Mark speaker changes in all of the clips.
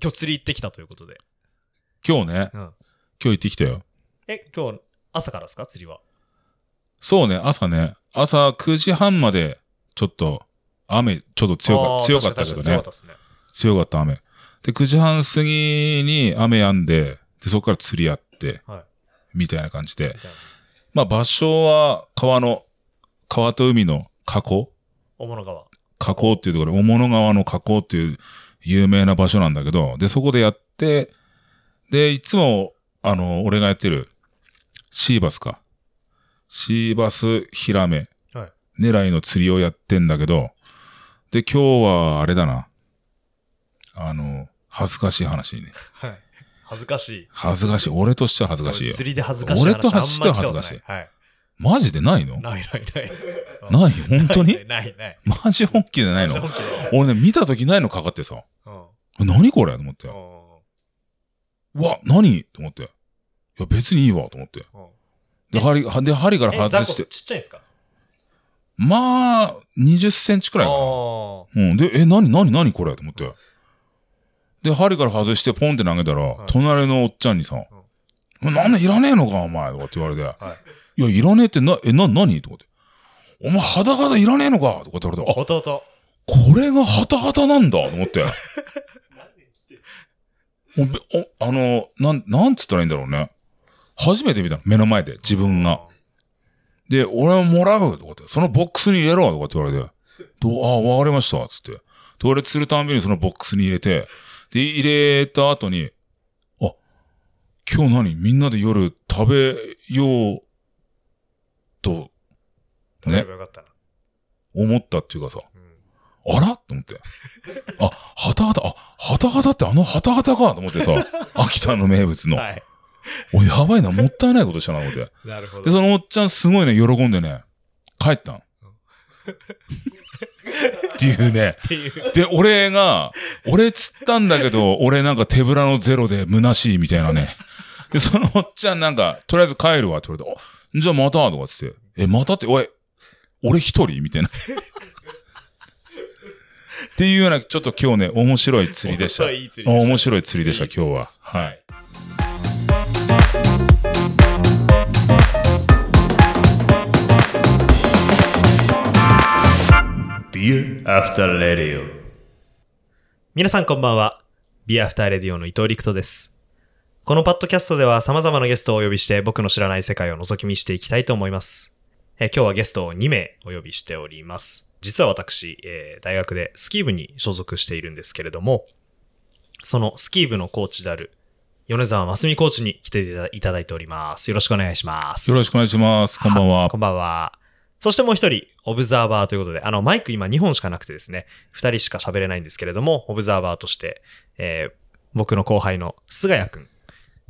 Speaker 1: 今日釣り行ってきたということで。
Speaker 2: 今日ね、
Speaker 1: うん
Speaker 2: 今日行ってきたよ。
Speaker 1: え、今日朝からですか釣りは。
Speaker 2: そうね、朝ね、朝9時半まで、ちょっと、雨、ちょっと強
Speaker 1: あ
Speaker 2: か
Speaker 1: ー
Speaker 2: 強かったけど
Speaker 1: 確に確かに
Speaker 2: ね
Speaker 1: 強かった。ですね。
Speaker 2: 強かった雨。で、9時半過ぎに雨止んで、で、そこから釣り合って、
Speaker 1: はい
Speaker 2: みたいな感じで
Speaker 1: み。たいな。
Speaker 2: まあ、場所は川の、川と海の河口
Speaker 1: おもの川。
Speaker 2: 河口っていうところで、雄物川の河口っていう有名な場所なんだけど、で、そこでやって、で、いつも、あの、俺がやってる、シーバスか。シーバスヒラメ。
Speaker 1: はい
Speaker 2: 狙いの釣りをやってんだけど、で、今日は、あれだな。あの、恥ずかしい話ね。
Speaker 1: はい。恥ずかしい。
Speaker 2: 恥ずかしい。俺としては恥ずかしいよ。
Speaker 1: 釣りで恥ずかしい話。
Speaker 2: 俺としては恥ずかしい
Speaker 1: あんま聞たことない。はい。
Speaker 2: マジでないの
Speaker 1: ないないない。
Speaker 2: ない本当に
Speaker 1: ないない。
Speaker 2: マジ本気でないの
Speaker 1: 正気で
Speaker 2: 俺ね、見た時ないのかかってさ、
Speaker 1: うん
Speaker 2: 何これと思って。
Speaker 1: う
Speaker 2: うわ、何と思って。いや、別にいいわ、と思って。
Speaker 1: んうん
Speaker 2: で、
Speaker 1: え
Speaker 2: 針、はで、針から
Speaker 1: え、ザコ
Speaker 2: 外して。
Speaker 1: ちっちゃいんですか
Speaker 2: まあ、20センチくらい
Speaker 1: あ
Speaker 2: かな。
Speaker 1: ー
Speaker 2: うん。で、え、何、何、何これと思って。で、針から外してポンって投げたら、
Speaker 1: い
Speaker 2: 隣のおっちゃんにさ、なんでいらねえのか、お前。とかって言われて。い、や、いらねえってな、え、な、何とかって。お前、裸でいらねえのかとかって言われて、あ、
Speaker 1: 弟。
Speaker 2: これがハタハタなんだと思って。おべおあの、なん、なんつったらいいんだろうね。初めて見たの、目の前で、自分が。で、俺はもらうとかって、そのボックスに入れろとかって言われて、とああ、わかりました、つって。で、俺釣るたんびにそのボックスに入れて、で、入れた後に、あ、今日何みんなで夜食べようと
Speaker 1: 例えばよかったな。
Speaker 2: 思ったっていうかさ、
Speaker 1: うん
Speaker 2: あらと思って。あ、ハタハタ、あ、ハタハタってあのハタハタかと思ってさ、秋田の名物の。
Speaker 1: はい。
Speaker 2: お、やばいな、もったいないことしたな、思って。
Speaker 1: なるほど
Speaker 2: で、。そのおっちゃんすごいね、喜んでね、帰ったん。っていうね。
Speaker 1: っていう。
Speaker 2: で、俺が、俺釣ったんだけど、俺なんか手ぶらのゼロで虚しいみたいなね。で、そのおっちゃんなんか、とりあえず帰るわって言われて、あじゃあまたとかっつって、え、またって、おい、俺一人みたいな。っていうような、ちょっと今日ね、面白い釣りでした。
Speaker 1: いい釣りでした。
Speaker 2: 面白い釣りでした、今日は。はい。
Speaker 3: Beer After Radio.
Speaker 1: 皆さんこんばんは。ビアフターレディオの伊藤陸人です。このパッドキャストでは様々なゲストをお呼びして僕の知らない世界を覗き見していきたいと思います。えー今日はゲストを2名お呼びしております。実は私、えー大学でスキー部に所属しているんですけれども、そのスキー部のコーチである米沢真澄コーチに来ていたいただいております。よろしくお願いします。
Speaker 2: よろしくお願いします。こんばんは
Speaker 1: こ。んばんは。そしてもう一人、オブザーバーということで、あの、マイク今2本しかなくてですね、2人しか喋れないんですけれども、オブザーバーとして、えー僕の後輩の菅谷くん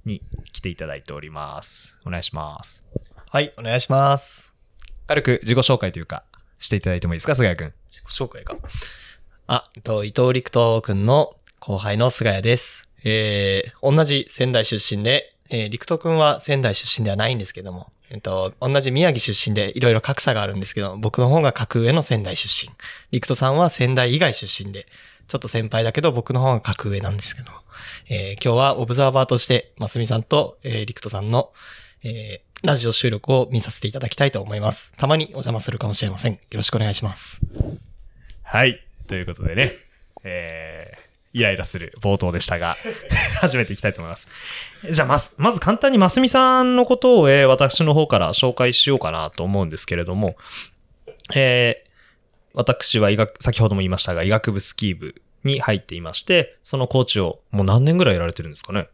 Speaker 1: に来ていただいております。お願いします。
Speaker 3: はい、お願いします。
Speaker 1: 軽く自己紹介というか、していただいてもいいですか、菅谷くん。
Speaker 3: 自己紹介か。あ、えっと、伊藤陸斗くんの後輩の菅谷です。えー、同じ仙台出身で、えー、陸斗くんは仙台出身ではないんですけども、えっと、同じ宮城出身でいろいろ格差があるんですけど、僕の方が格上の仙台出身。陸斗さんは仙台以外出身で、ちょっと先輩だけど僕の方が格上なんですけども、えー、今日はオブザーバーとして、ますみさんと、えー、陸斗さんの、えー、ラジオ収録を見させていただきたいと思います。たまにお邪魔するかもしれません。よろしくお願いします。
Speaker 1: はい。ということでね、えー、イライラする冒頭でしたが、 始めていきたいと思います。じゃあ、まず、まず簡単にますみさんのことを、えー私の方から紹介しようかなと思うんですけれども、えー私は医学、先ほども言いましたが、医学部スキー部に入っていまして、そのコーチをもう何年ぐらいやられてるんですかね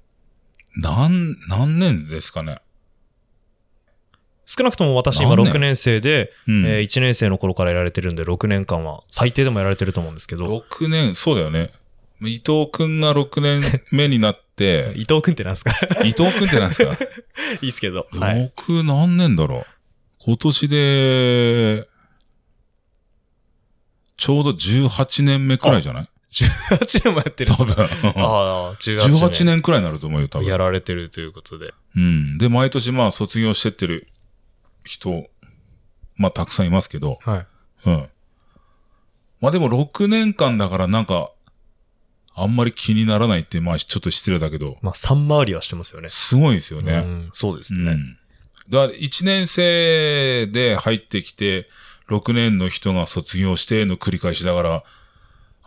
Speaker 2: なん、何年ですかね。
Speaker 1: 少なくとも私今
Speaker 2: 何年
Speaker 1: 6年生で、
Speaker 2: うん
Speaker 1: え1年生の頃からやられてるんで、6年間は最低でもやられてると思うんですけど、
Speaker 2: 6年、そうだよね。伊藤くんが6年目になって、
Speaker 1: 伊藤くんってなんですか
Speaker 2: 伊藤くんってなんですか、
Speaker 1: いいっすけど。 はい。
Speaker 2: 僕何年だろう今年で、ちょうど18年目くらいじゃない
Speaker 1: 18年もやってるん
Speaker 2: 多
Speaker 1: です
Speaker 2: 分
Speaker 1: か。ああ、18年。
Speaker 2: 18年くらいになると思うよ、多
Speaker 1: や
Speaker 2: 分。
Speaker 1: られてるということで。
Speaker 2: うん。で、毎年まあ卒業してってる人、まあたくさんいますけど、
Speaker 1: はい。
Speaker 2: うん。まあでも6年間だからなんか、あんまり気にならないって、まあちょっと失礼だけど、
Speaker 1: まあ、3回りはしてますよね。
Speaker 2: すごいですよね。
Speaker 1: うん、そうですね。
Speaker 2: うん。だから1年生で入ってきて、6年の人が卒業しての繰り返しだから、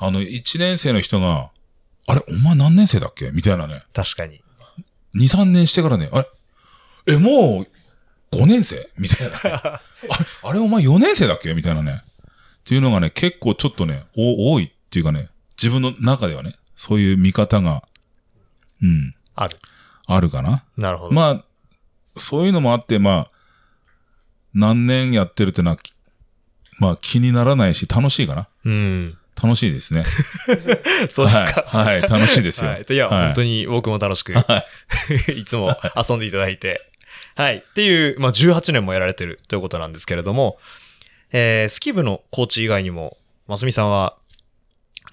Speaker 2: あの、1年生の人が、あれ、お前何年生だっけみたいなね。
Speaker 1: 確かに。
Speaker 2: 2、3年してからね、あれ、え、もう5年生みたいな、ね。あれ、あれお前4年生だっけみたいなね。っていうのがね、結構ちょっとね、お多いっていうかね、自分の中ではね、そういう見方が、うん、
Speaker 1: ある。
Speaker 2: あるかな。
Speaker 1: なるほど。
Speaker 2: まあ、そういうのもあって、まあ、何年やってるってのは、きまあ気にならないし、楽しいかな。
Speaker 1: うん。
Speaker 2: 楽しいですね。
Speaker 1: そうですか。
Speaker 2: はい。はい、楽しいですよ。
Speaker 1: はい。いや、
Speaker 2: はい
Speaker 1: 本当に僕も楽しく、 い、つも遊んでいただいて。はい。っていう、まあ、18年もやられてるということなんですけれども、えースキー部のコーチ以外にも、ますみさんは、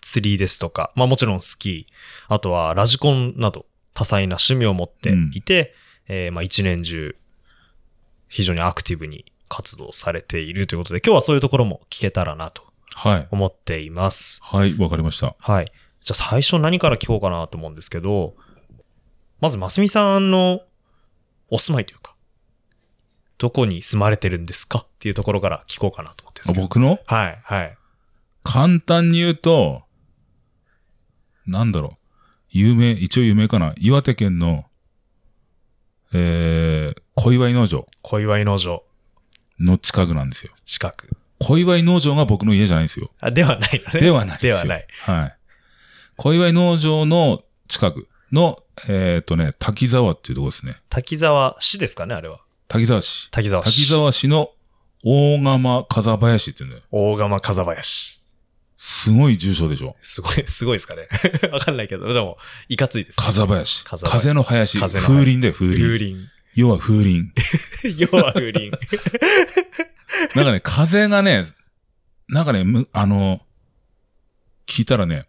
Speaker 1: 釣りですとか、まあもちろんスキー、あとはラジコンなど多彩な趣味を持っていて、えーまあ一年中、非常にアクティブに活動されているということで、今日はそういうところも聞けたらなと
Speaker 2: はい。
Speaker 1: 思っています。
Speaker 2: はい、わかりました。
Speaker 1: はい。じゃあ最初何から聞こうかなと思うんですけど、まず、ますみさんのお住まいというか、どこに住まれてるんですかっていうところから聞こうかなと思ってるんですけど。
Speaker 2: 僕の
Speaker 1: はい、はい。
Speaker 2: 簡単に言うと、なんだろう。有名、一応有名かな。岩手県の、えー、小祝農場
Speaker 1: 小祝農場
Speaker 2: の近くなんですよ。
Speaker 1: 近く。
Speaker 2: 小祝農場が僕の家じゃないんですよ。
Speaker 1: あではないのね。
Speaker 2: ではないです
Speaker 1: で
Speaker 2: よ。
Speaker 1: はない。。
Speaker 2: はい。小祝農場の近くの、えっ、とね、滝沢っていうとこですね。
Speaker 1: 滝沢市ですかね、あれは。
Speaker 2: 滝沢市。
Speaker 1: 滝沢市。
Speaker 2: 滝沢市の大釜風林っていうね、
Speaker 1: 大釜風林。
Speaker 2: すごい住所でしょ。
Speaker 1: すごい、すごいですかね。 わかんないけど、でも、いかついです。
Speaker 2: 風林。
Speaker 1: 風
Speaker 2: 風
Speaker 1: 林
Speaker 2: の林。
Speaker 1: 風の林
Speaker 2: 風林だよ、風
Speaker 1: 風
Speaker 2: 林。
Speaker 1: 鈴。
Speaker 2: 要は風鈴。
Speaker 1: 要は風鈴。
Speaker 2: なんかね、風がね、なんかね、むあの、聞いたらね、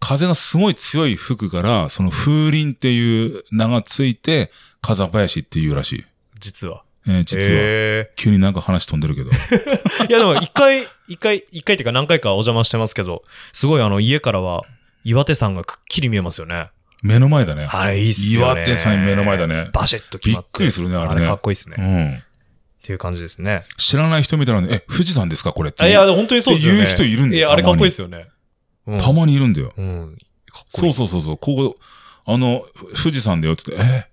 Speaker 2: 風がすごい強い吹くから、その風鈴っていう名がついて、風林っていうらしい。
Speaker 1: 実は。
Speaker 2: えー実は。
Speaker 1: へー
Speaker 2: 急になんか話飛んで るけど。
Speaker 1: いやでも一回、一回、一回っていうか何回かお邪魔してますけど、すごいあの家からは岩手山がくっきり見えますよね。
Speaker 2: 目の前だね。
Speaker 1: はい、いいっすよね。
Speaker 2: 岩手山目の前だね
Speaker 1: バシッと決まって。
Speaker 2: びっくりするねあれね
Speaker 1: かっこいいっすね。
Speaker 2: う
Speaker 1: っ
Speaker 2: ん。
Speaker 1: ていう感じですね。
Speaker 2: 知らない人見たらね、え、富士山ですかこれって
Speaker 1: あ
Speaker 2: いう。
Speaker 1: いや、本当にそうですよね。
Speaker 2: っていう人いるんだよ
Speaker 1: いや、あれかっこいいっすよね。うん
Speaker 2: たまにいるんだよ。
Speaker 1: うん。かっこい
Speaker 2: そ
Speaker 1: い。
Speaker 2: うそうそうそう。ここ、あの、ふ富士山だよって言って、え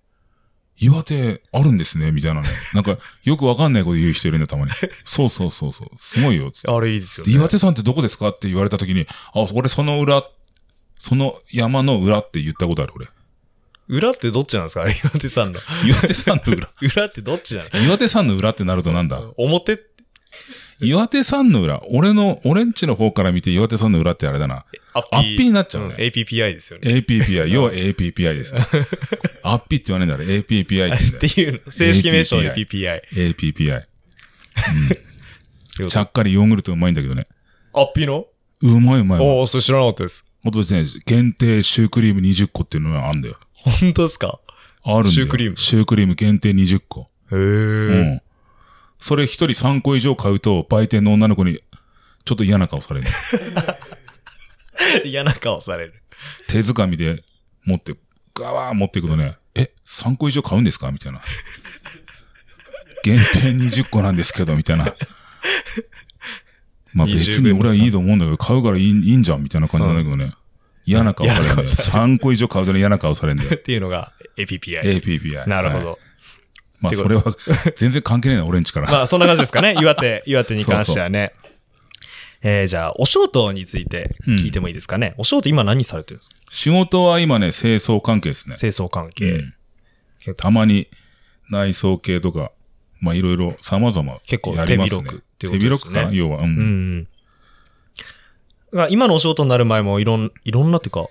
Speaker 2: 岩手あるんですねみたいな ね。なんか、よくわかんないこと言う人いるんだよ、たまに。そうそうそうそう。すごいよ、つって。
Speaker 1: あれいいですよ
Speaker 2: で
Speaker 1: ね。
Speaker 2: 岩手山ってどこですかって言われたときに、あ、俺その裏、その山の裏って言ったことある、俺。
Speaker 1: 裏ってどっちなんですかあ れ岩手山の。
Speaker 2: 岩手山の 裏。
Speaker 1: 裏ってどっちなの
Speaker 2: 岩手山の裏ってなるとなんだ
Speaker 1: 表、
Speaker 2: 岩手山の裏。俺の、俺んちの方から見て岩手山の裏ってあれだな。
Speaker 1: アッピー。
Speaker 2: アッピーになっちゃうね
Speaker 1: ん APPI ですよね。
Speaker 2: APPI。要は APPI ですね。アッピーって言わないんだね。APPI って言うんだよ
Speaker 1: っていうの、正式名称 APPI って
Speaker 2: APPI
Speaker 1: いうこ
Speaker 2: APPI。
Speaker 1: と。
Speaker 2: ちゃっかりヨーグルトうまいんだけどね。
Speaker 1: アッピーの
Speaker 2: うまいうまい。ほん
Speaker 1: おおそれ知らなかったです。
Speaker 2: とですね、限定シュークリーム20個っていうのがあるんだよ。
Speaker 1: 本当ですか
Speaker 2: あるんだよ。
Speaker 1: シュークリーム
Speaker 2: シュークリーム限定20個。
Speaker 1: へえ、
Speaker 2: うん。それ一人3個以上買うと、売店の女の子に、ちょっと嫌な顔される。
Speaker 1: 嫌な顔される。
Speaker 2: 手づかみで持って、ガワー持っていくとね、え、3個以上買うんですかみたいな。限定20個なんですけど、みたいな。まあ別
Speaker 1: 20
Speaker 2: に
Speaker 1: 分の
Speaker 2: 俺はいいと思うんだけど、買うからいいいいんじゃん、みたいな感じなんだけどね。嫌な顔されるんだよ。
Speaker 1: 嫌な顔さ
Speaker 2: 3個以上買うとね嫌な顔されるんだよ
Speaker 1: っ。ていうのが APPI。
Speaker 2: APPI。
Speaker 1: なるほど。
Speaker 2: はいまあそれは全然関係ないな、俺んちから。
Speaker 1: まあ、そんな感じですか ね。岩手、岩手に関してはね。えー、じゃあ、お仕事について聞いてもいいですかね。お仕事今何されてるんですか
Speaker 2: 仕事は今ね、清掃関係ですね。
Speaker 1: 清掃関係。
Speaker 2: うんたまに内装系とか、まあいろいろ様々
Speaker 1: 結構
Speaker 2: やりますね。
Speaker 1: 手広くってことですね
Speaker 2: 手広くかな、要は。うん
Speaker 1: うんうんが今のお仕事になる前もいろん、いろんなっていうか、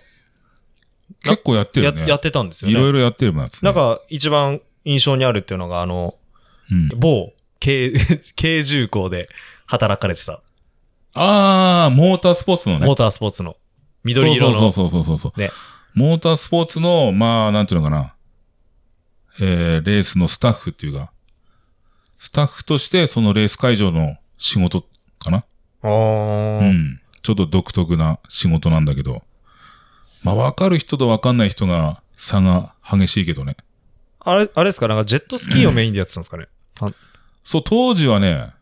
Speaker 2: 結構やってる
Speaker 1: や
Speaker 2: よね。
Speaker 1: やってたんですよ
Speaker 2: い
Speaker 1: ね。
Speaker 2: ろいろやってるやつ、ね。
Speaker 1: なん、か、一番印象にあるっていうのが、あの、
Speaker 2: うん、
Speaker 1: 某軽、 軽重工で働かれてた。
Speaker 2: ああ、モータースポーツのね。
Speaker 1: モータースポーツの。緑色の。
Speaker 2: そうそうそうそうそうそう。
Speaker 1: ね
Speaker 2: モータースポーツの、まあ、なんていうのかな。えー、レースのスタッフっていうか、スタッフとしてそのレース会場の仕事かな。
Speaker 1: あー
Speaker 2: うん。ちょっと独特な仕事なんだけど、まあ、わかる人とわかんない人が差が激しいけどね。
Speaker 1: あれ、あれですかなんかジェットスキーをメインでやってたんですかね
Speaker 2: そう、当時はね、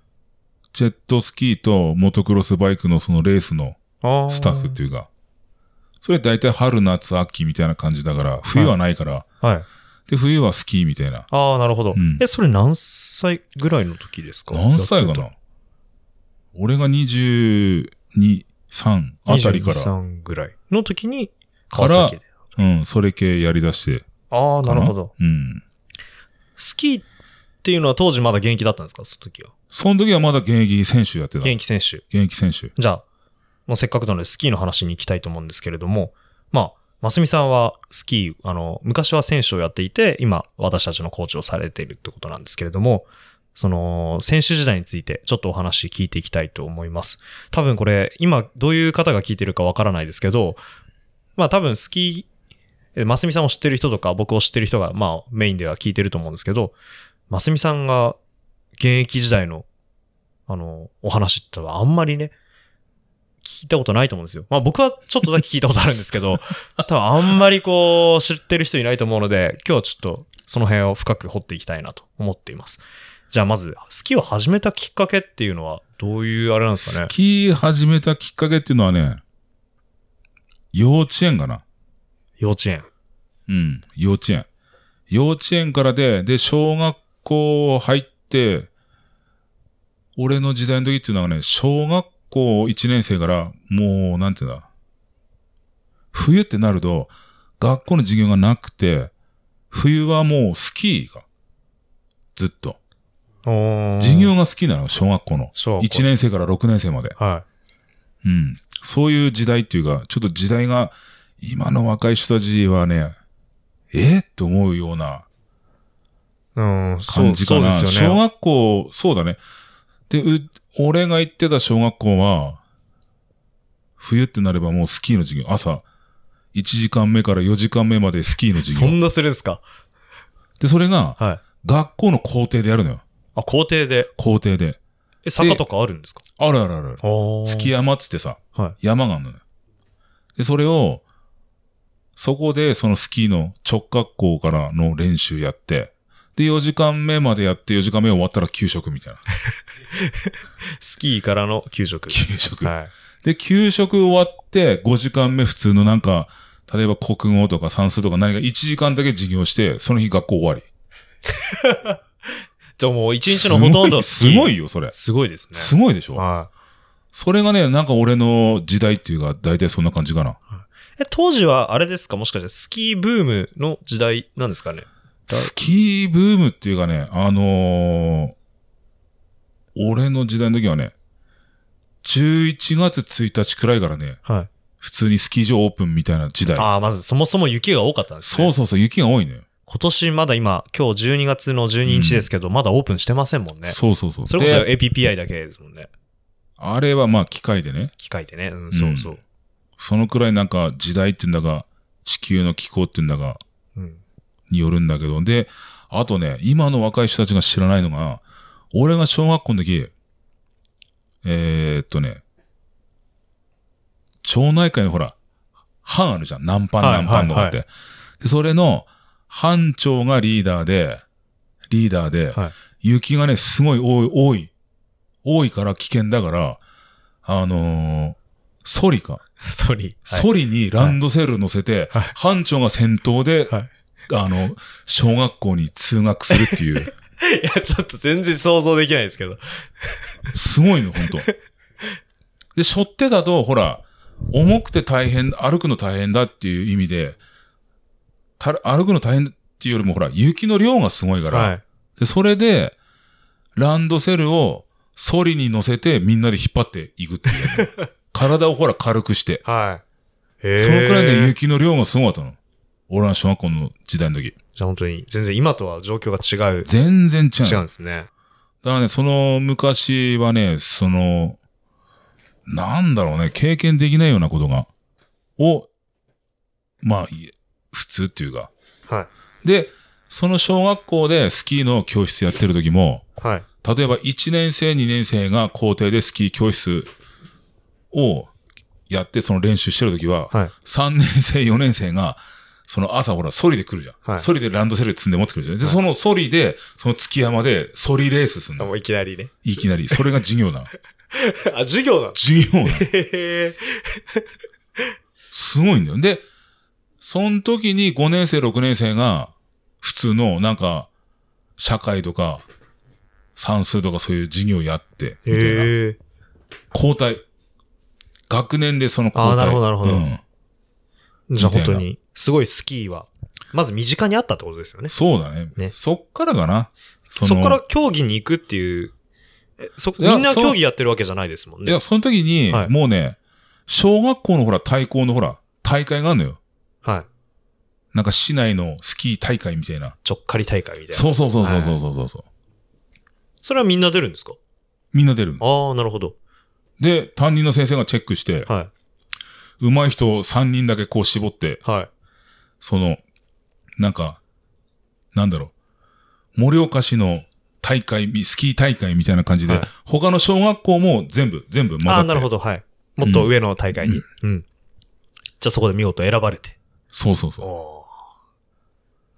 Speaker 2: ジェットスキーとモトクロスバイクのそのレースの
Speaker 1: あ
Speaker 2: スタッフっていうか、それ大体春、夏、秋みたいな感じだから、冬はないから、
Speaker 1: う。はい。
Speaker 2: で、冬はスキーみたいな。
Speaker 1: ああ、なるほど、
Speaker 2: うん
Speaker 1: え、それ何歳ぐらいの時ですか
Speaker 2: 何歳か
Speaker 1: やって
Speaker 2: な俺が22、3
Speaker 1: た
Speaker 2: あたりか
Speaker 1: 22
Speaker 2: ら、
Speaker 1: 3ぐらいの時に、
Speaker 2: か
Speaker 1: 川
Speaker 2: ら
Speaker 1: 崎で。
Speaker 2: うん、それ系やりだして。
Speaker 1: ああ、なるほど。。
Speaker 2: うん。
Speaker 1: スキーっていうのは当時まだ現役だったんですかその時は。
Speaker 2: その時はまだ現役選手やってた。
Speaker 1: 現
Speaker 2: 現
Speaker 1: 役選手。
Speaker 2: 役選手。
Speaker 1: じゃあ、もうせっかくなのでスキーの話に行きたいと思うんですけれども、まあ、ますみさんはスキー、あの、昔は選手をやっていて、今、私たちのコーチをされているってことなんですけれども、その、選手時代についてちょっとお話聞いていきたいと思います。多分これ、今、どういう方が聞いてるかわからないですけど、まあ多分スキー、えますみさんを知ってる人とか、僕を知ってる人が、まあメインでは聞いてると思うんですけど、ますみさんが現役時代の、あの、お話ってのはあんまりね、聞いたことないと思うんですよ。まあ僕はちょっとだけ聞いたことあるんですけど、多分あんまりこう知ってる人いないと思うので、今日はちょっとその辺を深く掘っていきたいなと思っています。じゃあまず、スキーを始めたきっかけっていうのはどういうあれなんですかね
Speaker 2: ス。キー始めたきっかけっていうのはね、幼稚園かな。
Speaker 1: 幼稚園。
Speaker 2: うん、幼稚園。幼稚園からで、で、小学校入って、俺の時代の時っていうのはね、小学校1年生から、もう、なんていうんだ、冬ってなると、学校の授業がなくて、冬はもうスキーが、ずっと。授
Speaker 1: 授
Speaker 2: 業が好きなの、小学校の。
Speaker 1: 小学校
Speaker 2: 1年生から6年生まで。
Speaker 1: は。
Speaker 2: うん。そういう時代っていうか、ちょっと時代が、今の若い人たちはね、えって思うようない
Speaker 1: うん、そ
Speaker 2: 感
Speaker 1: う
Speaker 2: じか
Speaker 1: そうで
Speaker 2: な。
Speaker 1: すよ
Speaker 2: 小
Speaker 1: ね。
Speaker 2: 学校、そうだね。で、う、俺が行ってた小学校は、冬ってなればもうスキーの授業。朝、1時間目から4時間目までスキーの
Speaker 1: そ
Speaker 2: 授業。
Speaker 1: んなするんですか
Speaker 2: で、それが、
Speaker 1: はい。
Speaker 2: 学校の校庭でやるのよ。
Speaker 1: あ、校庭で。
Speaker 2: 校庭で。
Speaker 1: え、坂とかあるんですか
Speaker 2: あるあるあるある。
Speaker 1: 好
Speaker 2: 月山っつってさ、
Speaker 1: は
Speaker 2: 山があるのよ。で、それを、そこでそのスキーの直角校からの練習やって、で、4時間目までやって、4時間目終わったら給食みた いな。
Speaker 1: スキーからの給食。
Speaker 2: 給食。
Speaker 1: はい。
Speaker 2: で、給食終わって、5時間目普通のなんか、例えば国語とか算数とか何か1時間だけ授業して、その日学校終わり。
Speaker 1: じゃあもう一日のほとんど
Speaker 2: すごいすごい
Speaker 1: よ。
Speaker 2: よ、それ。
Speaker 1: すごいですね。
Speaker 2: すごいでしょ
Speaker 1: はい。
Speaker 2: それがね、なんか俺の時代っていうか、大体そんな感じかな。
Speaker 1: え、当時はあれですかもしかしてスキーブームの時代なんですかねだ
Speaker 2: スキーブームっていうかね、あのー俺の時代の時はね、11月1日くらいからね、
Speaker 1: はい。
Speaker 2: 普通にスキー場オープンみたいな時代。
Speaker 1: ああ、まずそもそも雪が多かったんですね。
Speaker 2: そうそうそう、雪が多いのよ。
Speaker 1: 今年まだ今、今日12月の12日ですけど、まだオープンしてませんもんね。
Speaker 2: そうそうそう。
Speaker 1: それこそ
Speaker 2: で
Speaker 1: APPI だけですもんね。
Speaker 2: あれはまあ機械でね、
Speaker 1: 機械でね。うん、そうそう。
Speaker 2: そのくらいなんか時代っていうんだか、地球の気候っていうんだか、
Speaker 1: うん。
Speaker 2: によるんだけど、で、あとね、今の若い人たちが知らないのが、俺が小学校の時、えー、っとね、町内会のほら、班あるじゃん。南
Speaker 1: はい
Speaker 2: 班南班とかって、
Speaker 1: は
Speaker 2: で。それの、班長がリーダーで、リーダーで、
Speaker 1: はい
Speaker 2: 雪がね、すごい多い、多い、多いから危険だから、あのーソリか。
Speaker 1: ソリ。はい
Speaker 2: ソリにランドセル乗せて、
Speaker 1: はい
Speaker 2: 班長が先頭で、
Speaker 1: はい
Speaker 2: あの、小学校に通学するって いう、
Speaker 1: いや、ちょっと全然想像できないですけど。
Speaker 2: すごいの、本当で、背負ってだと、ほら、重くて大変、歩くの大変だっていう意味で、た歩くの大変っていうよりも、ほら、雪の量がすごいから、
Speaker 1: はい。
Speaker 2: で、それで、ランドセルをソリに乗せてみんなで引っ張っていくっていうや つ。体をほら軽くして。
Speaker 1: はい。へー
Speaker 2: そのくらいで雪の量がすごかったの。俺ら小学校の時代の時。
Speaker 1: じゃあ本当に、全然今とは状況が違う。
Speaker 2: 全然違う。
Speaker 1: 違うん
Speaker 2: だか
Speaker 1: ですね。
Speaker 2: らね、その昔はね、その、なんだろうね、経験できないようなことが、を、まあ、いえ普通っていうか。
Speaker 1: は
Speaker 2: で、その小学校でスキーの教室やってる時も、
Speaker 1: い。はい。
Speaker 2: 例えば1年生、2年生が校庭でスキー教室をやって、その練習してる時は、
Speaker 1: はい。
Speaker 2: 3年生、4年生が、その朝ほら、ソリで来るじゃん。
Speaker 1: はい
Speaker 2: ソリでランドセル積んで持ってくるじゃん。で、
Speaker 1: はい
Speaker 2: そのソリで、その月山で、ソリレースすん
Speaker 1: あも
Speaker 2: の。
Speaker 1: ういきなりね。
Speaker 2: いきなり。それが授業なの。
Speaker 1: あ、授業なの
Speaker 2: 授業なの。
Speaker 1: へえ。
Speaker 2: すごいんだよ。で、その時に5年生、6年生が、普通の、なんか、社会とか、算数とかそういう授業やって、みたいな。
Speaker 1: へえ。
Speaker 2: 交代。学年でその交
Speaker 1: あーな
Speaker 2: 代。
Speaker 1: るほどなるほど
Speaker 2: うん。
Speaker 1: じゃあ本当に、すごいスキーは、まず身近にあったってことですよね。
Speaker 2: そうだね。
Speaker 1: ね
Speaker 2: そっからかな。
Speaker 1: そ
Speaker 2: の
Speaker 1: こから競技に行くっていう、えそ、
Speaker 2: いや
Speaker 1: みんな
Speaker 2: そ
Speaker 1: 競技やってるわけじゃないですもん
Speaker 2: い
Speaker 1: ね
Speaker 2: や、。その時に、
Speaker 1: はい
Speaker 2: もうね、小学校のほら、対抗のほら、大会があるのよ。
Speaker 1: はい。
Speaker 2: なんか市内のスキー大会みたいな。
Speaker 1: ちょっかり大会みたいな。
Speaker 2: そうそうそうそうそうそうそう。
Speaker 1: それはみんな出るんですか
Speaker 2: みんな出るの。
Speaker 1: ああ、なるほど。
Speaker 2: で、担任の先生がチェックして、
Speaker 1: は
Speaker 2: 上手い人3人だけこう絞って、
Speaker 1: い。はい。
Speaker 2: その、なんか、なんだろう、盛岡市の大会み、スキー大会みたいな感じで、
Speaker 1: はい
Speaker 2: 他の小学校も全部、全部混ざっ
Speaker 1: あ
Speaker 2: て。
Speaker 1: あ、なるほ
Speaker 2: ど。
Speaker 1: ど。はい。もっと上の大会に。
Speaker 2: う
Speaker 1: うん。じゃあそこで見事選ばれて。
Speaker 2: そうそうそう。
Speaker 1: おー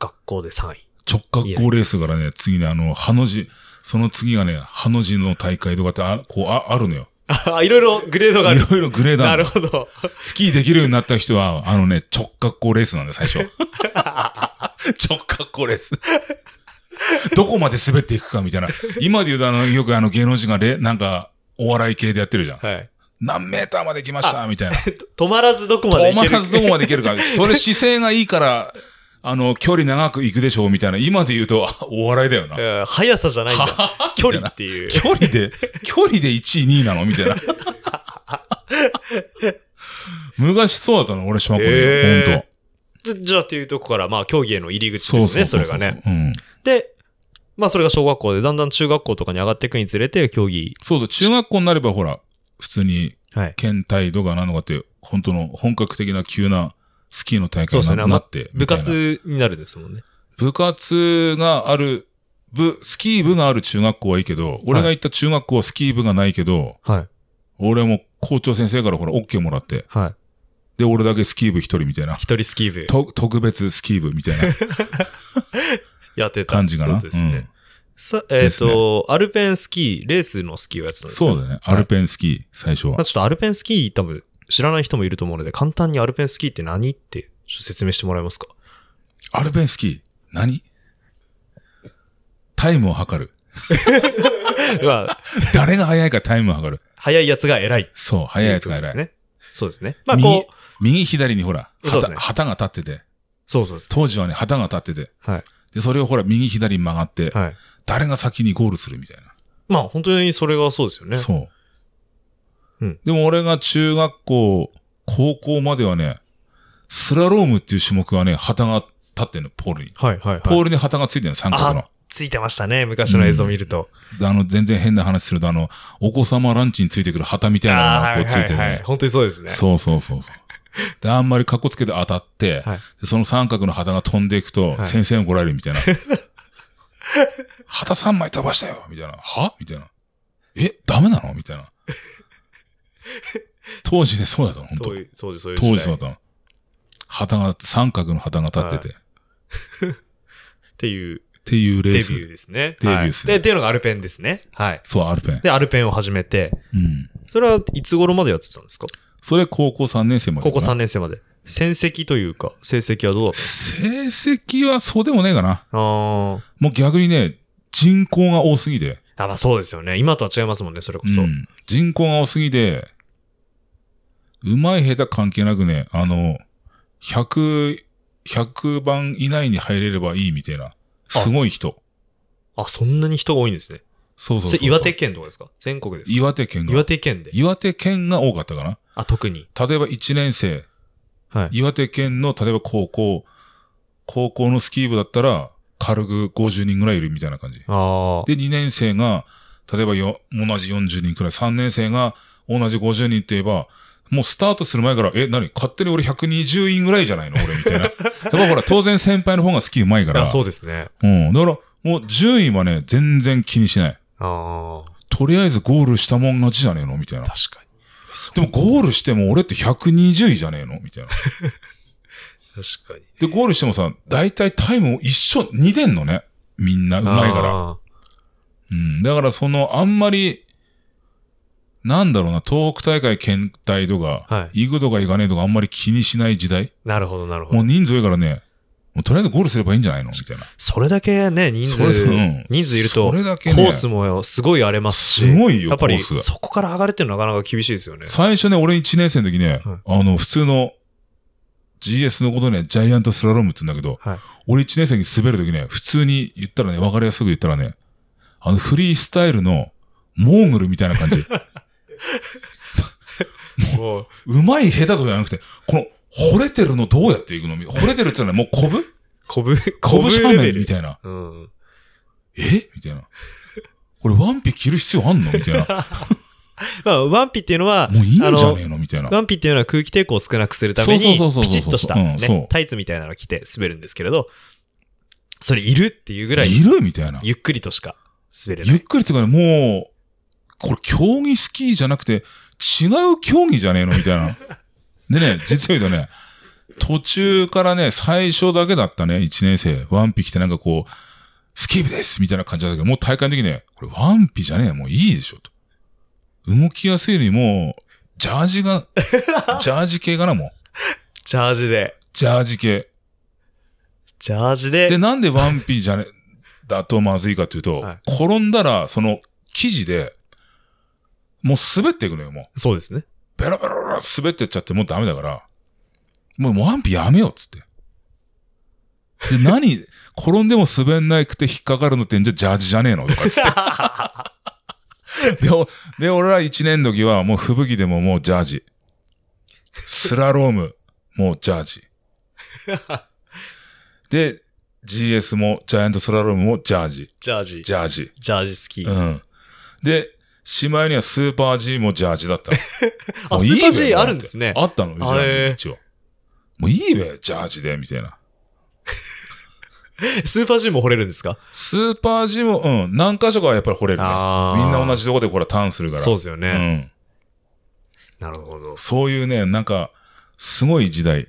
Speaker 1: 学校で3位。
Speaker 2: 直角校レースからね、次ね、あの、ハの字、その次がね、ハの字の大会とかって、あ、こう、あ、あるのよ。
Speaker 1: あ、いろいろグレード
Speaker 2: い
Speaker 1: がある。
Speaker 2: ろいろグレードあ
Speaker 1: な
Speaker 2: る
Speaker 1: る
Speaker 2: の。
Speaker 1: ほど。
Speaker 2: スキーできるようになった人は、あのね、直角校レースなんで、最 初。直角校レース。どこまで滑っていくかみたいな。今で言うと、あの、よくあの芸能人がレ、なんか、お笑い系でやってるじゃん。
Speaker 1: はい。
Speaker 2: 何メーターまで来ましたみたいな。
Speaker 1: 止まらずどこまで
Speaker 2: 止
Speaker 1: 行
Speaker 2: ま
Speaker 1: ける
Speaker 2: らずどこまでいけるか。それ姿勢がいいから、あの、距離長く行くでしょうみたいな。今で言うと、あお笑いだよな。
Speaker 1: うん速さじゃないんだ。距離っていう。
Speaker 2: 距離で、距離で1位、2位なのみた いな。昔そうだったの、俺、小学校
Speaker 1: へ
Speaker 2: で。
Speaker 1: ー
Speaker 2: ほんと。
Speaker 1: じゃじゃあっていうとこから、まあ競技への入り口ですね、それがね。。
Speaker 2: うん。
Speaker 1: で、まあそれが小学校で、だんだん中学校とかに上がっていくにつれて、競技。
Speaker 2: そうそう、中学校になれば、ほら、普通に、
Speaker 1: はい。
Speaker 2: 県体とかなんとかって、本当の本格的な急なスキーの大会に
Speaker 1: そう
Speaker 2: な,、
Speaker 1: ですね
Speaker 2: なって。
Speaker 1: 部
Speaker 2: みたいな
Speaker 1: 活になるんですもんね。
Speaker 2: 部活がある、部、スキー部がある中学校はいいけど、俺が行った中学校はスキー部がないけど、
Speaker 1: はい。
Speaker 2: 俺はもう校長先生からほら、OK もらって、
Speaker 1: はい。
Speaker 2: で、俺だけスキー部一人みたいな。
Speaker 1: 一人スキー部
Speaker 2: と特別スキー部 みたいな。
Speaker 1: やってた
Speaker 2: 感じかな。
Speaker 1: ってことですね。
Speaker 2: うん
Speaker 1: さえっ、と、アルペンスキー、レースのスキーをやってたんです
Speaker 2: そうだね。アル
Speaker 1: ン。
Speaker 2: ペンスキー、最初
Speaker 1: まあ、
Speaker 2: は。
Speaker 1: ちょっとアルペンスキー多分知らない人もいると思うので、簡単にアルペンスキーって何ってちょっと説明してもらえ ますか
Speaker 2: アルペンスキー、何タイムを測る。
Speaker 1: まあ、
Speaker 2: 誰が速いかタイムを測る。
Speaker 1: 速いやつが偉いって
Speaker 2: そう、
Speaker 1: う
Speaker 2: 速いやつが
Speaker 1: ことで
Speaker 2: 偉
Speaker 1: す
Speaker 2: い。
Speaker 1: ね。そうですね。まあこう、
Speaker 2: 右左にほら、
Speaker 1: そうで
Speaker 2: 旗
Speaker 1: すね
Speaker 2: 旗が立ってて。
Speaker 1: そうそうです。
Speaker 2: 当時はね、旗が立ってて。
Speaker 1: はい。
Speaker 2: で、それをほら、右左に曲がって、
Speaker 1: はい。
Speaker 2: 誰が先にゴールするみたい
Speaker 1: まあ本当にそれがそうですよね。。
Speaker 2: な。そううんでも俺が中学校、高校まではね、スラロームっていう種目はね、旗が立ってんの、ポールに。
Speaker 1: はいはいはい。
Speaker 2: ポールに旗がついてるの、三角の。
Speaker 1: ついてましたね、昔の映像見ると。
Speaker 2: あの、全然変な話すると、あの、お子様ランチについてくる旗みたい
Speaker 1: あ
Speaker 2: な
Speaker 1: あ、はい
Speaker 2: のがこ
Speaker 1: う
Speaker 2: つ
Speaker 1: はい
Speaker 2: て
Speaker 1: い
Speaker 2: る
Speaker 1: はい
Speaker 2: ね。。
Speaker 1: 本当にそうですね。
Speaker 2: そうそうそうそう。で、あんまりかっこつけて当たって、
Speaker 1: はい
Speaker 2: でその三角の旗が飛んでいくと、
Speaker 1: はい
Speaker 2: 先生も来られるみたいな。旗3枚飛ばしたよみたいな。はみたいな。え、ダメなのみたい な。当時ね、そうだったの、本当
Speaker 1: 当時そうです、そういう時代
Speaker 2: 当時そうだったの。旗が、三角の旗が立ってて、っ
Speaker 1: っていう
Speaker 2: ていうレ
Speaker 1: デ
Speaker 2: ー
Speaker 1: ビ
Speaker 2: ス。
Speaker 1: ューですね。
Speaker 2: デビュー
Speaker 1: はい
Speaker 2: ですね
Speaker 1: で、っていうのがアルペンですね。はい。
Speaker 2: そう、アルペン。
Speaker 1: で、アルペンを始めて、
Speaker 2: うん。
Speaker 1: それはいつ頃までやってたんですか
Speaker 2: それ高校3年生までか
Speaker 1: 高
Speaker 2: な。
Speaker 1: 校3年生まで。戦績というか、成績はどうだった
Speaker 2: 成績はそうでもねえかな。
Speaker 1: あー
Speaker 2: もう逆にね、人口が多すぎて。
Speaker 1: あ、まあそうですよね。今とは違いますもんね、それこそ。
Speaker 2: うん人口が多すぎて、うまい下手関係なくね、あの、100、100番以内に入れればいいみたいな。すごい人。
Speaker 1: あ、そんなに人が多いんですね。
Speaker 2: そうそう
Speaker 1: そ
Speaker 2: そ
Speaker 1: れ
Speaker 2: うそう
Speaker 1: 岩手県とかですか全国ですか
Speaker 2: 岩手県が。
Speaker 1: 岩手県で。
Speaker 2: 岩手県が多かったかな。
Speaker 1: あ、特に。
Speaker 2: 例えば1年生、
Speaker 1: はい。
Speaker 2: 岩手県の、例えば高校、高校のスキー部だったら、軽く50人ぐらいいるみたいな感じ。
Speaker 1: ああ。
Speaker 2: で、2年生が、例えばよ、同じ40人くらい、3年生が同じ50人って言えば、もうスタートする前から、え、何勝手に俺120人ぐらいじゃないの俺みたいな。やっ ぱほら、当然先輩の方が好きうまいか
Speaker 1: い
Speaker 2: ら。
Speaker 1: やそうですね。
Speaker 2: うん。だから、もう順位はね、全然気にしない。
Speaker 1: ああ。
Speaker 2: とりあえずゴールしたもん勝ちじゃねえのみたいな。
Speaker 1: 確かに。です
Speaker 2: でもゴールしても俺って120位じゃねえのみたいな。
Speaker 1: 確かに。
Speaker 2: で、ゴールしてもさ、大体タイムを一緒、似てんのね。みんな、う
Speaker 1: う
Speaker 2: まいから。。うん。だからその、あんまり、なんだろうな、東北大会県体とか、
Speaker 1: は
Speaker 2: 行くとか行かねえとかあんまり気にしない時代。
Speaker 1: なるほど、なるほ
Speaker 2: も
Speaker 1: ど。
Speaker 2: う人数多いからね、もうとりあえずゴールすればいいんじゃないのみたいな。
Speaker 1: それだけね、人
Speaker 2: それでう
Speaker 1: 数
Speaker 2: ん、
Speaker 1: 人数いると、
Speaker 2: そ
Speaker 1: コ
Speaker 2: れだけね
Speaker 1: ースもすごい荒れますし、
Speaker 2: すごいよ、
Speaker 1: やっぱり
Speaker 2: コース。
Speaker 1: そこから上がるっていうのはなかなか厳しいですよね。
Speaker 2: 最初ね、俺1年生の時ね、
Speaker 1: は
Speaker 2: あの、普通の GS のことね、ジャイアントスラロームって言うんだけど、
Speaker 1: はい
Speaker 2: 俺1年生に滑る時ね、普通に言ったらね、わかりやすく言ったらね、あの、フリースタイルのモーグルみたいな感じ。
Speaker 1: もう
Speaker 2: うまい下手とかじゃなくて、この、惚れてるのどうやっていくのみ惚れてるって言ったらもうこぶ
Speaker 1: こぶ、
Speaker 2: こぶ斜
Speaker 1: レベ
Speaker 2: 面
Speaker 1: ル
Speaker 2: みたいな。
Speaker 1: うん。
Speaker 2: えみたいな。これワンピ着る必要あんのみたいな。
Speaker 1: まあ、ワンピっていうのは、
Speaker 2: もういいんじゃ
Speaker 1: あの
Speaker 2: ねえのみ たいな。
Speaker 1: ワンピっていうのは空気抵抗を少なくするために、
Speaker 2: そうそうそうそうそう
Speaker 1: ピチッとした、
Speaker 2: うんそ
Speaker 1: ね
Speaker 2: う、
Speaker 1: タイツみたいなの着て滑るんですけれど、それいるっていうぐらい、
Speaker 2: いるみたいな。
Speaker 1: ゆっくりとしか滑れな
Speaker 2: ゆっ
Speaker 1: い。
Speaker 2: くりっていうかね、もう、これ競技スキーじゃなくて、違う競技じゃねえのみたい な。でね、実を言うとね、途中からね、最初だけだったね、1年生。ワンピ着てなんかこう、スキー部ですみたいな感じだったけど、もう大会の時ね、これワンピじゃねえ、もういいでしょ、と。動きやすいよりもう、ジャージ が、ジャージ系かな、もう。
Speaker 1: ジャージで、
Speaker 2: ジャージ系。
Speaker 1: ジャージで、
Speaker 2: で、なんでワンピじゃね、だとまずいかというと、
Speaker 1: はい
Speaker 2: 転んだら、その、生地で、もう滑っていくのよ、も
Speaker 1: そうですね。
Speaker 2: う。ベラベラベラ滑ってっちゃって、もうダメだから、もうワンピやめよう、っつって。で、何、転んでも滑んなくて引っかかるのって、じゃあジャージじゃねえのとかっつって。で、おで俺ら1年の時は、もう吹雪でももうジャージ。スラローム、もうジャ ージ。で、GS も、ジャイアントスラロームもジャージ。
Speaker 1: ジャージ。
Speaker 2: ジャージ。
Speaker 1: ジャージスキー。
Speaker 2: うん。で、しまいにはスーパー G もジャージだった。
Speaker 1: あ、
Speaker 2: も
Speaker 1: ス
Speaker 2: う
Speaker 1: ー
Speaker 2: いいべ
Speaker 1: パー G あるんですね。
Speaker 2: あったの、うちらの
Speaker 1: へえ
Speaker 2: 一応。もういいべ、ジャージで、みたいな。
Speaker 1: スーパー G も掘れるんですか
Speaker 2: スーパー G も、うん、何箇所かはやっぱり掘れるね。
Speaker 1: あ
Speaker 2: みんな同
Speaker 1: じ。
Speaker 2: じとこでこれターンするから。
Speaker 1: そうですよ
Speaker 2: う
Speaker 1: ね。
Speaker 2: ん。
Speaker 1: なるほど。
Speaker 2: そういうね、なんか、すごい時代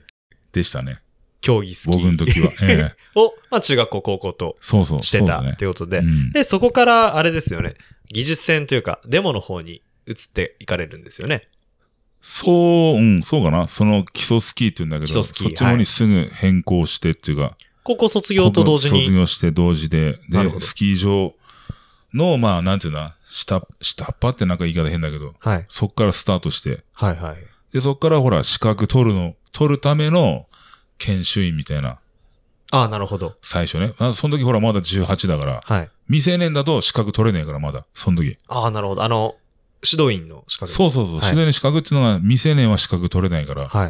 Speaker 2: でしたね。
Speaker 1: 競技スキ
Speaker 2: 僕の時
Speaker 1: ー
Speaker 2: は。 ええ
Speaker 1: を、まあ中学校、高校と
Speaker 2: そうそう。
Speaker 1: してた
Speaker 2: そうだね
Speaker 1: と。いうことで
Speaker 2: う。ん
Speaker 1: で、そこから、あれですよね。技術戦というか、デモの方に移っていかれるんですよね。
Speaker 2: そう、うん、そうかな。その基礎スキーって言うんだけ
Speaker 1: 基
Speaker 2: ど、
Speaker 1: 礎
Speaker 2: そ
Speaker 1: ス
Speaker 2: っ
Speaker 1: キ
Speaker 2: ち
Speaker 1: ー
Speaker 2: の方にすぐ変更してっていうか、
Speaker 1: 高校卒業と同時
Speaker 2: 卒
Speaker 1: に。
Speaker 2: 業して同時で、
Speaker 1: なるほ
Speaker 2: で、
Speaker 1: ど
Speaker 2: スキー場の、まあ、なんていうな、下、下っ端ってなんか言い方変だけど、
Speaker 1: はい。
Speaker 2: そっからスタートして、
Speaker 1: はいはい。
Speaker 2: で、そっからほら、資格取るの、取るための研修員みたいな、
Speaker 1: ああ、なるほど。
Speaker 2: 最初ね。あその時ほら、まだ18だから、
Speaker 1: はい。
Speaker 2: 未成年だと資格取れねえから、まだ、その時。
Speaker 1: ああ、なるほど。あの、指導員の資格です
Speaker 2: そうそうそう、
Speaker 1: はい
Speaker 2: 自然に資格っていうのは、未成年は資格取れないから、
Speaker 1: はい。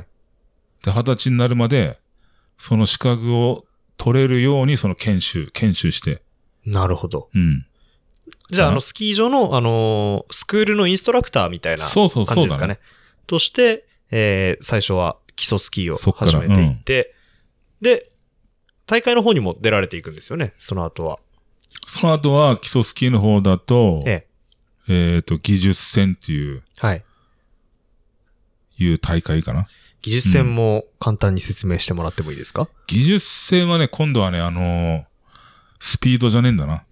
Speaker 2: で、二十歳になるまで、その資格を取れるように、その研修、研修して、
Speaker 1: なるほど。
Speaker 2: うん。
Speaker 1: じゃあ、
Speaker 2: かな
Speaker 1: あの、スキー場の、あのースクールのインストラクターみたいな
Speaker 2: そうそうそうだね
Speaker 1: 感じですかね。として、えー最初は基礎スキーを始めていって、で、大会の方にも出られていくんですよね、その後は。
Speaker 2: その後は、基礎スキーの方だと、
Speaker 1: え
Speaker 2: えっ、と、技術戦っていう、
Speaker 1: え。はい。
Speaker 2: いう大会かな。
Speaker 1: 技術戦も簡単に説明してもらってもいいですか、
Speaker 2: 技術戦はね、今度はね、あのースピードじゃねえんだな。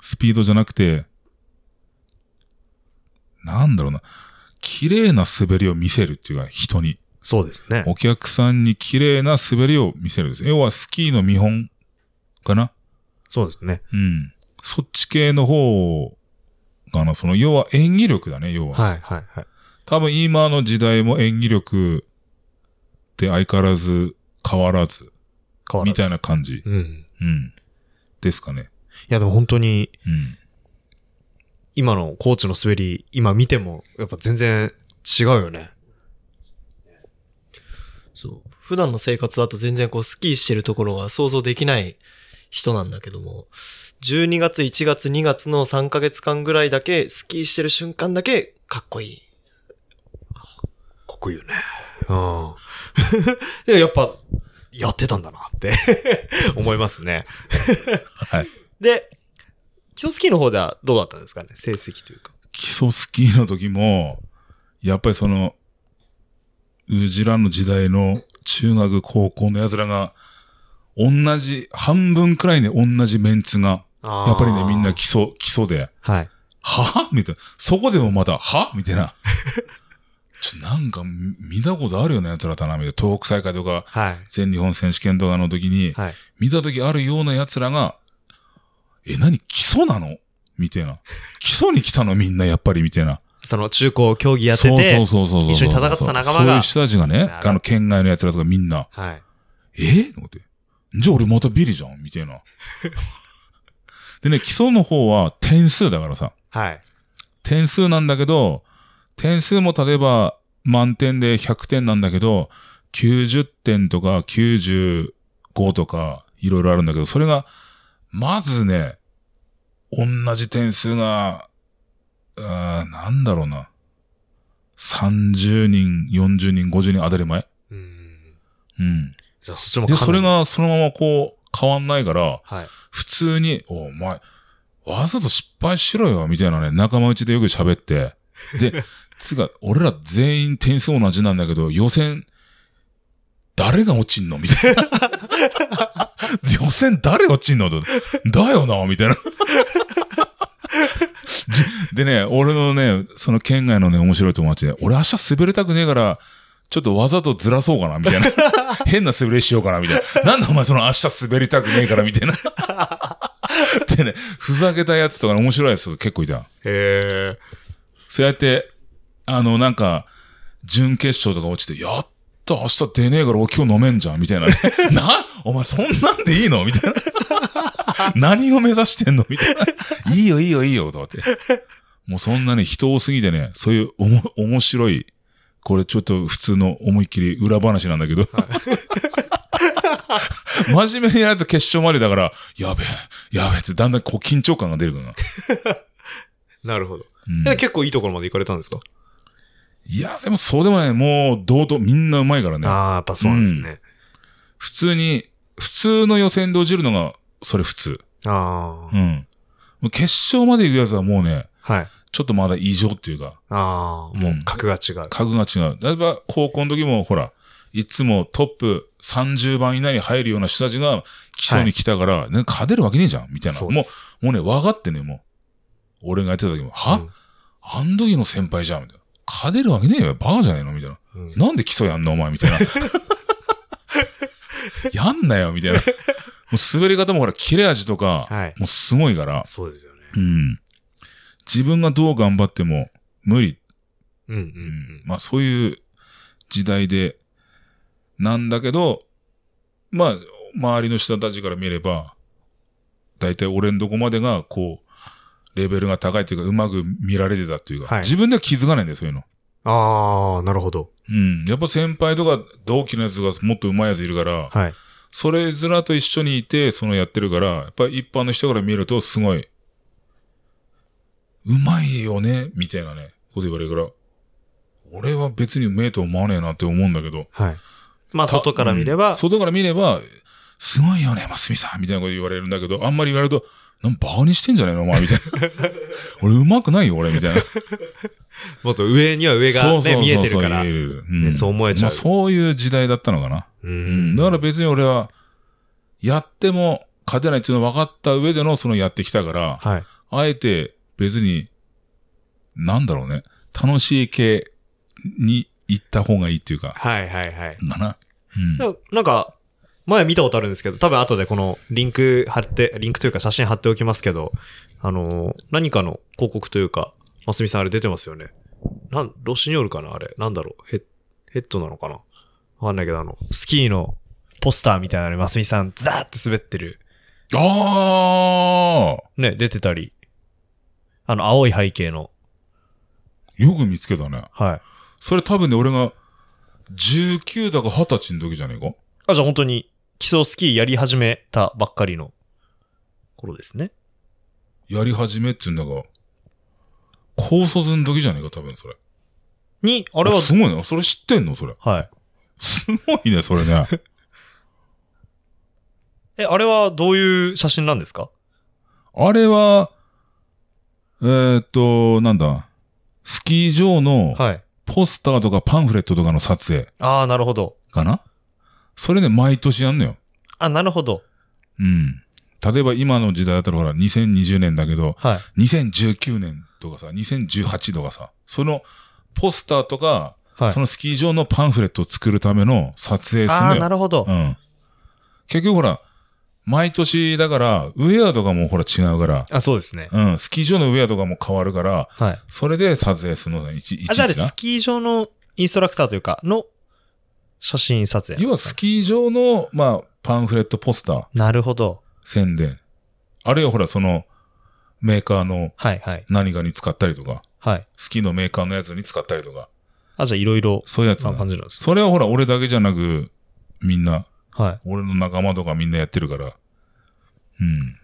Speaker 2: スピードじゃなくて、なんだろうな。綺麗な滑りを見せるっていうか、人に。
Speaker 1: そうですね。
Speaker 2: お客さんに綺麗な滑りを見せるです。要はスキーの見本かな。
Speaker 1: そうですね。
Speaker 2: うん。そっち系の方がな、その、要は演技力だね、要は。
Speaker 1: はいはいはい。
Speaker 2: 多分今の時代も演技力って相変わらず変わらず
Speaker 1: 変わら
Speaker 2: み
Speaker 1: ず
Speaker 2: たいな。感じ。
Speaker 1: うん。
Speaker 2: うん。ですかね。
Speaker 1: いやでも本当に、
Speaker 2: うん。
Speaker 1: 今のコーチの滑り、今見ても、やっぱ全然違うよね。
Speaker 3: そう。普段の生活だと全然こうスキーしてるところは想像できない人なんだけども、12月、1月、2月の3ヶ月間ぐらいだけ、スキーしてる瞬間だけ、かっこいい。
Speaker 1: かっこいいよね。うん。 でやっぱ、やってたんだなって 思いますね。
Speaker 2: はい。
Speaker 1: で、基礎スキーの方ではどうだったんですかね成績というか。
Speaker 2: 基礎スキーの時も、やっぱりその、うじらの時代の中学、高校の奴らが、同じ、半分くらいね、同じメンツが、やっぱりね、みんな基礎、基礎で、
Speaker 1: はい。
Speaker 2: はみたいな。そこでもまた、はみたいな。ちょ、なんか、み見たことあるような奴らだな、みたいな。東北大会とか、
Speaker 1: はい。
Speaker 2: 全日本選手権とかの時に、
Speaker 1: はい。
Speaker 2: 見た時あるような奴らが、え、何基礎なのみたいな。基礎に来たのみんな、やっぱり、みたいな。
Speaker 1: その中高競技やってて、
Speaker 2: そうそうそうそうそう。
Speaker 1: 一緒に戦ってた仲間が
Speaker 2: そういう人たちがね、
Speaker 1: なる
Speaker 2: あの、県外の奴らとかみんな、
Speaker 1: はい。
Speaker 2: えーと思って。じゃあ俺またビリじゃんみた いな。でね、基礎の方は点数だからさ。
Speaker 1: はい。
Speaker 2: 点数なんだけど、点数も例えば満点で100点なんだけど、90点とか95とかいろいろあるんだけど、それが、まずね、同じ点数が、あーなんだろうな。30人、40人、50人当たり前
Speaker 1: うん。
Speaker 2: うん。
Speaker 1: じゃあそっちも
Speaker 2: で、
Speaker 1: かな
Speaker 2: そ
Speaker 1: り
Speaker 2: れ、がそのままこう、変わんないから、
Speaker 1: はい。
Speaker 2: 普通に、おお前、わざと失敗しろよ、みたいなね、仲間内でよく喋って。で、つうか、俺ら全員点数同じなんだけど、予選、誰が落ちんのみたいな。予選誰落ちんのとだよな、みたいな。じでね、俺のね、その県外のね、面白い友達で、俺明日滑りたくねえから、ちょっとわざとずらそうかな、みたいな。変な滑りしようかな、みたいな。なんだお前その明日滑りたくねえから、みたいな。でね、ふざけたやつとかね面白いやつ結構いた。
Speaker 1: へえ。
Speaker 2: そうやって、あの、なんか、準決勝とか落ちて、やった、明日出ねえから俺今日飲めんじゃん、みたいなね。 な、お前そんなんでいいのみたいな。 何を目指してんのみたいな。いいよ、いいよ、いいよ、とかって。もうそんなね、人多すぎてね、そういうおも、面白い、これちょっと普通の思いっきり裏話なんだけど。 真面目にやらず決勝までだから、やべえ、やべえってだんだんこう緊張感が出るからな。
Speaker 1: なるほど。
Speaker 2: うん
Speaker 1: え結構いいところまで行かれたんですか、
Speaker 2: いや、でもそうでもない。もう、同等、みんなうまいからね。
Speaker 1: ああ、やっぱそうなんですね。
Speaker 2: 普通に、普通の予選で落ちるのが、それ普通。
Speaker 1: ああ、
Speaker 2: うん。もう決勝まで行くやつはもうね、
Speaker 1: はい。
Speaker 2: ちょっとまだ異常っていうか、
Speaker 1: ああ、もう格が違う。
Speaker 2: 格が違う。例えば、高校の時も、ほら、いつもトップ30番以内に入るような人たちが、基礎に来たから、ね、勝てるわけねえじゃん、みたいな。
Speaker 1: そう
Speaker 2: も
Speaker 1: で
Speaker 2: う、もうね、分かってね、もう。俺がやってた時も、は、あん時の先輩じゃん、みたいな。勝てるわけねえよ、バカじゃねえの、みたいな。
Speaker 1: うん、うん
Speaker 2: なんで基礎やんのお前み たいな。やんなよみたいな。もう滑り方もほら、切れ味とか、
Speaker 1: はい
Speaker 2: もうすごいから、
Speaker 1: そうですよね。
Speaker 2: うん。自分がどう頑張っても無理。
Speaker 1: うんうん
Speaker 2: う
Speaker 1: うんん。
Speaker 2: まあそういう時代で、なんだけど、まあ、周りの人たちから見れば、大体俺のどこまでが、こう、レベルが高いというか、うまく見られてたっていうか、
Speaker 1: はい
Speaker 2: 自分では気づかないんだよ、そういうの。
Speaker 1: ああ、なるほど。
Speaker 2: うん。やっぱ先輩とか同期のやつがもっと上手いやついるから、
Speaker 1: はい。
Speaker 2: それずらと一緒にいて、そのやってるから、やっぱり一般の人から見るとすごい、上手いよね、みたいなね、こと言われるから、俺は別にうめえと思わねえなって思うんだけど。
Speaker 1: はい。まあ、外から見れ
Speaker 2: う
Speaker 1: ば
Speaker 2: ん、外から見れば、すごいよね、ますみさんみたいなこと言われるんだけど、あんまり言われると、なんバカにしてんじゃねえのお前みた いな。俺上手くないよ、俺みたいな。
Speaker 1: もっと上には上が
Speaker 2: そうそ
Speaker 1: ね、
Speaker 2: うそうそう
Speaker 1: 見えてるから。
Speaker 2: 見え
Speaker 1: う
Speaker 2: るうん
Speaker 1: ねそう思えちゃう
Speaker 2: まあそういう時代だったのかな。うん
Speaker 1: ん。
Speaker 2: だから別に俺は、やっても勝てないっていうのを分かった上でのそのやってきたから、
Speaker 1: はい。
Speaker 2: あえて別に、なんだろうね、楽しい系に行った方がいいっていうか、
Speaker 1: はいはいはい。
Speaker 2: かな。うん。
Speaker 1: ななんか、前見たことあるんですけど、多分後でこのリンク貼って、リンクというか写真貼っておきますけど、あのー、何かの広告というか、ますみさんあれ出てますよね。なん、ロシニョールかなあれ。なんだろう。ヘッ、ヘッドなのかなわかんないけど、あの、スキーのポスターみたいなのにますみさん、ズダーって滑ってる。
Speaker 2: あ
Speaker 1: ね、出てたり。あの、青い背景の。
Speaker 2: ーよく見つけたね。
Speaker 1: はい。
Speaker 2: それ多分ね、俺が19だか20歳の時じゃねえか。
Speaker 1: あ、じゃあ本当に、基礎スキーやり始めたばっかりの頃ですね。
Speaker 2: やり始めって言うんだが、高卒の時じゃねえか、多分それ。
Speaker 1: に、あ
Speaker 2: あ
Speaker 1: れは、
Speaker 2: すごいな。それ知ってんのそれ。
Speaker 1: はい。
Speaker 2: すごいね、それね。
Speaker 1: え、あれはどういう写真なんですか
Speaker 2: あれは、えーっと、なんだ、スキー場の
Speaker 1: はい。
Speaker 2: ポスターとかパンフレットとかの撮影
Speaker 1: ああ、なるほど。
Speaker 2: かなそれで毎年やんのよ。
Speaker 1: あ、なるほど。
Speaker 2: うん。例えば今の時代だったらほら、2020年だけど、
Speaker 1: はい。
Speaker 2: 2019年とかさ、2018とかさ、そのポスターとか、
Speaker 1: はい。
Speaker 2: そのスキー場のパンフレットを作るための撮影する
Speaker 1: あ
Speaker 2: の
Speaker 1: あ、
Speaker 2: よ。
Speaker 1: なるほど。
Speaker 2: うん。結局ほら、毎年だから、ウェアとかもほら違うから、
Speaker 1: あ、そうですね。
Speaker 2: うん、スキー場のウェアとかも変わるから、
Speaker 1: はい。
Speaker 2: それで撮影するのね、いちい
Speaker 1: あ、
Speaker 2: ち
Speaker 1: じゃああれ
Speaker 2: な
Speaker 1: スキー場のインストラクターというか、の写真撮影なん
Speaker 2: 要は
Speaker 1: ですか
Speaker 2: ス
Speaker 1: ね、
Speaker 2: キー場の、まあ、パンフレットポスター、
Speaker 1: なるほど。
Speaker 2: 宣伝。あるいはほら、その、メーカーの
Speaker 1: はい、はい、
Speaker 2: 何かに使ったりとか、
Speaker 1: はい。
Speaker 2: スキーのメーカーのやつに使ったりとか、
Speaker 1: あ、じゃあいろいろ
Speaker 2: そういうやつな
Speaker 1: な
Speaker 2: の
Speaker 1: 感じなんですね。
Speaker 2: それはほら、俺だけじゃなく、みんな、
Speaker 1: はい。
Speaker 2: 俺の仲間とかみんなやってるから。うん。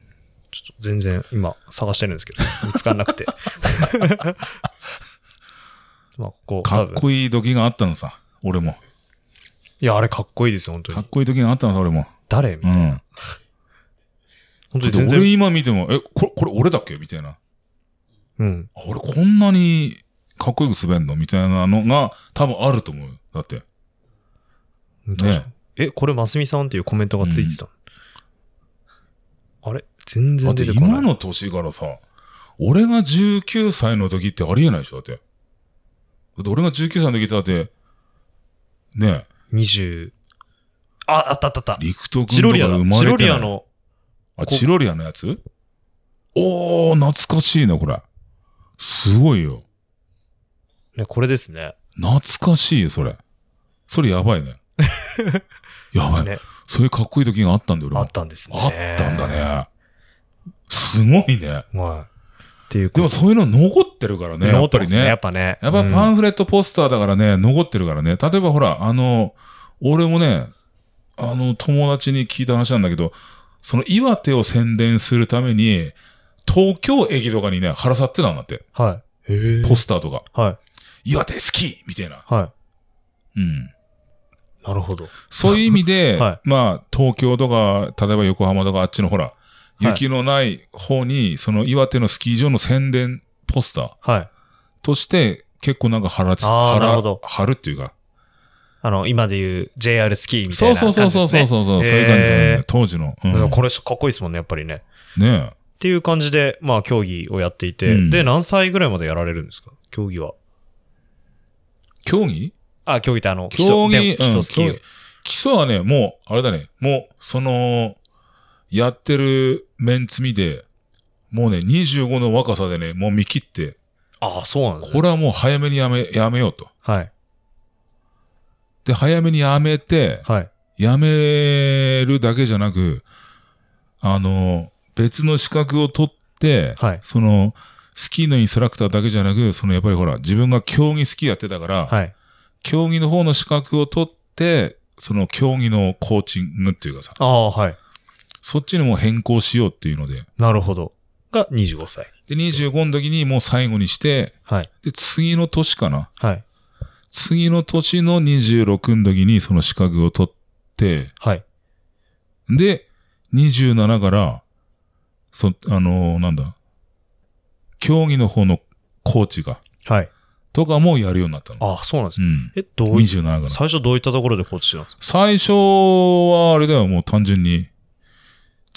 Speaker 1: ちょっと全然今探してるんですけど、見つからなくて。 まあ、ここ、
Speaker 2: か
Speaker 1: 多
Speaker 2: っ
Speaker 1: 分
Speaker 2: こいい時があったのさ、俺も。
Speaker 1: いや、あれかっこいいですよ、本当
Speaker 2: かっ
Speaker 1: に。
Speaker 2: こいい時があったのさ、俺も。
Speaker 1: 誰み
Speaker 2: う
Speaker 1: たいな。
Speaker 2: ん。
Speaker 1: 本当に
Speaker 2: だ
Speaker 1: 全
Speaker 2: って俺
Speaker 1: 然。
Speaker 2: 今見ても、え、これ、これ俺だっけみたいな。
Speaker 1: うん。
Speaker 2: あ俺こんなにかっこよく滑んのみたいなのが多分あると思う。だって。
Speaker 1: 確かにえ、これ、ますみさんっていうコメントがついてたの、あれ全
Speaker 2: だ
Speaker 1: 然
Speaker 2: って
Speaker 1: 出てこない。
Speaker 2: 今の年からさ、俺が19歳の時ってありえないでしょだって。だって俺が19歳の時ってだって、ねえ、
Speaker 1: 20。あ、あったあったあった。
Speaker 2: 陸斗君
Speaker 1: チ
Speaker 2: と
Speaker 1: ロ
Speaker 2: か
Speaker 1: リア
Speaker 2: 生
Speaker 1: だ。
Speaker 2: ま
Speaker 1: チ
Speaker 2: れ
Speaker 1: ロ
Speaker 2: て
Speaker 1: リ
Speaker 2: な
Speaker 1: ア
Speaker 2: い。
Speaker 1: の、
Speaker 2: あ、チロリアのやつおー、懐かしいね、これ。すごいよ。
Speaker 1: ね、これですね。
Speaker 2: 懐かしいよ、それ。それやば いね。やばい。
Speaker 1: ね
Speaker 2: そういうかっこいい時があったんだよ、俺
Speaker 1: あ
Speaker 2: も
Speaker 1: ったんですね。
Speaker 2: あったんだ。ね。すごいね。
Speaker 1: はい。っていう
Speaker 2: でも
Speaker 1: こ
Speaker 2: そういうの残ってるから
Speaker 1: と
Speaker 2: ね、や
Speaker 1: 残
Speaker 2: っぱ
Speaker 1: てま
Speaker 2: り
Speaker 1: すね
Speaker 2: ね。
Speaker 1: や
Speaker 2: や
Speaker 1: っぱね。
Speaker 2: っぱパ
Speaker 1: ン、
Speaker 2: ンフレットポスターだからね、残ってるからね。例えばほら、あの、俺もね、あの、友達に聞いた話なんだけど、その岩手を宣伝するために、東京駅とかにね、腹さってたんだって。
Speaker 1: はい。へ
Speaker 2: ポスターとか。
Speaker 1: はい。
Speaker 2: 岩手好きみたいな。
Speaker 1: は
Speaker 2: うん。
Speaker 1: い。なるほど。
Speaker 2: そういう意味で、
Speaker 1: は
Speaker 2: まあ、東京とか、例えば横浜とか、あっちのほら、
Speaker 1: い
Speaker 2: 雪のない方に、その岩手のスキー場の宣伝ポスター
Speaker 1: はい。
Speaker 2: として、結構なんか腹つ、
Speaker 1: あーなるほ
Speaker 2: 腹
Speaker 1: ど、
Speaker 2: 貼るっていうか。
Speaker 1: あの、今で言う JR スキーみたい
Speaker 2: そう
Speaker 1: な
Speaker 2: そ
Speaker 1: 感
Speaker 2: う
Speaker 1: じ
Speaker 2: そ
Speaker 1: で
Speaker 2: う
Speaker 1: す
Speaker 2: そう
Speaker 1: ね。
Speaker 2: そうそう、そういう感じだよ
Speaker 1: へ
Speaker 2: ね
Speaker 1: ー。
Speaker 2: 当時の。うん
Speaker 1: でもこれかっこいいですもんね、やっぱりね。
Speaker 2: ね
Speaker 1: っていう感じで、まあ、競技をやっていて、
Speaker 2: うん
Speaker 1: で、何歳ぐらいまでやられるんですか競技は。
Speaker 2: 競技
Speaker 1: あ、競技ってあの、基礎
Speaker 2: 競技、
Speaker 1: で基礎スキーを、
Speaker 2: うん競技基礎はね、もう、あれだね、もう、その、やってるメンツ見で、もうね、25の若さでね、もう見切って、
Speaker 1: ああ、そうなんですね。
Speaker 2: これはもう早めにやめ、やめようと。
Speaker 1: はい。
Speaker 2: で、早めにやめて、
Speaker 1: はい。
Speaker 2: やめるだけじゃなく、あの、別の資格を取って、
Speaker 1: はい
Speaker 2: その、スキーのインストラクターだけじゃなく、そのやっぱりほら、自分が競技スキーやってたから、
Speaker 1: はい。
Speaker 2: 競技の方の資格を取って、その競技のコーチングっていうかさ、
Speaker 1: ああ、はい。
Speaker 2: そっちにも変更しようっていうので、
Speaker 1: なるほど。が25歳。
Speaker 2: で、25の時にもう最後にして、
Speaker 1: はい。
Speaker 2: で、次の年かな。
Speaker 1: はい。
Speaker 2: 次の年の26の時にその資格を取って、
Speaker 1: はい。
Speaker 2: で、27から、そ、あのーなんだ、競技の方のコーチが、
Speaker 1: はい。
Speaker 2: とかもやるようになったの。
Speaker 1: ああ、そうなんです
Speaker 2: う
Speaker 1: ね。
Speaker 2: ん。
Speaker 1: え、どうい
Speaker 2: 27から。
Speaker 1: 最初どういったところでコーチしてたんですか
Speaker 2: 最初は、あれだよ、もう単純に、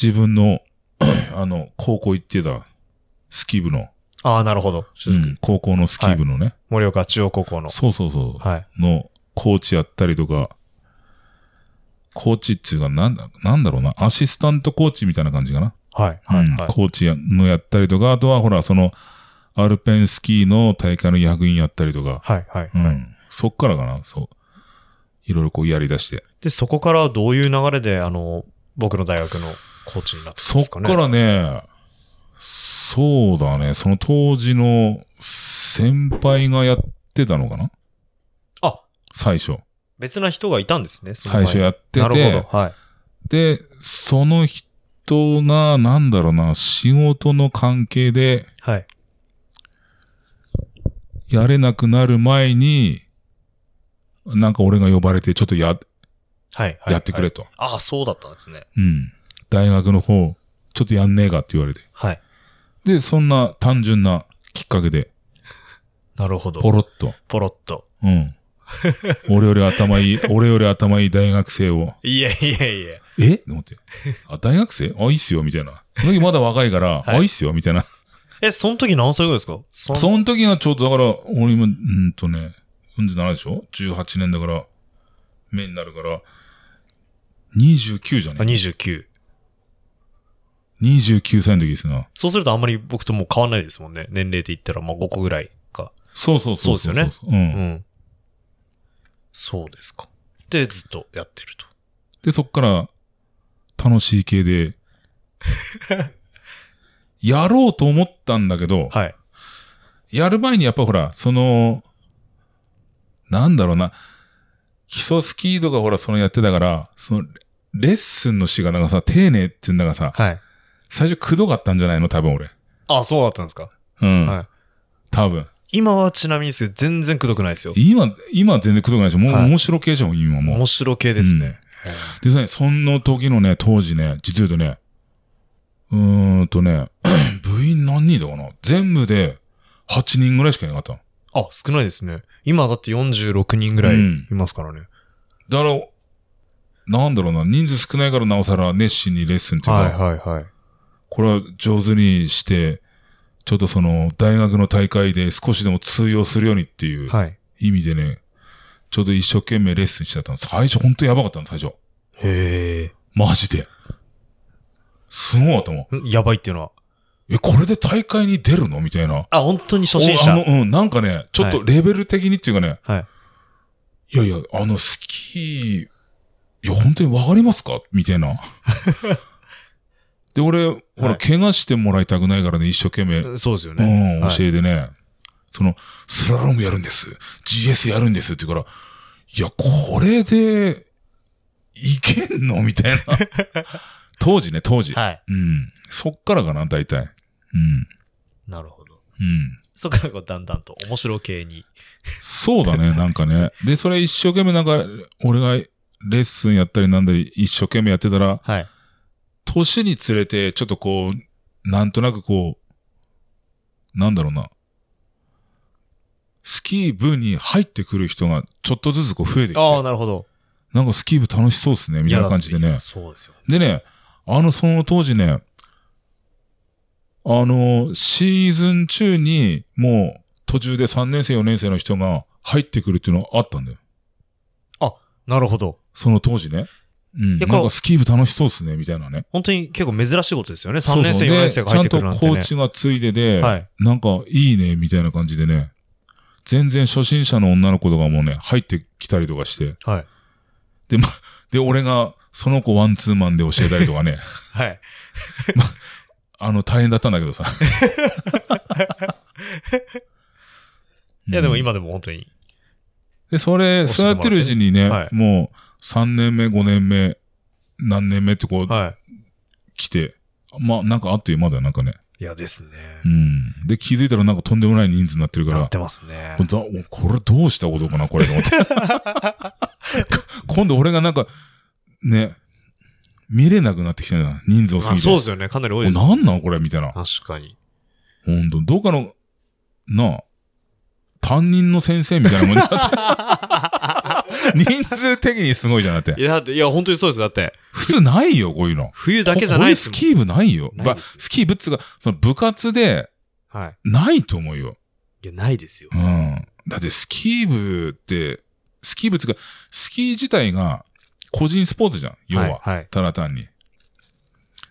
Speaker 2: 自分の、 あの、高校行ってた、スキー部の、
Speaker 1: ああ、なるほど。
Speaker 2: う
Speaker 1: 静
Speaker 2: ん、高校のスキー部のね、
Speaker 1: 盛岡中央高校の。
Speaker 2: そうそうそう、
Speaker 1: はい。
Speaker 2: のコーチやったりとか、コーチっていうか、なんだ、なんだろうな、アシスタントコーチみたいな感じかな。
Speaker 1: はい。はい。
Speaker 2: うん
Speaker 1: はい。
Speaker 2: コーチやのやったりとか、あとはほら、その、アルペンスキーの大会の役員やったりとか、
Speaker 1: はい。はい。
Speaker 2: うん。
Speaker 1: はい
Speaker 2: そっからかな、そう。いろいろこうやり出して。
Speaker 1: で、そこからどういう流れで、あの、僕の大学のコーチになったん
Speaker 2: そ
Speaker 1: で
Speaker 2: っ
Speaker 1: すかね。
Speaker 2: からね、そうだね、その当時の先輩がやってたのかな
Speaker 1: あ
Speaker 2: 最初。
Speaker 1: 別な人がいたんですね、その
Speaker 2: 最
Speaker 1: 前
Speaker 2: 初やって
Speaker 1: なる
Speaker 2: て、
Speaker 1: ほど。はい。
Speaker 2: で、その人が、なんだろうな、仕事の関係で、
Speaker 1: はい。
Speaker 2: やれなくなる前に、なんか俺が呼ばれて、ちょっとや、
Speaker 1: はい。はい
Speaker 2: やってく
Speaker 1: は
Speaker 2: れ
Speaker 1: い
Speaker 2: と。
Speaker 1: ああ、そうだったんですね。
Speaker 2: うん。大学の方、ちょっとやんねえかって言われて。
Speaker 1: はい。
Speaker 2: で、そんな単純なきっかけで、
Speaker 1: なるほど。
Speaker 2: ポロッと。
Speaker 1: ポロッと。
Speaker 2: うん。俺より頭いい、俺より頭いい大学生を。
Speaker 1: いやいやいや。
Speaker 2: えと思って。あ、大学生あ、いいっすよ、みたいな。その時まだ若いから、
Speaker 1: はい
Speaker 2: あ、いいっすよ、みたいな。
Speaker 1: え、その時何歳ぐらいですかそ
Speaker 2: その時はちょっと、だから、俺今、うーんとね、47でしょ ?18 年だから、目になるから、29じゃ
Speaker 1: あ
Speaker 2: ね
Speaker 1: 29。
Speaker 2: ?29 歳の時ですな。
Speaker 1: そうするとあんまり僕ともう変わんないですもんね。年齢って言ったらまあ5個ぐらいか。
Speaker 2: そうそうそう。
Speaker 1: そうです
Speaker 2: よ
Speaker 1: う
Speaker 2: ね。う。
Speaker 1: んん。そうですか。で、ずっとやってると。
Speaker 2: で、そっから、楽しい系で、やろうと思ったんだけど、
Speaker 1: はい。
Speaker 2: やる前にやっぱほら、その、なんだろうな、基礎スキーとかほら、そのやってたから、その、レッスンの詩がなんかさ、丁寧っていうんだがさ、
Speaker 1: はい。
Speaker 2: 最初くどかったんじゃないの多分俺。
Speaker 1: あ、そうだったんですか。
Speaker 2: うん。
Speaker 1: はい
Speaker 2: 多分。
Speaker 1: 今はちなみにですけど、全然くどくないですよ。
Speaker 2: 今、今は全然くどくないでしょ。もう、
Speaker 1: はい
Speaker 2: 面白系じゃん、今もう。
Speaker 1: 面白系ですね。
Speaker 2: でさね、その時のね、当時ね、実を言うとね、うーんとね、 部員何人いたかな全部で8人ぐらいしかいなかったの。
Speaker 1: あ、少ないですね。今だって46人ぐらい
Speaker 2: うん
Speaker 1: いますからね。
Speaker 2: だから、なんだろうな、人数少ないからなおさら熱心にレッスンっていうか、
Speaker 1: はいはいはい。
Speaker 2: これは上手にして、ちょっとその大学の大会で少しでも通用するようにっていう
Speaker 1: はい。
Speaker 2: 意味でね、ちょうど一生懸命レッスンしてたの。最初本当やばかったの、最初。
Speaker 1: へ
Speaker 2: マジで。すごい頭。
Speaker 1: え。んやばいっていうのは。
Speaker 2: え、これで大会に出るのみたいな。
Speaker 1: あ、本当に初心
Speaker 2: おあ
Speaker 1: 者
Speaker 2: の。うん、なんかね、ちょっと
Speaker 1: は
Speaker 2: レベル的にっていうかね、
Speaker 1: はい。
Speaker 2: いやいや、あの、スキー、いや、本当にわかりますかみた いな。で、俺、ほら、
Speaker 1: はい
Speaker 2: 怪我してもらいたくないからね、一生懸命、
Speaker 1: そうですよ
Speaker 2: う
Speaker 1: ね。
Speaker 2: ん、
Speaker 1: はい
Speaker 2: 教えてね、その、スラロームやるんです。GS やるんですって言うから、いや、これで、いけんのみたい な。当時ね、当時。
Speaker 1: はい。
Speaker 2: うん。そっからかな、大体。うん。
Speaker 1: なるほど。
Speaker 2: うん。
Speaker 1: そこからこうだんだん と面白系に。
Speaker 2: そうだ ね、なんかね。で、それ一生懸命なんか、俺がレッスンやったりなんだり一生懸命やってたら、
Speaker 1: はい。
Speaker 2: 年につれて、ちょっとこう、なんとなくこう、なんだろうな。スキー部に入ってくる人がちょっとずつこう増えてきて、
Speaker 1: ああ、なるほど。
Speaker 2: なんかスキー部楽しそうですね、みたいな感じで
Speaker 1: いやだ
Speaker 2: ね
Speaker 1: って。そうですよ。
Speaker 2: でね、あの、その当時ね、あの、シーズン中に、もう、途中で3年生、4年生の人が入ってくるっていうのはあったんだよ。
Speaker 1: なるほど。
Speaker 2: その当時ね。うん。
Speaker 1: いやこう
Speaker 2: なんかスキー部楽しそうですね、みたいなね。
Speaker 1: 本当に結構珍しいことですよね。3年生、4年生が
Speaker 2: そ
Speaker 1: 入
Speaker 2: うそう
Speaker 1: っ
Speaker 2: で
Speaker 1: てくるなん
Speaker 2: ちゃ
Speaker 1: て
Speaker 2: んとコ
Speaker 1: ね
Speaker 2: ー。チがついでで、
Speaker 1: はい。
Speaker 2: なんかいいね、みたいな感じでね。全然初心者の女の子とかもね、入ってきたりとかして。
Speaker 1: はい。
Speaker 2: で、俺がその子ワンツーマンで教えたりと かね。
Speaker 1: はい。
Speaker 2: あの、大変だったんだけどさ。
Speaker 1: いや、でも今でも本当に。
Speaker 2: で、それ、
Speaker 1: 押して
Speaker 2: そう
Speaker 1: も
Speaker 2: や
Speaker 1: らっ
Speaker 2: っててるうちにね、
Speaker 1: はい
Speaker 2: もう3年目、5年目、何年目ってこう、
Speaker 1: は
Speaker 2: 来て、まあ、なんかあっという間だよ、なんかね。
Speaker 1: い。いやですね。
Speaker 2: うん。で、気づいたらなんかとんでもない人数になってるか
Speaker 1: な
Speaker 2: ら
Speaker 1: っ、てますね
Speaker 2: こ。れだこれどうしたことかな、これと思って。 今度俺がなんか、ね、見れなくなってきてるな、人数多す
Speaker 1: あ
Speaker 2: ぎて。
Speaker 1: そうですよね。かなり多いですね。
Speaker 2: 何なんこれみたいな。
Speaker 1: 確かに。
Speaker 2: ほんと、どっかの、なあ、担任の先生みたいなもんだって。 人数的にすごいじゃなく
Speaker 1: い
Speaker 2: て。
Speaker 1: や、だって、いや、本当にそうです。だって、
Speaker 2: 普通ないよ、こういうの。
Speaker 1: 冬だけじゃないです
Speaker 2: こ
Speaker 1: も
Speaker 2: こにスキー部ないよ。
Speaker 1: ないですね
Speaker 2: まあスキー部っつうか、その部活で
Speaker 1: ん。はい。
Speaker 2: ないと思うよ。
Speaker 1: いや、ないですよ
Speaker 2: う。ん。だってスキー部って、スキー部っつうか、スキー自体が個人スポーツじゃん、要は。
Speaker 1: はい。はい
Speaker 2: ただ単に。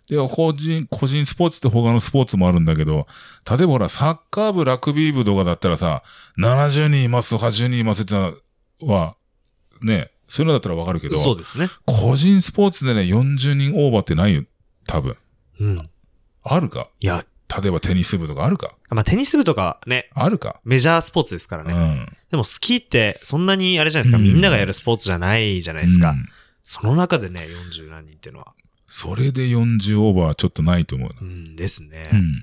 Speaker 2: で、個人、個人スポーツって他のスポーツもあるんだけど、例えばほら、サッカー部、ラグビー部とかだったらさ、70人います、80人いますってのは、ね、そういうのだったらわかるけど、
Speaker 1: そうですね。
Speaker 2: 個人スポーツでね、40人オーバーってないよ、多分。
Speaker 1: うん。
Speaker 2: あるか
Speaker 1: いや、
Speaker 2: 例えばテニス部とかあるか
Speaker 1: まあ、テニス部とかね、
Speaker 2: あるか、
Speaker 1: メジャースポーツですから
Speaker 2: う
Speaker 1: ね。
Speaker 2: ん。
Speaker 1: でも、スキーって、そんなに、あれじゃないですか、
Speaker 2: うん
Speaker 1: みんながやるスポーツじゃないじゃないですか。
Speaker 2: うん
Speaker 1: その中でね、40何人っていうのは。
Speaker 2: それで40オーバーはちょっとないと思うな。
Speaker 1: うんですね。
Speaker 2: う
Speaker 1: い
Speaker 2: ん。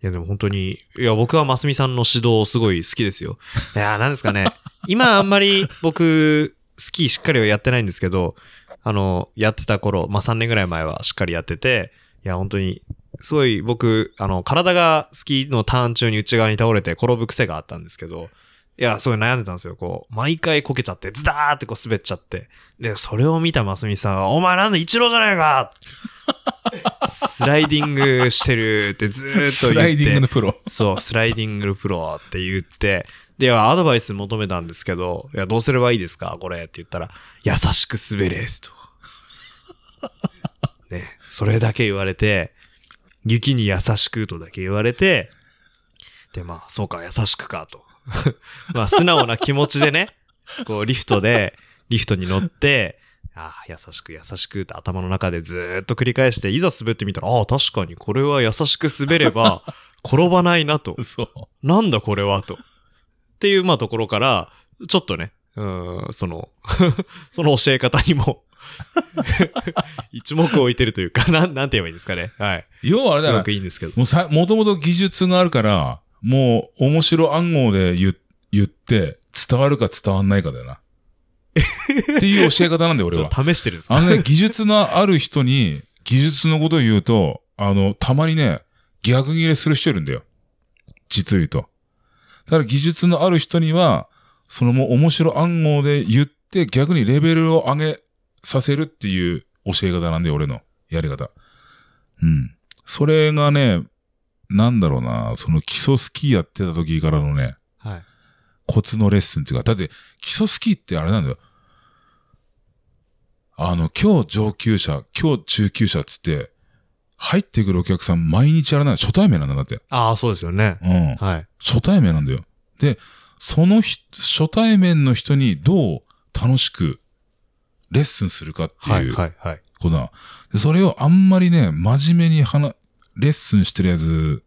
Speaker 1: や、でも本当に、いや、僕はますみさんの指導すごい好きですよ。いや、なんですかね。今、あんまり僕、スキーしっかりはやってないんですけど、あの、やってた頃、まあ3年ぐらい前はしっかりやってて、いや、本当に、すごい僕、あの、体がスキーのターン中に内側に倒れて転ぶ癖があったんですけど、いや、そういう悩んでたんですよ。こう、毎回こけちゃって、ズダーってこう滑っちゃって。で、それを見たマスミさんは、お前なんで一郎じゃないか スライディングしてるってずーっ
Speaker 2: ス
Speaker 1: と言っ
Speaker 2: ラ
Speaker 1: て。
Speaker 2: イディングのプロ。
Speaker 1: そう、スライディングプロって言って、で、アドバイス求めたんですけど、いや、どうすればいいですかこれって言ったら、優しく滑れ、と。 ね、それだけ言われて、雪に優しくとだけ言われて、で、まあ、そうか、優しくか、と。 まあ、素直な気持ちでね、こう、リフトで、リフトに乗って、ああ、優しく優しくって頭の中でずーっと繰り返して、いざ滑ってみたら、ああ、確かにこれは優しく滑れば、転ばないなと。
Speaker 2: そう。
Speaker 1: なんだこれはと。っていう、まあ、ところから、ちょっとね、うーん、その、 その教え方にも、一目置いてるというか、 なん、なんて言えばいいんですかね。はい。
Speaker 2: 要はあれだ
Speaker 1: す
Speaker 2: よ
Speaker 1: ごくいいんですけど。
Speaker 2: もうさ、もともと技術があるから、もう面白暗号で言言って、伝わるか伝わんないかだ よな。っていう教え方なんだよ、俺
Speaker 1: ちょ
Speaker 2: は
Speaker 1: っ。と試してるんですか
Speaker 2: あのね、技術のある人に、技術のことを言うと、あの、たまにね、逆切れする人いるんだよ。実を言うと。だから技術のある人には、そのもう面白暗号で言って、逆にレベルを上げさせるっていう教え方なんだよ、俺のやり方。うん。それがね、なんだろうな、その基礎スキーやってた時からのね、
Speaker 1: はい。
Speaker 2: コツのレッスンっていうか、だって基礎スキーってあれなんだよ。あの、今日上級者、今日中級者っつって、入ってくるお客さん毎日あれなんだよ初対面なんだ、だって。
Speaker 1: ああ、そうですよね。
Speaker 2: うん。
Speaker 1: はい。
Speaker 2: 初対面なんだよ。で、そのひ初対面の人にどう楽しくレッスンするかって
Speaker 1: はいい、
Speaker 2: う
Speaker 1: はい、はい。
Speaker 2: ことなのでそれをあんまりね、真面目に話、レッスンしてるやつ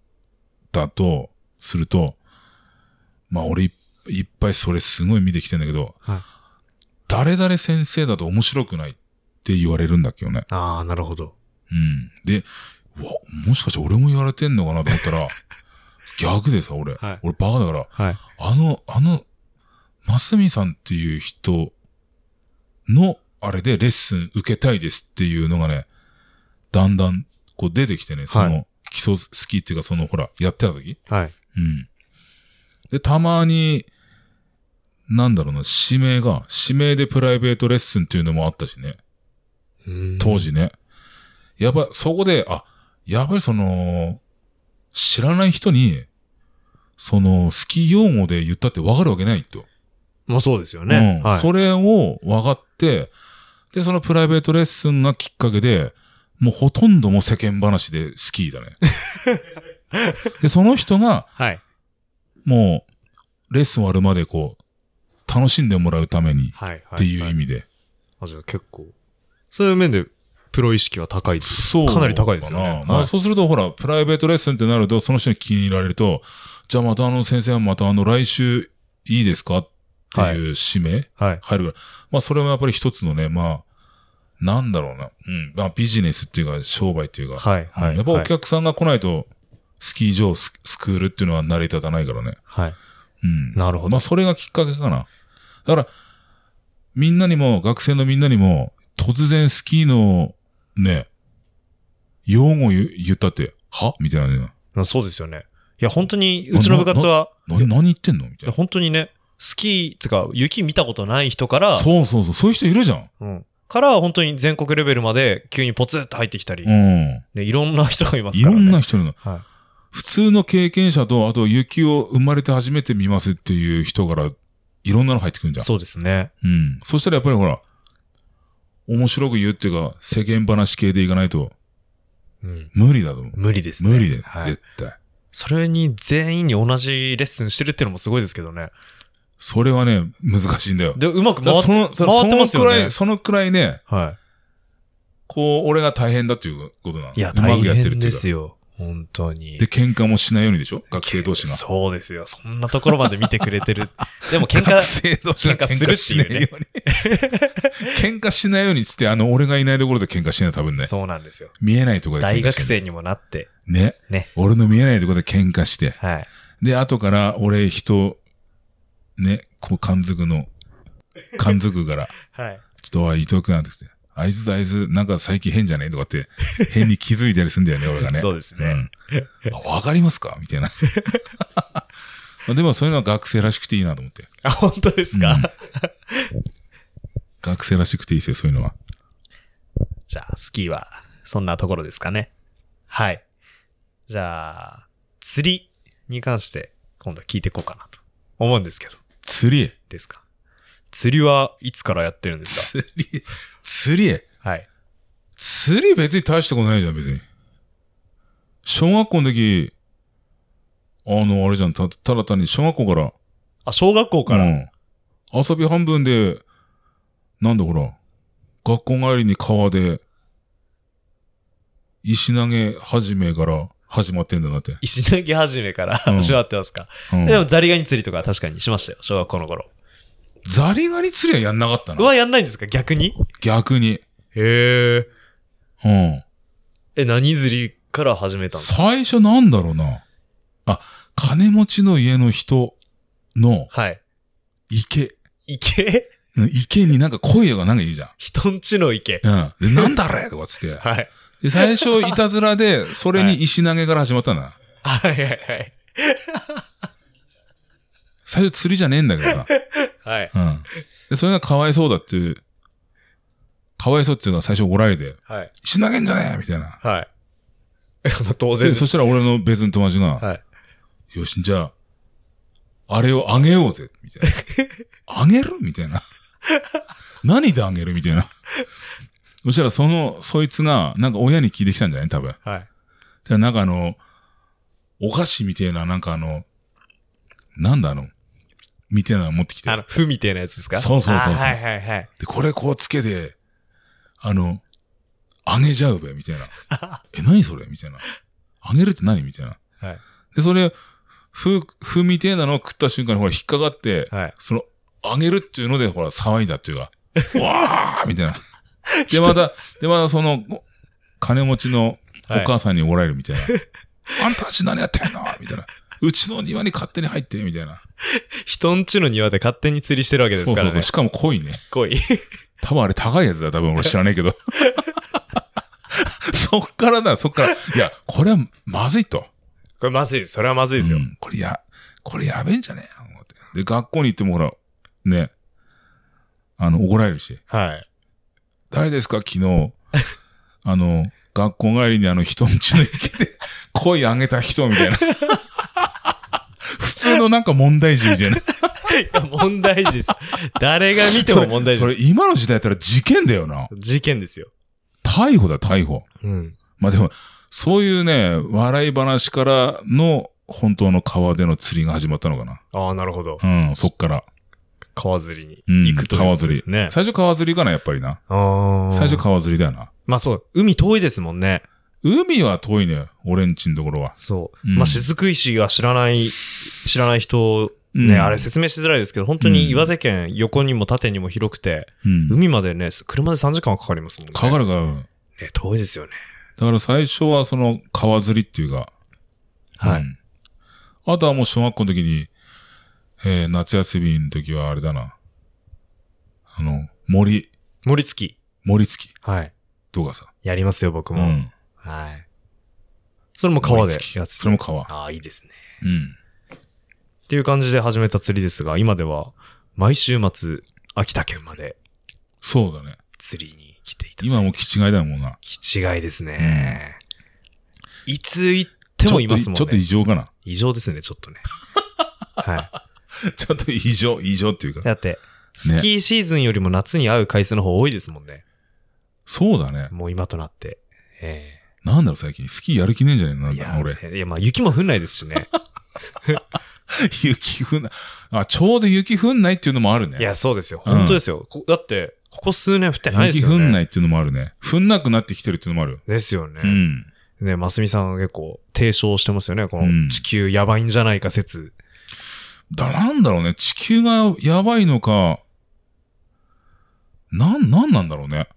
Speaker 2: だと、すると、まあ俺いいっぱいそれすごい見てきてんだけど、
Speaker 1: はい
Speaker 2: 誰々先生だと面白くないって言われるんだっけよね。
Speaker 1: ああ、なるほど。
Speaker 2: うん。で、うわ、もしかして俺も言われてんのかなと思っ たら、逆でさ、俺、
Speaker 1: はい
Speaker 2: 俺バカだから、
Speaker 1: はい。
Speaker 2: あの、あの、マスミさんっていう人の、あれでレッスン受けたいですっていうのがね、だんだん、こう出てきてね、そ
Speaker 1: は
Speaker 2: の、基礎好きっていうか、その、ほら、やってた時
Speaker 1: はい。
Speaker 2: うん。で、たまに、なんだろうな、指名が、指名でプライベートレッスンっていうのもあったしね、
Speaker 1: うーん
Speaker 2: 当。時ね。やばい、そこで、あ、やばい、その、知らない人に、その、スキー用語で言ったってわかるわけないと。
Speaker 1: まあ、そうですよね。
Speaker 2: うん
Speaker 1: はい。
Speaker 2: それを分かって、で、そのプライベートレッスンがきっかけで、もうほとんどもう世間話でスキー だね。で、その人が、
Speaker 1: はい。
Speaker 2: もう、レッスン終わるまでこう、楽しんでもらうために、
Speaker 1: はい。は
Speaker 2: っていう意味で。
Speaker 1: あ、じゃあ結構、そういう面でプロ意識は高いです。
Speaker 2: そう。
Speaker 1: かなり高いですよね
Speaker 2: なま
Speaker 1: は
Speaker 2: あ
Speaker 1: い
Speaker 2: そうすると、ほら、プライベートレッスンってなると、その人に気に入られると、じゃあまたあの先生はまたあの来週いいですかっていう指名、
Speaker 1: はい。
Speaker 2: 入るぐらい。まあ、それもやっぱり一つのね、まあ、なんだろうな。うん。まあ、ビジネスっていうか、商売っていうか。
Speaker 1: はい。はい。
Speaker 2: うんやっぱお
Speaker 1: はい
Speaker 2: 客さんが来ないと、スキー場、ススクールっていうのは成り立たないからね。
Speaker 1: はい。
Speaker 2: うん。
Speaker 1: なるほど
Speaker 2: まあ、それがきっかけかな。だから、みんなにも、学生のみんなにも、突然スキーの、ね、用語言う言ったって、はみたいなね。
Speaker 1: まあそうですよね。いや、本当に、うちの部活は、
Speaker 2: な何言ってんのみた
Speaker 1: い
Speaker 2: い
Speaker 1: や
Speaker 2: な。
Speaker 1: 本当にね、スキー、つか、雪見たことない人から、
Speaker 2: そうそうそう。そういう人いるじゃん。
Speaker 1: うん。から、本当に全国レベルまで急にポツッと入ってきたり、
Speaker 2: うん。
Speaker 1: ね、いろんな人がいます
Speaker 2: い
Speaker 1: から
Speaker 2: ろ
Speaker 1: ね。
Speaker 2: んな人いるの。
Speaker 1: はい。
Speaker 2: 普通の経験者と、あと雪を生まれて初めて見ますっていう人から、いろんなの入ってくるんじゃん。
Speaker 1: そうですね。
Speaker 2: うん。そしたらやっぱりほら、面白く言うっていうか、世間話系でいかないと、
Speaker 1: うん。
Speaker 2: 無理だと思う。
Speaker 1: 無理ですね。
Speaker 2: 無理で、
Speaker 1: はい
Speaker 2: 絶対。
Speaker 1: それに全員に同じレッスンしてるっていうのもすごいですけどね。
Speaker 2: それはね、難しいんだよ。
Speaker 1: で、うまく
Speaker 2: だ
Speaker 1: 回
Speaker 2: か
Speaker 1: って
Speaker 2: らその、その
Speaker 1: 回ってますよ
Speaker 2: そのくら
Speaker 1: ね
Speaker 2: い、。そのくらいね、
Speaker 1: は
Speaker 2: こう、俺が大変だっていうことなの。
Speaker 1: い。いや、
Speaker 2: うま
Speaker 1: 大
Speaker 2: くやってるっ
Speaker 1: 変
Speaker 2: てい
Speaker 1: で
Speaker 2: うか
Speaker 1: す。よ。本当に。
Speaker 2: で、喧嘩もしないようにでしょ学生同士が。
Speaker 1: そうですよ。そんなところまで見てくれてる。でも喧嘩
Speaker 2: 学、生同士が
Speaker 1: 喧嘩
Speaker 2: 喧
Speaker 1: する
Speaker 2: 嘩
Speaker 1: って
Speaker 2: し
Speaker 1: い
Speaker 2: な
Speaker 1: うね
Speaker 2: いように。喧嘩しないようにっ つって、あの、俺がいないところで喧嘩してない多分ね。
Speaker 1: そうなんですよ。
Speaker 2: 見えないところで喧
Speaker 1: 大
Speaker 2: 嘩
Speaker 1: 学
Speaker 2: して
Speaker 1: 生
Speaker 2: る。
Speaker 1: にもなって、
Speaker 2: ね。
Speaker 1: ね。
Speaker 2: 俺の見えないところで喧嘩して。
Speaker 1: はい。
Speaker 2: で、後から俺人、ね、こう感づくの、感づくから、
Speaker 1: はい。
Speaker 2: ちょっとおい、伊藤君なんて言って、あいつだあいつ、なんか最近変じゃねえとか って、変に気づいたりすんだよね、俺がね。
Speaker 1: そうですね
Speaker 2: ん。あわかりますかみたいな。まあでもそういうのは学生らしくていいなと思って。
Speaker 1: あ、本当ですか、
Speaker 2: うん学生らしくていいですよ、そういうのは。
Speaker 1: じゃあ、スキーは、そんなところですかね。はい。じゃあ、釣りに関して、今度は聞いていこうかなと思うんですけど。
Speaker 2: 釣りへ。
Speaker 1: ですか。釣りはいつからやってるんです
Speaker 2: 釣り、釣りへ。
Speaker 1: かはい。
Speaker 2: 釣り別に大したことないじゃん、別に。小学校の時、あの、あれじゃん、たただ単に小学校から、
Speaker 1: あ、小学校から。
Speaker 2: うん遊び半分で、なんだほら、学校帰りに川で、石投げ始めから始まってんだなって。
Speaker 1: 石投げ始めから
Speaker 2: うん
Speaker 1: 始まってますか。
Speaker 2: うん
Speaker 1: でも、ザリガニ釣りとかは確かにしましたよ。小学校の頃。
Speaker 2: ザリガニ釣りはやんなかった
Speaker 1: う
Speaker 2: な。
Speaker 1: わ、やんないんですか逆に
Speaker 2: 逆に。
Speaker 1: へえ。
Speaker 2: うん。
Speaker 1: え、何釣りから始めたんですか
Speaker 2: 最初なんだろうな。あ、金持ちの家の人の
Speaker 1: はい。
Speaker 2: 池。
Speaker 1: 池
Speaker 2: うん池になんか声がなんかいいじゃん。
Speaker 1: 人んちの池。
Speaker 2: うん。なんだあれとかっつって。
Speaker 1: はい。
Speaker 2: で最初、いたずらで、それに石投げから始まったな。
Speaker 1: はいはいはい。
Speaker 2: 最初釣りじゃねえんだけどな。
Speaker 1: はい。
Speaker 2: うん。で、それがかわいそうだっていう、かわいそうっていうのは最初おられて、
Speaker 1: はい。
Speaker 2: 石投げんじゃねえみたいな。
Speaker 1: はい。まあ当然
Speaker 2: で、
Speaker 1: です
Speaker 2: そし。たら俺の別の友達が、
Speaker 1: はい。
Speaker 2: よし、じゃあ、あれをあげようぜ、みたいな。あげるみたいな。何であげるみたいな。そしたら、その、そいつが、なんか親に聞いてきたんじゃない多分。
Speaker 1: はい。
Speaker 2: で、なんかあの、お菓子みたいな、なんかあの、なんだあの、みたいなの持ってきて
Speaker 1: あ。の、ふみたいなやつですか
Speaker 2: そうそうそうそう
Speaker 1: あはいはいはい。
Speaker 2: で、これこうつけて、あの、あげちゃうべ、みたいな。 え、何それみたいな。あげるって何みたいな。
Speaker 1: はい。
Speaker 2: で、それ、ふ、ふみてえなのを食った瞬間にほら引っかかって、
Speaker 1: はい。
Speaker 2: その、あげるっていうので、ほら、騒いだってい うか、わーみたいな。で、また、で、またその、お金持ちのお
Speaker 1: はい
Speaker 2: 母さんにおられるみたい な。あんたたち何やってんのみたいな。うちの庭に勝手に入って、みたいな。
Speaker 1: 人んちの庭で勝手に釣りしてるわけです
Speaker 2: そう
Speaker 1: か
Speaker 2: そう
Speaker 1: ら
Speaker 2: そう。
Speaker 1: ね。
Speaker 2: しかも濃いね。
Speaker 1: こい。
Speaker 2: 多分あれ高いやつだ。多分俺知らねえけど。 そっからだ、そっから。いや、これはまずいと。
Speaker 1: これまずいです。それはまずいですよ
Speaker 2: う。んこれや、これやべえんじゃねえの思ってで、学校に行ってもほら、ね、あの、怒られるし。
Speaker 1: はい。
Speaker 2: 誰ですか昨 日、あの、学校帰りにあの人んちの池で声あげた人みたいな。 普通のなんか問題児みたいな。
Speaker 1: いや、問題児です。誰が見ても問題児
Speaker 2: それ、
Speaker 1: で
Speaker 2: それ今の時代やったら事件だよな。
Speaker 1: す。事件ですよ。
Speaker 2: 逮捕だ、逮捕。
Speaker 1: うん。
Speaker 2: まあでも、そういうね、笑い話からの本当の川での釣りが始まったのかな。
Speaker 1: ああ、なるほど。
Speaker 2: うん、そっから。
Speaker 1: 川釣りに
Speaker 2: うん
Speaker 1: 行くということですね。
Speaker 2: 最初川釣りかな、やっぱりな。
Speaker 1: ああ。
Speaker 2: 最初川釣りだよな。
Speaker 1: まあそう、海遠いですもんね。
Speaker 2: 海は遠いね、俺んちのところは。
Speaker 1: そう。
Speaker 2: うん
Speaker 1: まあ、雫石が知らない、知らない人、ね、
Speaker 2: うん
Speaker 1: あれ説明しづらいですけど、本当に岩手県横にも縦にも広くて、
Speaker 2: うん。
Speaker 1: 海までね、車で3時間はかかりますもんね。
Speaker 2: かかるから、
Speaker 1: ね、遠いですよね。
Speaker 2: だから最初はその川釣りっていうか。
Speaker 1: はい
Speaker 2: うんあとはもう小学校の時に、えー、夏休みの時はあれだな。あの、森、
Speaker 1: 森付き。
Speaker 2: 森付き
Speaker 1: はい。
Speaker 2: とかさ。
Speaker 1: やりますよ、僕
Speaker 2: う
Speaker 1: も。
Speaker 2: ん。
Speaker 1: はい。それも川で
Speaker 2: 森付き
Speaker 1: やって
Speaker 2: それも川。
Speaker 1: ああ、いいですね。
Speaker 2: うん。
Speaker 1: っていう感じで始めた釣りですが、今では毎週末、秋田県まで
Speaker 2: そうだね。
Speaker 1: 釣りに来ていた。
Speaker 2: 今はもう気違いだもんな。
Speaker 1: 気違いですね。いつ行ってもいますもんね。
Speaker 2: ちょっとちょっと異常 かな。
Speaker 1: 異常ですね、ちょっとね。はい。
Speaker 2: ちょっと異常、異常っていうか。
Speaker 1: だって、スキーシーズンよりも夏に会う回数の方多いですもんね。
Speaker 2: そうだね。
Speaker 1: もう今となって。え
Speaker 2: なんだろう最近。スキーやる気ねえんじゃねえのな
Speaker 1: え
Speaker 2: ん
Speaker 1: い
Speaker 2: か
Speaker 1: や、
Speaker 2: 俺。
Speaker 1: いや、まあ雪も降んないですしね。
Speaker 2: 雪降んない。あ、ちょうど雪降んない っていうのもあるね。
Speaker 1: いや、そうですよ。
Speaker 2: うん
Speaker 1: 本当ですよ。こだって、ここ数年降ってないです
Speaker 2: 雪
Speaker 1: よね。。
Speaker 2: 降んないいっていうのもあるね。降んなくなってきてるっていうのもある。
Speaker 1: ですよね。
Speaker 2: うん。
Speaker 1: ね、ますみさんは結構提唱してますよね。こ
Speaker 2: う
Speaker 1: の
Speaker 2: ん
Speaker 1: 地球やばいんじゃないか説。
Speaker 2: だ、なんだろうね。地球がやばいのか、なん、なんなんだろうね。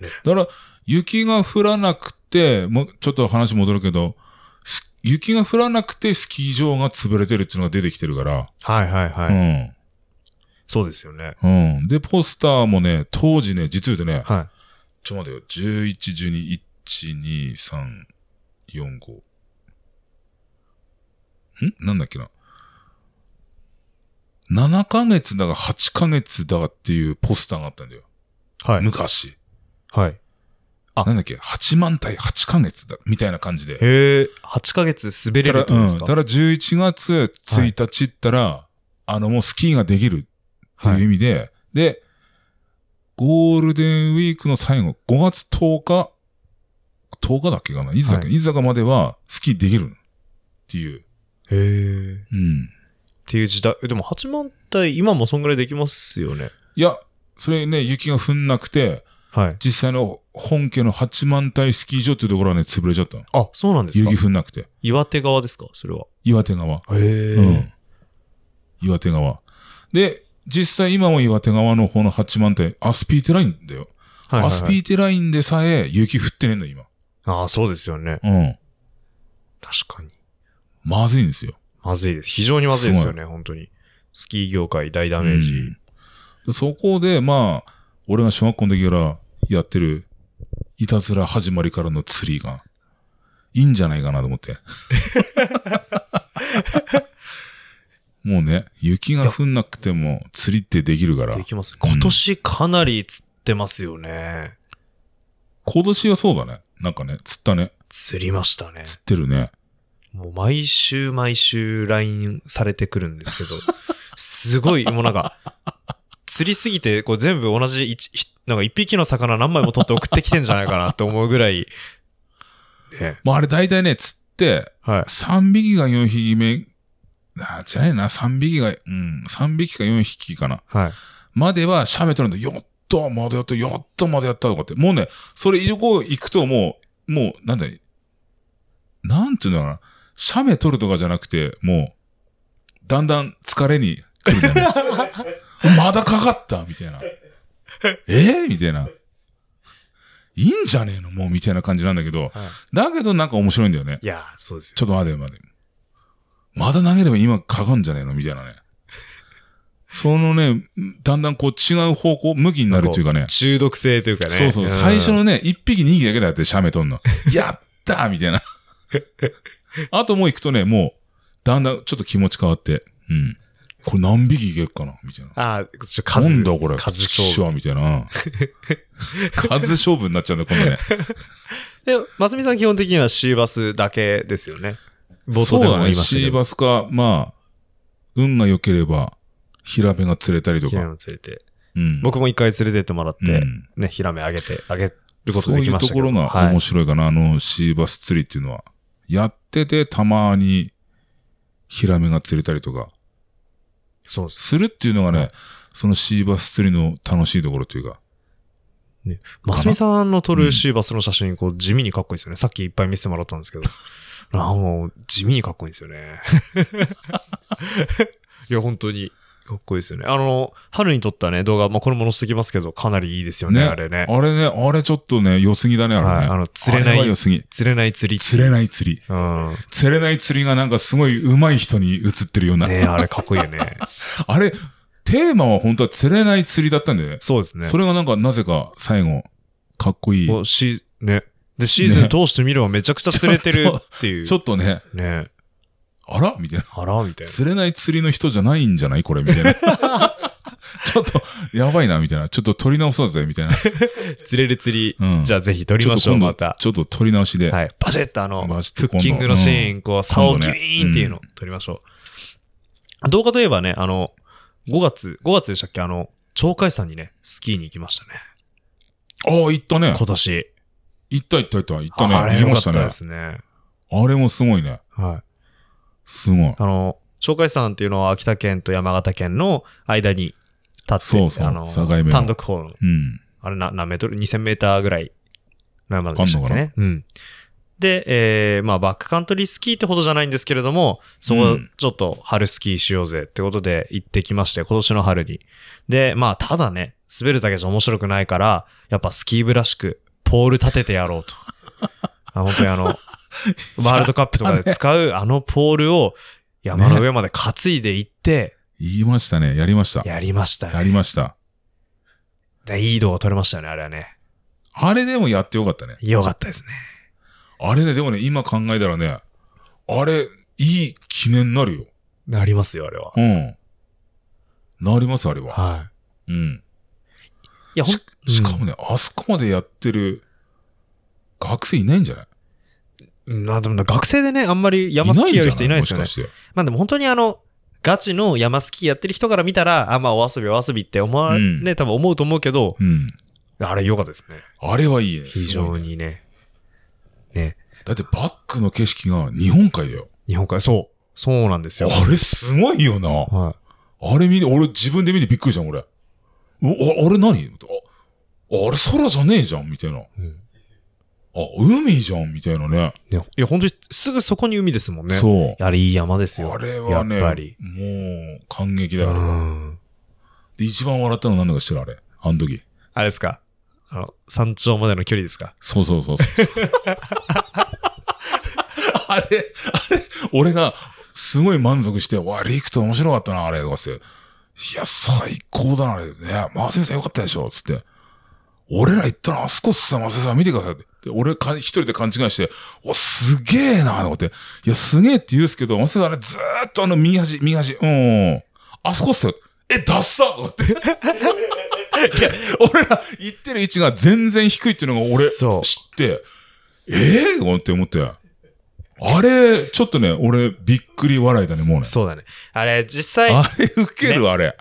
Speaker 1: ね
Speaker 2: だから、雪が降らなくて、もうちょっと話戻るけど、す雪が降らなくてスキー場が潰れてるっていうのが出てきてるから、
Speaker 1: はいはいはい。そうですよね。
Speaker 2: うん。うん。で、ポスターもね、当時ね、実でね、
Speaker 1: は
Speaker 2: ちょ、待てよ。11、12、1、2、3、4、5。んなんだっけな。 7ヶ月だが8ヶ月だがっていうポスターがあったんだよ。
Speaker 1: はい。
Speaker 2: 昔。
Speaker 1: はい。あ
Speaker 2: なんだっけ ?8 万対8ヶ月だ、みたいな感じで。
Speaker 1: へえ、8ヶ月滑れ
Speaker 2: た
Speaker 1: る
Speaker 2: ら、
Speaker 1: ってことで
Speaker 2: うん。
Speaker 1: す
Speaker 2: た
Speaker 1: か、
Speaker 2: ら11月1日ったら、あの、もうスキーができるっていう意味で、で、ゴールデンウィークの最後、5月10日、10日だっけかないつだっけ、、
Speaker 1: はい
Speaker 2: つだかまではスキーできるっていう。
Speaker 1: へえ。っ
Speaker 2: うん。
Speaker 1: ていう時代。えでも8万体、今もそんぐらいできますよね。
Speaker 2: いや、それね、雪が降んなくて、
Speaker 1: はい。
Speaker 2: 実際の本家の八万体スキー場っていうところはね、潰れちゃったの。
Speaker 1: あ、そうなんですか
Speaker 2: 雪降んなくて。
Speaker 1: 岩手側ですかそれは。
Speaker 2: 岩手川。
Speaker 1: へえ
Speaker 2: うん。岩手川。で、実際今も岩手川の方の八万体、アスピーテラインだよ。
Speaker 1: はいはいはい、
Speaker 2: アスピーテラインでさえ雪降ってねえんだ、今。
Speaker 1: ああ、そうですよね。
Speaker 2: うん。
Speaker 1: 確かに。
Speaker 2: まずいんですよ。
Speaker 1: まずいです。非常にまずいですよね、本当に。スキー業界大ダメージ。
Speaker 2: うんそこで、まあ、俺が小学校の時からやってる、いたずら始まりからの釣りが、いいんじゃないかなと思 って。もうね、雪が降んなくても釣りってできるから
Speaker 1: で、きます。
Speaker 2: うん
Speaker 1: 今年かなり釣ってますよね。
Speaker 2: 今年はそうだね。なんかね、釣ったね。
Speaker 1: 釣りましたね。
Speaker 2: 釣ってるね。
Speaker 1: もう毎週毎週 LINE されてくるんですけど、すごい、もうなんか、釣りすぎて、こう全部同じ一、ひなんか一匹の魚何枚も取って送ってきてんじゃないかなって思うぐらい、ね。
Speaker 2: まああれ大体ね、釣って、
Speaker 1: はい。
Speaker 2: 3匹が4匹目、あ、違うな、3匹が、うん、3匹か4匹かな。
Speaker 1: はい。
Speaker 2: までは喋ってるんだ。よっと、まだやった、やっと、まだやったとかって。もうね、それ以上行くともう、もう、なんだい、なんていうのかな。喋取るとかじゃなくて、もう、だんだん疲れに来るんだね。まだかかったみたいな。えーみたいな。いいんじゃねえのもう、みたいな感じなんだけど。
Speaker 1: はい
Speaker 2: だけどなんか面白いんだよね。
Speaker 1: いやー、そうですよ。
Speaker 2: ちょっと待てよ待てよ。まだ投げれば今かかんじゃねえのみたいなね。そのね、だんだんこう違う方向、向きになるというかね。
Speaker 1: 中毒性というかね。
Speaker 2: そうそう。
Speaker 1: ん
Speaker 2: 最初のね、一匹二匹だけだってシャメと んの。やったーみたいな。あともう行くとね、もう、だんだんちょっと気持ち変わって。うん。これ何匹いけるかなみたいな。
Speaker 1: ああ、ちょ数。
Speaker 2: なんだこれ。
Speaker 1: 数
Speaker 2: ちくし
Speaker 1: 勝負。
Speaker 2: ょうみたい な。数勝負になっちゃうんだ、このね。
Speaker 1: で、ますみさん基本的にはシーバスだけですよね。冒頭でも言いました
Speaker 2: そうだね、シ
Speaker 1: け
Speaker 2: ー
Speaker 1: ど。
Speaker 2: バスか、まあ、運が良ければ、ヒラメが釣れたりと
Speaker 1: ヒラメ
Speaker 2: か。
Speaker 1: も連れて。
Speaker 2: うん、
Speaker 1: 僕も一回連れてってもらって、
Speaker 2: うん
Speaker 1: ね、ヒラメあげて、あげること
Speaker 2: そう
Speaker 1: で
Speaker 2: い
Speaker 1: き
Speaker 2: う
Speaker 1: ま
Speaker 2: と
Speaker 1: したけ
Speaker 2: こ
Speaker 1: ど。
Speaker 2: ろが
Speaker 1: はい
Speaker 2: 面白いかな、あのシーバス釣りっていうのは。やってて、たまに、ヒラメが釣れたりとか、
Speaker 1: そうです。
Speaker 2: するっていうのがね、そのシーバス釣りの楽しいところというか。
Speaker 1: ますみさんの撮るシーバスの写真、こう、地味にかっこいいですよね。さっきいっぱい見せてもらったん ですけど。なんか、地味にかっこいいんですよね。 いや、本当に、かっこいいですよね。あの、春に撮ったね、動画、まあ、これも載せてきますけど、かなりいいですよね、
Speaker 2: ね
Speaker 1: あれね。
Speaker 2: あれね、あれちょっとね、良すぎだね、あ
Speaker 1: は
Speaker 2: れ
Speaker 1: い、
Speaker 2: ね。
Speaker 1: あの、釣れな
Speaker 2: あは良
Speaker 1: い、
Speaker 2: すぎ。
Speaker 1: 釣れない釣り。
Speaker 2: 釣れない釣り。
Speaker 1: うん。
Speaker 2: 釣れない釣りがなんかすごい上手い人に映ってるような。
Speaker 1: ねあれかっこいいよ ね。
Speaker 2: あれ、テーマは本当は釣れない釣りだったんだよね。
Speaker 1: そうですね。
Speaker 2: それがなんかなぜか最後、かっこいい。
Speaker 1: こうし、ね。で、シーズン通してみればめちゃくちゃ釣れてるっていう。
Speaker 2: ちょっとね、
Speaker 1: ね
Speaker 2: あらみたいな。
Speaker 1: あらみたいな。
Speaker 2: 釣れない釣りの人じゃないんじゃないこれ、みた いな。ちょっと、やばいな、みたいな。ちょっと撮り直そうぜ、みたいな。
Speaker 1: 釣れる釣り。
Speaker 2: うん。
Speaker 1: じゃあぜひ撮り
Speaker 2: ちょ
Speaker 1: ま
Speaker 2: っ
Speaker 1: し
Speaker 2: と
Speaker 1: ょう、
Speaker 2: 今度
Speaker 1: また。
Speaker 2: ちょっと撮り直しで。
Speaker 1: はい。パシッとあの、フ
Speaker 2: バシッと
Speaker 1: ッ
Speaker 2: 今度
Speaker 1: キングのシーン、こう、竿をキリーンっていうの
Speaker 2: う
Speaker 1: を撮りましょう。動画といえばね、あの、5月、5月でしたっけあの、鳥海山にね、スキーに行きましたね。
Speaker 2: ああ、行ったね。
Speaker 1: 今年。
Speaker 2: 行った行った行った。行ったね。
Speaker 1: あれ
Speaker 2: 行き
Speaker 1: 良
Speaker 2: ま
Speaker 1: かっ
Speaker 2: した
Speaker 1: た
Speaker 2: ね
Speaker 1: で。すね。
Speaker 2: あれもすごいね。
Speaker 1: はい。
Speaker 2: すごい。
Speaker 1: あの、鳥海山っていうのは秋田県と山形県の間に立って、
Speaker 2: そうそう
Speaker 1: あの
Speaker 2: 境目の
Speaker 1: 単独峰の
Speaker 2: うん。
Speaker 1: あれな、何メートル ?2000 メーターぐらいの山でしたっけ
Speaker 2: あん
Speaker 1: ね。うん。で、えー、まあバックカントリースキーってほどじゃないんですけれども、そこ
Speaker 2: うん
Speaker 1: ちょっと春スキーしようぜってことで行ってきまして、今年の春に。で、まあただね、滑るだけじゃ面白くないから、やっぱスキー部らしくポール立ててやろう と。あ本当にあの、ワールドカップとかで使うあのポールを山の上まで担いで行って、
Speaker 2: 言いましたね。やりました。
Speaker 1: やりました
Speaker 2: や
Speaker 1: ね。
Speaker 2: りました。
Speaker 1: でいい動画撮れましたよね、あれはね。
Speaker 2: あれでもやってよかったね。
Speaker 1: よかったですね。
Speaker 2: あれね、でもね、今考えたらね、あれ、いい記念になるよ。
Speaker 1: なりますよ、あれは。
Speaker 2: うん。なります、あれは。
Speaker 1: は
Speaker 2: うん。
Speaker 1: い。いや、ほん
Speaker 2: し、しかもね、あそこまでやってる学生いないんじゃない
Speaker 1: うん、まあでもな学生でね、あんまり山スキーやる人いないですよね
Speaker 2: もし。かして。
Speaker 1: まあでも本当にあの、ガチの山スキーやってる人から見たら、あ、まあお遊びお遊びって思わ、
Speaker 2: うん
Speaker 1: ね、多分思うと思うけど、
Speaker 2: うん。
Speaker 1: あれ良かったですね。
Speaker 2: あれはいいね。
Speaker 1: 非
Speaker 2: すご
Speaker 1: 常
Speaker 2: いね。
Speaker 1: にね。ね、
Speaker 2: だってバックの景色が日本海だよ。
Speaker 1: 日本海、そう。そうなんですよ。
Speaker 2: あれすごいよな。
Speaker 1: は
Speaker 2: あれ見て、俺自分で見てびっくりしたもん、俺。おああれ何ああれ空じゃねえじゃん、みたいな。あ、
Speaker 1: い。うん
Speaker 2: 海じゃん、みたいなね。
Speaker 1: ねいや、本当にすぐそこに海ですもんね。
Speaker 2: そう。
Speaker 1: あれいい山ですよ。
Speaker 2: あれはね、
Speaker 1: やっぱり
Speaker 2: もう、感激だ
Speaker 1: う
Speaker 2: よ。
Speaker 1: ん。
Speaker 2: で、一番笑ったのは何だか知ってるあれ。あの時。
Speaker 1: あれですかあの、山頂までの距離ですか
Speaker 2: そうそうそうそう。 あれ、あれ、俺が、すごい満足して、わ、リクト面白かったな、あれ、とかっつって。いや、最高だな、あれ。ね、マーセンさんよかったでしょ、つって。俺ら行ったら、あそこっすよ、マーセンさん見てくださいって。で俺か、一人で勘違いして、お、すげえな、と思って。いや、すげえって言うんですけど、マーセンさんあれ、ずーっとあの、右端、右端、うんうん。あそこっすよ。え、ダッサとか って。いや、俺ら行ってる位置が全然低いっていうのが俺、
Speaker 1: そう
Speaker 2: 知って、ええー、って思って。あれ、ちょっとね、俺、びっくり笑いだね、もうね。
Speaker 1: そうだね。あれ、実際、
Speaker 2: あれ、ウケる、あれ。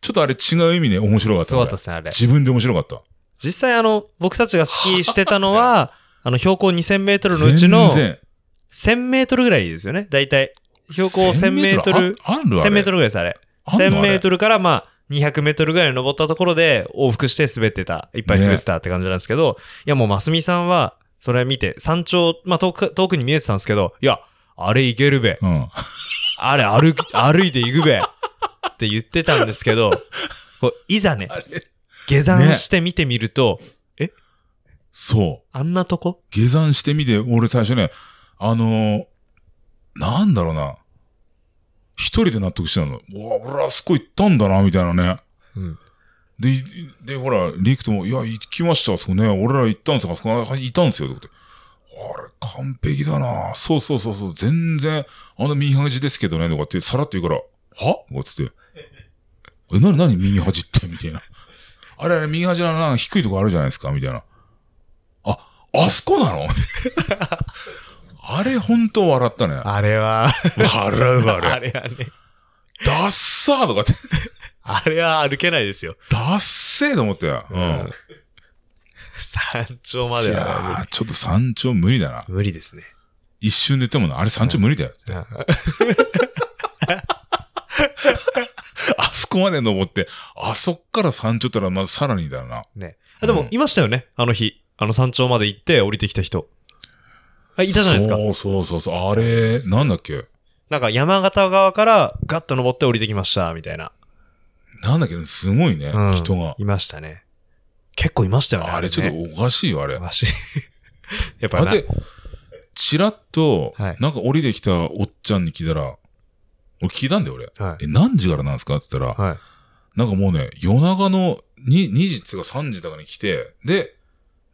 Speaker 2: ちょっとあれ、違う意味で面白かった。
Speaker 1: そうだった
Speaker 2: あ
Speaker 1: っ
Speaker 2: れ
Speaker 1: すね、あれ。
Speaker 2: 自分で面白かった。
Speaker 1: 実際あの、僕たちがスキーしてたの は、あの、標高2000メートルのうちの
Speaker 2: 全、然
Speaker 1: 1000メートルぐらいですよね、大体。標高1000メートル、
Speaker 2: ああるあれ
Speaker 1: 1000メートルぐらいです、あれ。
Speaker 2: あんのあれ
Speaker 1: 1000メートルからまあ、200メートルぐらい登ったところで往復して滑ってた、いっぱい滑ってたって感じなんですけど、いやもうますみさんは、それ見て、山頂、まあ遠く、遠くに見えてたんですけど、いや、あれ行けるべ。
Speaker 2: うん。
Speaker 1: あれ歩き、歩いて行くべ。って言ってたんですけど、こういざね、下山して見てみると、
Speaker 2: そう。
Speaker 1: あんなとこ
Speaker 2: 下山してみて、俺最初ね、あのーなんだろうな。一人で納得してたの。うわ、俺はあそこ行ったんだな、みたいなね。
Speaker 1: うん。
Speaker 2: で、いで、ほら、リクトも、いや、行きました、あそこね。俺ら行ったんですよ、あそこ、あいたんですよ、ってことで。あれ、完璧だなそうそうそうそう、全然、あの右端ですけどね、とかって、さらっと言うから、はとかっつって。え、なになに右端って、みたいな。あれあれ、右端のなんか低いとこあるじゃないですか、みたいな。あ、あそこなのあれ、本当笑ったね。
Speaker 1: あれ は、
Speaker 2: 笑う、あ
Speaker 1: あ
Speaker 2: れ。
Speaker 1: れはね、
Speaker 2: ダッサーとかって、
Speaker 1: あれは歩けないですよ。
Speaker 2: ダッセーと思って。うん。
Speaker 1: 山頂ま
Speaker 2: い
Speaker 1: では
Speaker 2: やーちょっと山頂無理だな。
Speaker 1: 無理ですね。
Speaker 2: 一瞬で言ってもな、あれ山頂無理だよって。 あそこまで登って、あそっから山頂ったらまずさらにだよな。
Speaker 1: ね。あでも、いましたよね、あの日。あの山頂まで行って降りてきた人。あいたじゃないですか。
Speaker 2: そうそうそうそう。あれ、なんだっけ
Speaker 1: なんか山形側からガッと登って降りてきました、みたいな。
Speaker 2: なんだっけすごいね、
Speaker 1: うん
Speaker 2: 人が。
Speaker 1: いましたね。結構いましたよね。
Speaker 2: あれちょっ
Speaker 1: ね
Speaker 2: とおかしいよ、あれ。
Speaker 1: わし やっ
Speaker 2: だ
Speaker 1: ぱ
Speaker 2: っ
Speaker 1: な
Speaker 2: て、ちらっと
Speaker 1: はい、
Speaker 2: なんか降りてきたおっちゃんに聞いたら、俺聞いたんだよ、俺。
Speaker 1: は
Speaker 2: え、何時からなんですかって言ったら
Speaker 1: い。、はい。
Speaker 2: なんかもうね、夜中の 2, 2時っつうか3時とかに来て、で、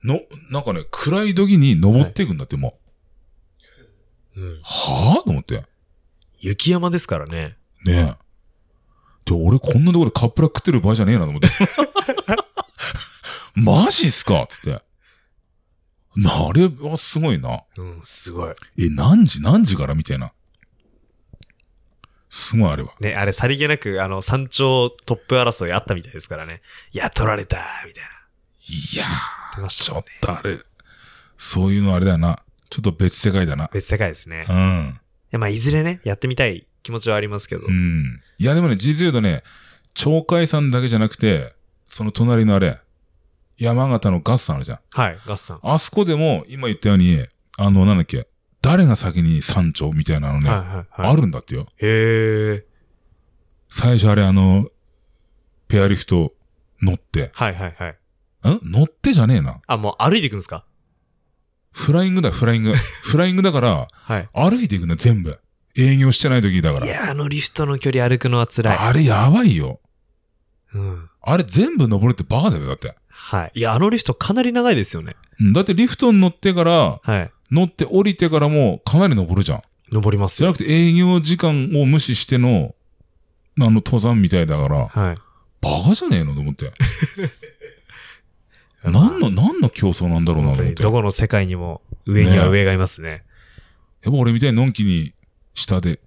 Speaker 2: の、なんかね、暗い時に登っていくんだって、も
Speaker 1: うん
Speaker 2: う。はぁと思って。
Speaker 1: 雪山ですからね。
Speaker 2: ねえ。で、俺こんなところでカップラ食ってる場合じゃねえなと思 って。マジっすかつって。な、あれはすごいな。
Speaker 1: うん、すごい。
Speaker 2: え、何時何時からみたいな。すごい、あれは。
Speaker 1: ね、あれ、さりげなく、あの、山頂トップ争いあったみたいですからね。いや、取られた、みたいな。
Speaker 2: いや
Speaker 1: 出ま
Speaker 2: ー、
Speaker 1: し
Speaker 2: ち
Speaker 1: た
Speaker 2: ょ
Speaker 1: もん
Speaker 2: っ
Speaker 1: ね
Speaker 2: とあれ、そういうのあれだよな。ちょっと別世界だな。
Speaker 1: 別世界ですね
Speaker 2: う。ん。
Speaker 1: いやまあ、いずれね、やってみたい気持ちはありますけど。
Speaker 2: うん。いや、でもね、実を言うとね、鳥海山だけじゃなくて、その隣のあれ、山形のガスさんあるじゃん。
Speaker 1: はい、ガッサン。
Speaker 2: あそこでも、今言ったように、あの、なんだっけ、誰が先に山頂みたいなのね、
Speaker 1: はいはいはい。
Speaker 2: あるんだってよ。
Speaker 1: へえ。
Speaker 2: 最初あれ、あの、ペアリフト乗って、
Speaker 1: はいはいはい。
Speaker 2: ん乗ってじゃねえな。
Speaker 1: あ、もう歩いていくんですか
Speaker 2: フライングだ、フラ イング。フライングだから、
Speaker 1: はい。
Speaker 2: 歩いていくんだ、全部。営業してない時だか
Speaker 1: い
Speaker 2: ら。
Speaker 1: や、あのリフトの距離歩くのは辛い。
Speaker 2: あれやばいよ。
Speaker 1: うん。
Speaker 2: あれ全部登れってバカだよ、だって。
Speaker 1: はい。いや、あのリフトかなり長いですよね。
Speaker 2: うんだってリフトに乗ってから、
Speaker 1: はい。
Speaker 2: 乗って降りてからもかなり登るじゃん。
Speaker 1: 登ります
Speaker 2: じゃ
Speaker 1: よ。
Speaker 2: なくて営業時間を無視してのあの、登山みたいだから、
Speaker 1: はい。
Speaker 2: バカじゃねえのと 思って。何の、何の競争なんだろうな
Speaker 1: 本当
Speaker 2: と思っ
Speaker 1: に、
Speaker 2: て。
Speaker 1: どこの世界にも上には上がいますね。
Speaker 2: やっぱ俺みたいにのんきに下で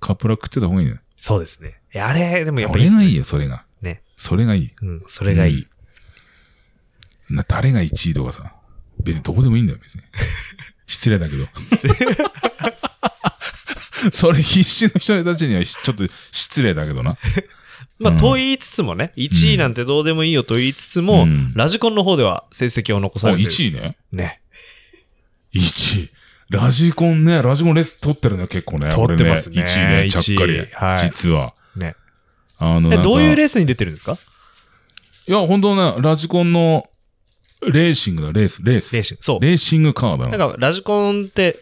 Speaker 2: カップラ食ってた方がいいね。
Speaker 1: そうですね。いやあれ、でもやっぱり
Speaker 2: 俺
Speaker 1: っす
Speaker 2: が
Speaker 1: ね
Speaker 2: いいよ、それが。
Speaker 1: ね。
Speaker 2: それがいい。
Speaker 1: うん、それがいい。
Speaker 2: うん。な、誰が1位とかさ。別にどこでもいいんだよ、 別に。失礼だけど。 それ必死の人たちにはしちょっと失礼だけどな。
Speaker 1: まあ、
Speaker 2: うん
Speaker 1: と言いつつもね、1位なんてどうでもいいよと言いつつも、
Speaker 2: うん
Speaker 1: ラジコンの方では成績を残
Speaker 2: あ、
Speaker 1: されてる。
Speaker 2: 1位ね。
Speaker 1: ね。
Speaker 2: 1位。ラジコンね、ラジコンレース取ってるね、結構ね。
Speaker 1: 取ってますね
Speaker 2: 俺1位ね、ちゃっか
Speaker 1: 一位
Speaker 2: り。
Speaker 1: はい
Speaker 2: 実は。
Speaker 1: ね。
Speaker 2: あの、
Speaker 1: えどういうレ
Speaker 2: ー
Speaker 1: ースに出てるんですか
Speaker 2: スいや、本当ね、ラジコンのレーシングだ、レース、レース。
Speaker 1: レーシング。そう。
Speaker 2: レーシングカーだ
Speaker 1: な
Speaker 2: な。
Speaker 1: んか、ラジコンって、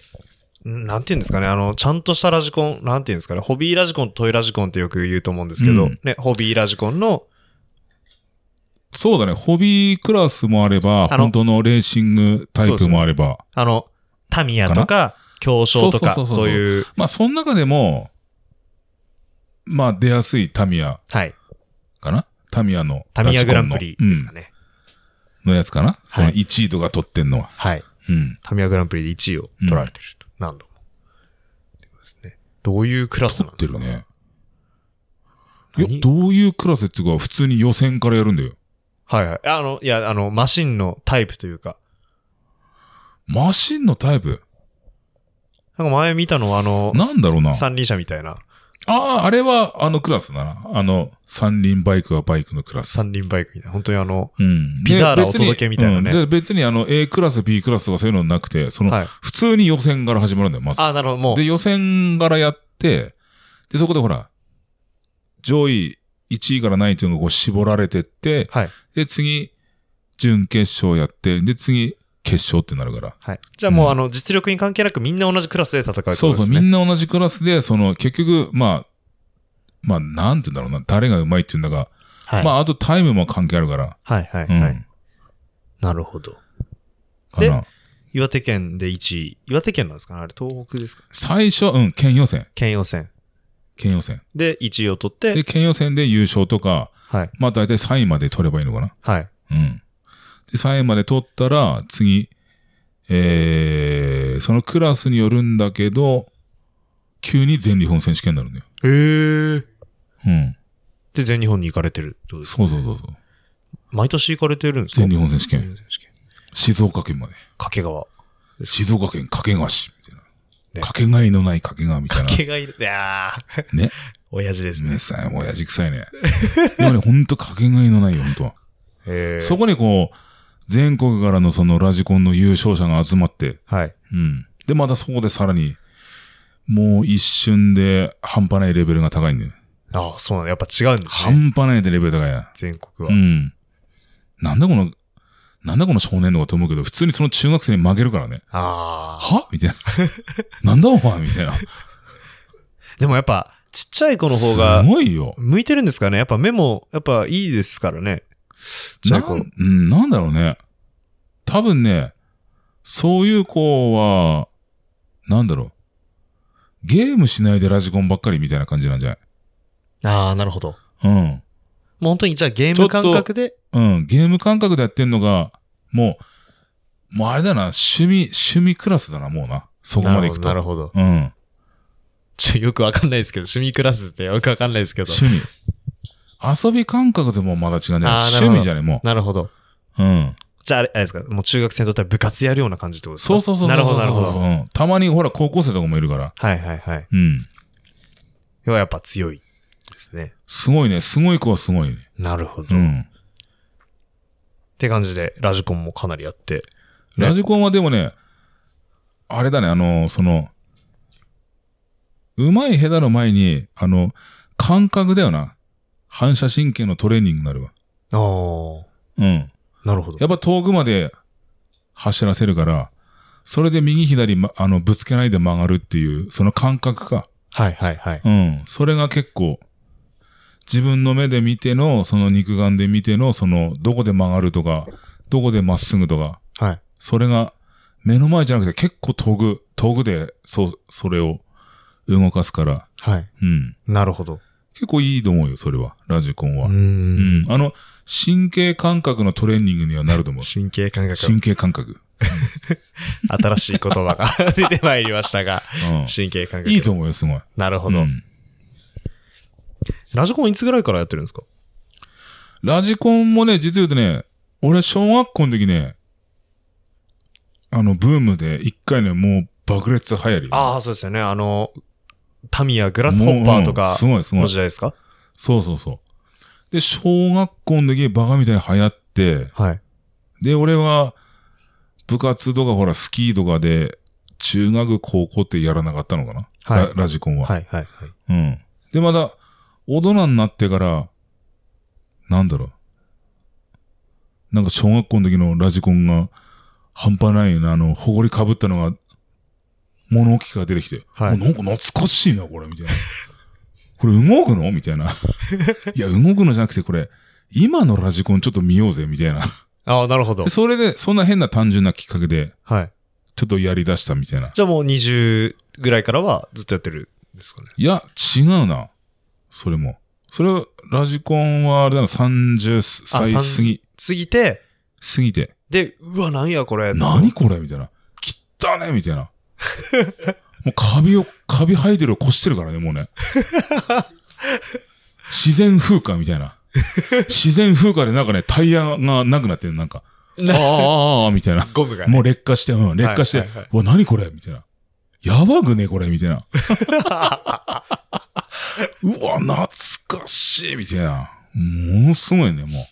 Speaker 1: んなんて言うんですかね、あの、ちゃんとしたラジコン、なんて言うんですかね、ホビーラジコンとトイラジコンってよく言うと思うんですけど、
Speaker 2: うん
Speaker 1: ね、ホビーラジコンの、
Speaker 2: そうだね、ホビークラスもあれば、
Speaker 1: あの
Speaker 2: 本当のレーシングタイプもあれば。
Speaker 1: あの、タミヤと
Speaker 2: か
Speaker 1: か、競争とか
Speaker 2: そう、そうそ
Speaker 1: そ
Speaker 2: うそう
Speaker 1: ういう、
Speaker 2: まあ、その中でも、まあ、出やすいタミヤ
Speaker 1: はい、
Speaker 2: かなタミヤの。
Speaker 1: タミヤグランプリですか
Speaker 2: ね。
Speaker 1: ね。
Speaker 2: うんのやつかなその
Speaker 1: はい
Speaker 2: 1位とか取ってんのは。
Speaker 1: はい。
Speaker 2: うん。
Speaker 1: タミヤグランプリで1位を取られてると。何度も。ってことですね。どういうクラス
Speaker 2: 取
Speaker 1: なん
Speaker 2: っ
Speaker 1: で
Speaker 2: て
Speaker 1: すか
Speaker 2: るね。い
Speaker 1: 何
Speaker 2: や、どういうクラスっていうか、普通に予選からやるんだよ。
Speaker 1: はいはい。あの、いや、あの、マシンのタイプというか、
Speaker 2: マシンのタイプ。
Speaker 1: なんか前見たのは、あの、
Speaker 2: なんだろうな
Speaker 1: 三輪車みたいな、
Speaker 2: ああ、あれはあのクラスだな。あの、三輪バイクはバイクのクラス。
Speaker 1: 三輪バイクみたいな、本当にあの、
Speaker 2: うん。
Speaker 1: ピザーラ
Speaker 2: で別に
Speaker 1: お届けみたいなね
Speaker 2: うんで別にあの A クラス、B クラスとかそういうのなくて、その、
Speaker 1: はい。
Speaker 2: 普通に予選から始まるんだよ、まず。
Speaker 1: あ、なるほど、もう
Speaker 2: で、、予選からやって、で、そこでほら、上位1位からないというのがこう絞られてって、
Speaker 1: はい。
Speaker 2: で、次、準決勝やって、で、次、決勝ってなるから。
Speaker 1: はい。じゃあもう、
Speaker 2: うん
Speaker 1: あの、実力に関係なくみんな同じクラスで戦うってことです
Speaker 2: そ
Speaker 1: ね。
Speaker 2: うそう、みんな同じクラスで、その、結局、まあ、まあ、なんて言うんだろうな、誰がうまいっていうんだか、
Speaker 1: はい。
Speaker 2: まあ、あとタイムも関係あるから、
Speaker 1: はいはい
Speaker 2: うん、
Speaker 1: はい。なるほど。
Speaker 2: かな。
Speaker 1: 岩手県で1位。岩手県なんですかねあれ、東北ですか
Speaker 2: 最初、うん、県予選、
Speaker 1: 県予選。
Speaker 2: 県予選。
Speaker 1: で、1位を取っ
Speaker 2: で、
Speaker 1: て、
Speaker 2: 県予選で優勝とか、
Speaker 1: はい。
Speaker 2: まあ、大体3位まで取ればいいのかな。
Speaker 1: はい。
Speaker 2: うん。で、3位まで取ったら、次、えー、そのクラスによるんだけど、急に全日本選手権になるんだよ。
Speaker 1: へー。
Speaker 2: うん。
Speaker 1: で、全日本に行かれてるってことですか
Speaker 2: そうそうそうそう。
Speaker 1: 毎年行かれてるんですか
Speaker 2: 全日本選手権。
Speaker 1: 全日本選手権。
Speaker 2: 静岡県まで。
Speaker 1: 掛川。
Speaker 2: 静岡県掛川市。みたいな。
Speaker 1: ね
Speaker 2: 掛けがえのない掛川みたいな。
Speaker 1: がいる。いやー
Speaker 2: ね。
Speaker 1: 親父ですね
Speaker 2: ね。さ親父臭いね。でもね、ほんと掛けがえのないよ、ほんとは。
Speaker 1: へー
Speaker 2: そこにこう、全国からのそのラジコンの優勝者が集まって、
Speaker 1: はい。
Speaker 2: うん。で、またそこでさらに、もう一瞬で半端ないレベルが高いんだよ。
Speaker 1: ああ、そうなんだ。やっぱ違うんですね。
Speaker 2: 半端ないでレベル高いや。
Speaker 1: 全国は。
Speaker 2: うん。なんだこの、なんだこの少年のかと思うけど、普通にその中学生に負けるからね。
Speaker 1: ああ。
Speaker 2: はみたいな。なんだお前みたいな。
Speaker 1: でもやっぱ、ちっちゃい子の方
Speaker 2: す
Speaker 1: が、
Speaker 2: ごいよ。
Speaker 1: 向いてるんですかねやっぱ目も、やっぱいいですからね。ちっちゃ
Speaker 2: ない
Speaker 1: 子。
Speaker 2: ん、うん、なんだろうね。多分ね、そういう子は、なんだろう。ゲームしないでラジコンばっかりみたいな感じなんじゃない
Speaker 1: ああ、なるほど。も
Speaker 2: うん。
Speaker 1: う本当にじゃあゲーム感覚で、
Speaker 2: うん、ゲーム感覚でやってんのが、もう、もうあれだな、趣味、趣味クラスだな、もうな。そこまでいくと。
Speaker 1: なるほど。なるほど
Speaker 2: うん。
Speaker 1: ちょ、よくわかんないですけど、趣味クラスってよくわかんないですけど。
Speaker 2: 趣味。遊び感覚でもまだ違うね。
Speaker 1: あーなるほど
Speaker 2: 趣味じゃねも
Speaker 1: なるほど。
Speaker 2: う。うん。
Speaker 1: じゃあ、あれあれですかもう中学生にとったら部活やるような感じってことですか
Speaker 2: そうそうそうそうそう。
Speaker 1: なるほど、なるほ
Speaker 2: う
Speaker 1: ど。
Speaker 2: ん。たまにほら、高校生とかもいるから。
Speaker 1: はいはいはい。
Speaker 2: うん。
Speaker 1: はやっぱ強いですね。
Speaker 2: すごいね。すごい子はすごいね。
Speaker 1: なるほど。
Speaker 2: う
Speaker 1: っ
Speaker 2: ん。
Speaker 1: て感じで、ラジコンもかなりやって。
Speaker 2: ラジコンはでもね、あれだね、あの、その、うまい下手の前に、あの、感覚だよな。反射神経のトレーニングになるわ。
Speaker 1: ああ、
Speaker 2: うん。
Speaker 1: なるほど。
Speaker 2: やっぱ遠くまで走らせるから、それで右左、ま、あの、ぶつけないで曲がるっていう、その感覚か。
Speaker 1: はいはいはい。
Speaker 2: うん。それが結構、自分の目で見ての、その肉眼で見ての、その、どこで曲がるとか、どこでまっすぐとか、
Speaker 1: はい。
Speaker 2: それが、目の前じゃなくて結構遠く、遠くで、そう、それを動かすから、
Speaker 1: はい。
Speaker 2: うん。
Speaker 1: なるほど。
Speaker 2: 結構いいと思うよ、それは。ラジコンは。うん。
Speaker 1: ん。
Speaker 2: あの、神経感覚のトレーニングにはなると思う。
Speaker 1: 神経感覚。
Speaker 2: 神経感覚。
Speaker 1: 新しい言葉 が出てまいりましたが、
Speaker 2: う
Speaker 1: 神経感
Speaker 2: ん。
Speaker 1: 覚。
Speaker 2: いいと思うよ、すごい。
Speaker 1: なるほど、
Speaker 2: うん
Speaker 1: ラジコンいつぐらいからやってるんですか
Speaker 2: ラジコンもね、実言うとね、俺小学校の時ね、あの、ブームで一回ね、もう爆裂流行り。
Speaker 1: ああ、そうですよね。あの、タミヤ、グ
Speaker 2: も
Speaker 1: ラ
Speaker 2: う、
Speaker 1: スホッパーと
Speaker 2: うん
Speaker 1: か
Speaker 2: すごい、すご
Speaker 1: の
Speaker 2: い。
Speaker 1: 時代ですか
Speaker 2: そうそうそう。で、小学校の時バカみたいに流行って、
Speaker 1: はい。
Speaker 2: で、俺は、部活とかほら、スキーとかで、中学、高校ってやらなかったのかな、
Speaker 1: はい
Speaker 2: ララジコンは。
Speaker 1: はい、はい、はい。
Speaker 2: うん。で、まだ、大人になってから、なんだろう。なんか小学校の時のラジコンが、半端ないよな、あの、ほこりかぶったのが、物置から出てきて、
Speaker 1: はい
Speaker 2: おなんか懐かしいな、これ、みたいな。 これ動くのみたいな。 いや、動くのじゃなくて、これ、今のラジコンちょっと見ようぜ、みたいな。
Speaker 1: ああ、なるほど
Speaker 2: で。それで、そんな変な単純なきっかけで、
Speaker 1: はい。
Speaker 2: ちょっとやり出したみたいな。
Speaker 1: じゃあもう20ぐらいからはずっとやってるんですかね。
Speaker 2: いや、違うな。それも。それは、ラジコンはあれだな、30歳
Speaker 1: あ
Speaker 2: 過ぎ、
Speaker 1: 過ぎて、
Speaker 2: 過ぎて。
Speaker 1: で、うわ、なんやこれ。
Speaker 2: 何これみたいな。切ったねみたいな。もうカビを、カビ生えてるを越してるからね、もうね。自然風化みたいな。自然風化でなんかね、タイヤがなくなってる、なんか。あーあーあーみたいな。
Speaker 1: ゴムが、
Speaker 2: もう劣化して、うん、劣化して、
Speaker 1: はいはいはいう
Speaker 2: わ、何これみたいな。やばくねこれみた いな。うわ、懐かしいみたいな。ものすごいね、も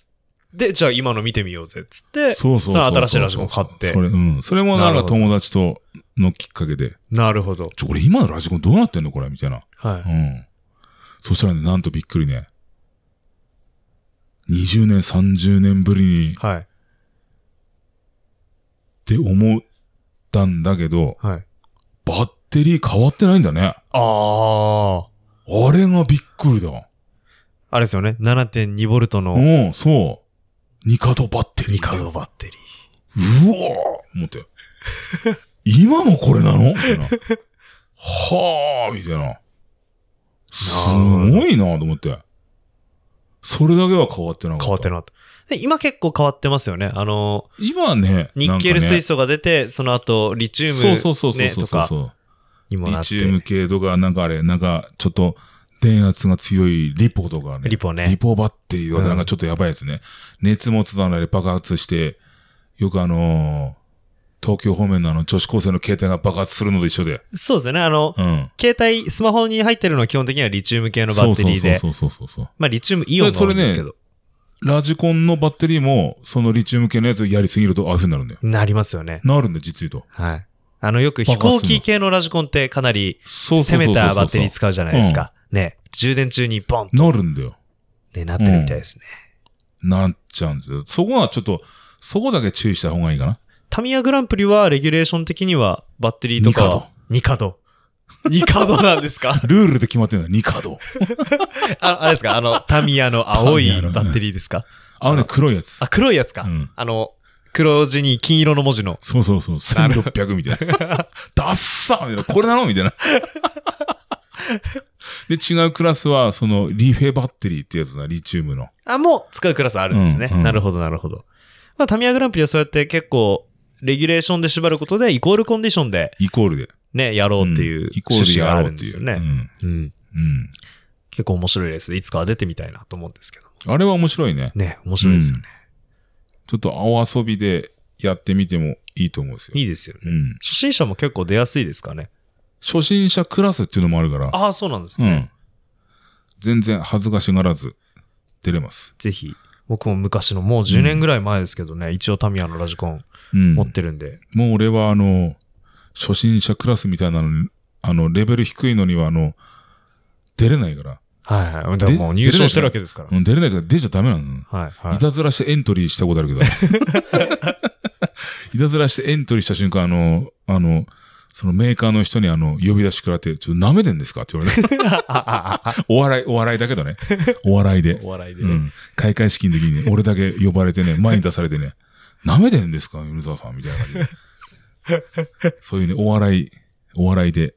Speaker 1: で、じゃあ今の見てみようぜ、つっ
Speaker 2: う。
Speaker 1: て、
Speaker 2: そうそうそうそう。
Speaker 1: さあ新しいラジコン買って
Speaker 2: それ、うん。それもなん
Speaker 1: なる
Speaker 2: か
Speaker 1: ほど
Speaker 2: 友達とのきっかけで、
Speaker 1: なるほど。
Speaker 2: ちょ、これ今のラジコンどうなってんのこれみたいな。
Speaker 1: は
Speaker 2: う
Speaker 1: い。
Speaker 2: ん。そしたらね、なんとびっくりね。20年、30年ぶりにっ
Speaker 1: はい。
Speaker 2: て思ったんだけど、
Speaker 1: はい。
Speaker 2: バッテリー変わってないんだね。
Speaker 1: ああ。
Speaker 2: あれがびっくりだ。
Speaker 1: あれですよね。7.2ボルトの
Speaker 2: うん、そう。ニカドバッテリー。
Speaker 1: ニカドバッテリー。
Speaker 2: うわー思って。今もこれなのみたいな。はあみたいな。すごいなと思って。それだけは変わってなかった。
Speaker 1: 変わってなかった。で今結構変わってますよね。あの、
Speaker 2: 今はね、
Speaker 1: ニッケル水
Speaker 2: 素
Speaker 1: 素が出て、その後、リチウム、
Speaker 2: そう
Speaker 1: ね、
Speaker 2: そうそうそうそう
Speaker 1: と
Speaker 2: そう
Speaker 1: か
Speaker 2: そう。
Speaker 1: にもな
Speaker 2: リ
Speaker 1: って。
Speaker 2: チウム系とか、なんかあれ、なんかちょっと電圧が強いリポとかね。
Speaker 1: リポね
Speaker 2: リポバッテリーは
Speaker 1: うん
Speaker 2: なんかちょっとやばいやつね。熱持つだなで爆発して、よくあのー東京方面のあの女子高生の携帯が爆発するのと一緒で。
Speaker 1: そうですよね。あの、
Speaker 2: うん。
Speaker 1: 携帯、スマホに入ってるのは基本的にはリチウム系のバッテリーで。
Speaker 2: そうそうそうそうそう
Speaker 1: まあ、リチウムイオン
Speaker 2: で
Speaker 1: な
Speaker 2: そ
Speaker 1: ん
Speaker 2: れね
Speaker 1: ですけど。
Speaker 2: そう。ラジコンのバッテリーも、そのリチウム系のやつやりすぎるとああいう風になるんだよ。
Speaker 1: なりますよね。
Speaker 2: なるんだよ、実言うと。
Speaker 1: はい。あの、よく飛
Speaker 2: 爆
Speaker 1: 行
Speaker 2: 発する
Speaker 1: 機系のラジコンってかなり
Speaker 2: そうそうそうそう
Speaker 1: 攻
Speaker 2: そう。
Speaker 1: めたバッテリー使うじゃないですか。ね。充電中にボン
Speaker 2: なるんだよ。
Speaker 1: ね、なってるみたいですね。
Speaker 2: なっちゃうんですよ。そこはちょっと、そこだけ注意した方がいいかな。
Speaker 1: タミヤグランプリはレギュレーション的にはバッテリーとかは。ニカド。ニ カドなんですか
Speaker 2: ルールで決まってるんだよ、ニカド。
Speaker 1: ああれですかあの、タミヤの青い
Speaker 2: タミヤの
Speaker 1: バッテリーですか
Speaker 2: あのね、黒いやつ。
Speaker 1: あ、黒いやつか。
Speaker 2: うん
Speaker 1: あの、黒地に金色の文字の。
Speaker 2: そうそうそう、
Speaker 1: なる
Speaker 2: 1600みたいな。 ダッサーみたいな。これなのみたいな。で、違うクラスは、その、リフェバッテリーってやつだ、リチウムの。
Speaker 1: あ、もう使うクラスあるんですね。
Speaker 2: うんうん
Speaker 1: なるほど、なるほど。まあ、タミヤグランプリはそうやって結構、レギュレーションで縛ることで、イコールコンディションで
Speaker 2: イコールで。
Speaker 1: ね、やろうっていうん
Speaker 2: イコール
Speaker 1: 趣旨
Speaker 2: でや
Speaker 1: があ
Speaker 2: ろう
Speaker 1: る
Speaker 2: っ
Speaker 1: ん
Speaker 2: て
Speaker 1: で
Speaker 2: い
Speaker 1: す
Speaker 2: う。
Speaker 1: よね。
Speaker 2: うん。
Speaker 1: うん。
Speaker 2: うん。
Speaker 1: 結構面白いレースで、いつかは出てみたいなと思うんですけど。
Speaker 2: あれは面白いね。
Speaker 1: ね、面白いですよね。
Speaker 2: ちょっと青遊びでやってみてもいいと思うんですよ。
Speaker 1: いいですよね。
Speaker 2: うん。
Speaker 1: 初心者も結構出やすいですかね。
Speaker 2: 初心者クラスっていうのもあるから。
Speaker 1: ああ、そうなんです
Speaker 2: う
Speaker 1: ね。
Speaker 2: ん。全然恥ずかしがらず出れます。
Speaker 1: ぜひ、僕も昔のもう10年ぐらい前ですけどね、一応タミヤのラジコン
Speaker 2: うん。
Speaker 1: 持ってるんで、
Speaker 2: もう俺はあの、初心者クラスみたいなのに、あの、レベル低いのにはあの、出れないから。
Speaker 1: はいはい。でももう入賞してるわけですから。
Speaker 2: うん、出れないから出ちゃダメなの。
Speaker 1: はいはい
Speaker 2: い、たずらしてエントリーしたことあるけど。いたずらしてエントリーした瞬間、あの、あの、そのメーカーの人にあの、呼び出し食らって、ちょっと舐めてんですかって言われて。お笑い、お笑いだけどね。 お笑いで。
Speaker 1: お笑いで
Speaker 2: う
Speaker 1: ね。
Speaker 2: ん。開会式の時 にね、俺だけ呼ばれてね、前に出されてね、舐めてんですか米沢さんみたいな感じで。そういうね、お笑い、お笑いで、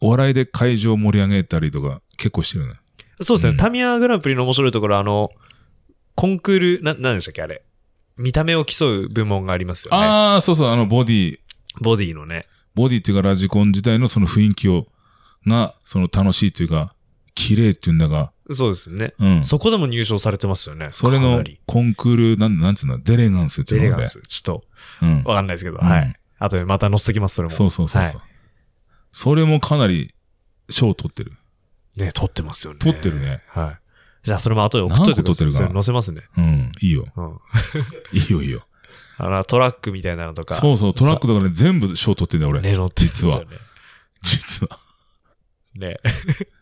Speaker 2: お笑いで会場を盛り上げたりとか結構してるね。
Speaker 1: そうですね、
Speaker 2: うん
Speaker 1: タミヤグランプリの面白いところ、あの、コンクール、な、なんでしたっけ、あれ。見た目を競う部門がありますよね。
Speaker 2: ああ、そうそう、あの、ボディ、
Speaker 1: ボディのね。
Speaker 2: ボディっていうかラジコン自体のその雰囲気を、が、その楽しいというか、綺麗っていうんだが、
Speaker 1: そうですね。
Speaker 2: うん。
Speaker 1: そこでも入賞されてますよね。
Speaker 2: それ
Speaker 1: か
Speaker 2: の
Speaker 1: なり
Speaker 2: コンクール、なん、なんつうの、デレガンスって
Speaker 1: デ
Speaker 2: い
Speaker 1: レ
Speaker 2: うの
Speaker 1: ガン
Speaker 2: がね
Speaker 1: ス。ちょっ
Speaker 2: うん
Speaker 1: と、。わかんないですけど、
Speaker 2: うん
Speaker 1: はい。あとでまた載せときます、それも。
Speaker 2: そうそうそうそう、
Speaker 1: はい
Speaker 2: それもかなり賞を取ってる。
Speaker 1: ね、撮ってますよね。
Speaker 2: 撮ってるね。
Speaker 1: はい。じゃあ、それも後で送っといてください。
Speaker 2: 何個撮ってるかな
Speaker 1: それ載せますね。
Speaker 2: うん。いいよ。
Speaker 1: うん。
Speaker 2: いいよ、いいよ。
Speaker 1: あの、トラックみたいなのとか。
Speaker 2: そうそう、トラックだからね、全部賞取ってんだよ、俺。
Speaker 1: ね、乗ってるんですよね。
Speaker 2: 実は。
Speaker 1: ね。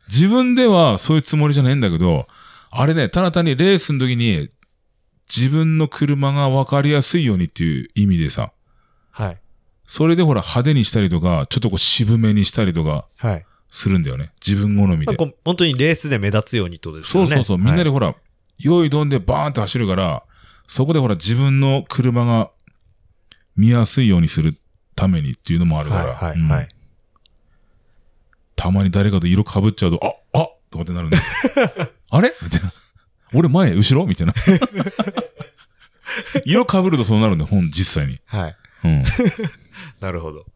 Speaker 2: 自分ではそういうつもりじゃないんだけど、あれね、ただ単にレースの時に、自分の車が分かりやすいようにっていう意味でさ、
Speaker 1: はい。
Speaker 2: それでほら派手にしたりとか、ちょっとこう渋めにしたりとか
Speaker 1: はい。
Speaker 2: するんだよね。自分好み
Speaker 1: まあ
Speaker 2: で。
Speaker 1: こう本当にレースで目立つようにってことですよ
Speaker 2: そ
Speaker 1: ね。
Speaker 2: うそうそう。みんなで
Speaker 1: はい
Speaker 2: ほら、用意どんでバーンって走るから、そこでほら自分の車が見やすいようにするためにっていうのもあるから。
Speaker 1: はいはい
Speaker 2: うん
Speaker 1: はい
Speaker 2: たまに誰かと色被っちゃうと、ああとかってなるんだよ あれみたいな。俺前後ろ みたいな。色被るとそうなるんだよ、ほん、実際に。
Speaker 1: はい。
Speaker 2: うん。
Speaker 1: なるほど。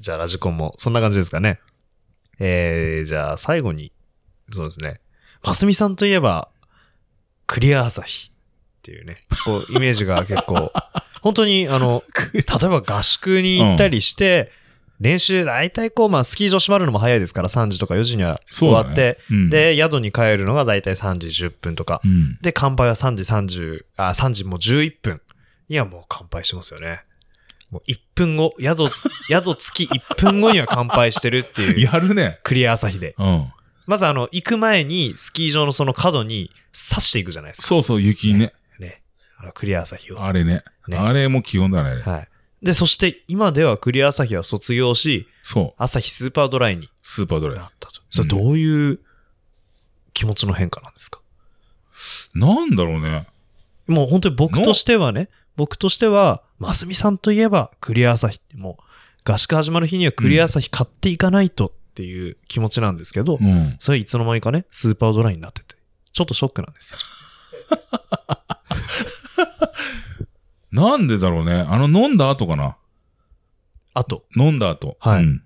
Speaker 1: じゃあ、ラジコンも、そんな感じですかね。えー、じゃあ、最後に、そうですね。ますみさんといえば、クリア朝日っていうね、こう、イメージが結構、 本当に、あの、例えば合宿に行ったりして、練習、大体こう、まあ、スキー場閉まるのも早いですから、3時とか4時には終
Speaker 2: そう
Speaker 1: わ
Speaker 2: だね
Speaker 1: って、
Speaker 2: うん、
Speaker 1: で、宿に帰るのが大体3時10分とか、
Speaker 2: うん。
Speaker 1: で、乾杯は3時30、あ、3時もう11分にはもう乾杯してますよね。もう1分後、宿、 宿付き1分後には乾杯してるっていう、
Speaker 2: やるね。
Speaker 1: クリア朝日で。
Speaker 2: うん。
Speaker 1: まずあの、行く前に、スキー場のその角に刺していくじゃないですか。
Speaker 2: そうそう、雪ね。
Speaker 1: ね。あの、クリア朝日を。は
Speaker 2: あれね。
Speaker 1: ね
Speaker 2: あれも基本だね。
Speaker 1: い。で、そして今ではクリア朝日は卒業し、
Speaker 2: そう。
Speaker 1: 朝日スーパードライに
Speaker 2: スーパードライ
Speaker 1: な。ったと。それどういう気持ちの変化なんですか
Speaker 2: なんだろうね。
Speaker 1: もう本当に僕としてはね、僕としては、ますみさんといえばクリア朝日ってもう合宿始まる日にはクリア朝日買っていかないとっていう気持ちなんですけど、
Speaker 2: うん。
Speaker 1: それいつの間にかね、スーパードライになってて、ちょっとショックなんですよ。
Speaker 2: なんでだろうね。あの、飲んだ後かな。
Speaker 1: あと、
Speaker 2: 飲んだ後。
Speaker 1: はい
Speaker 2: うん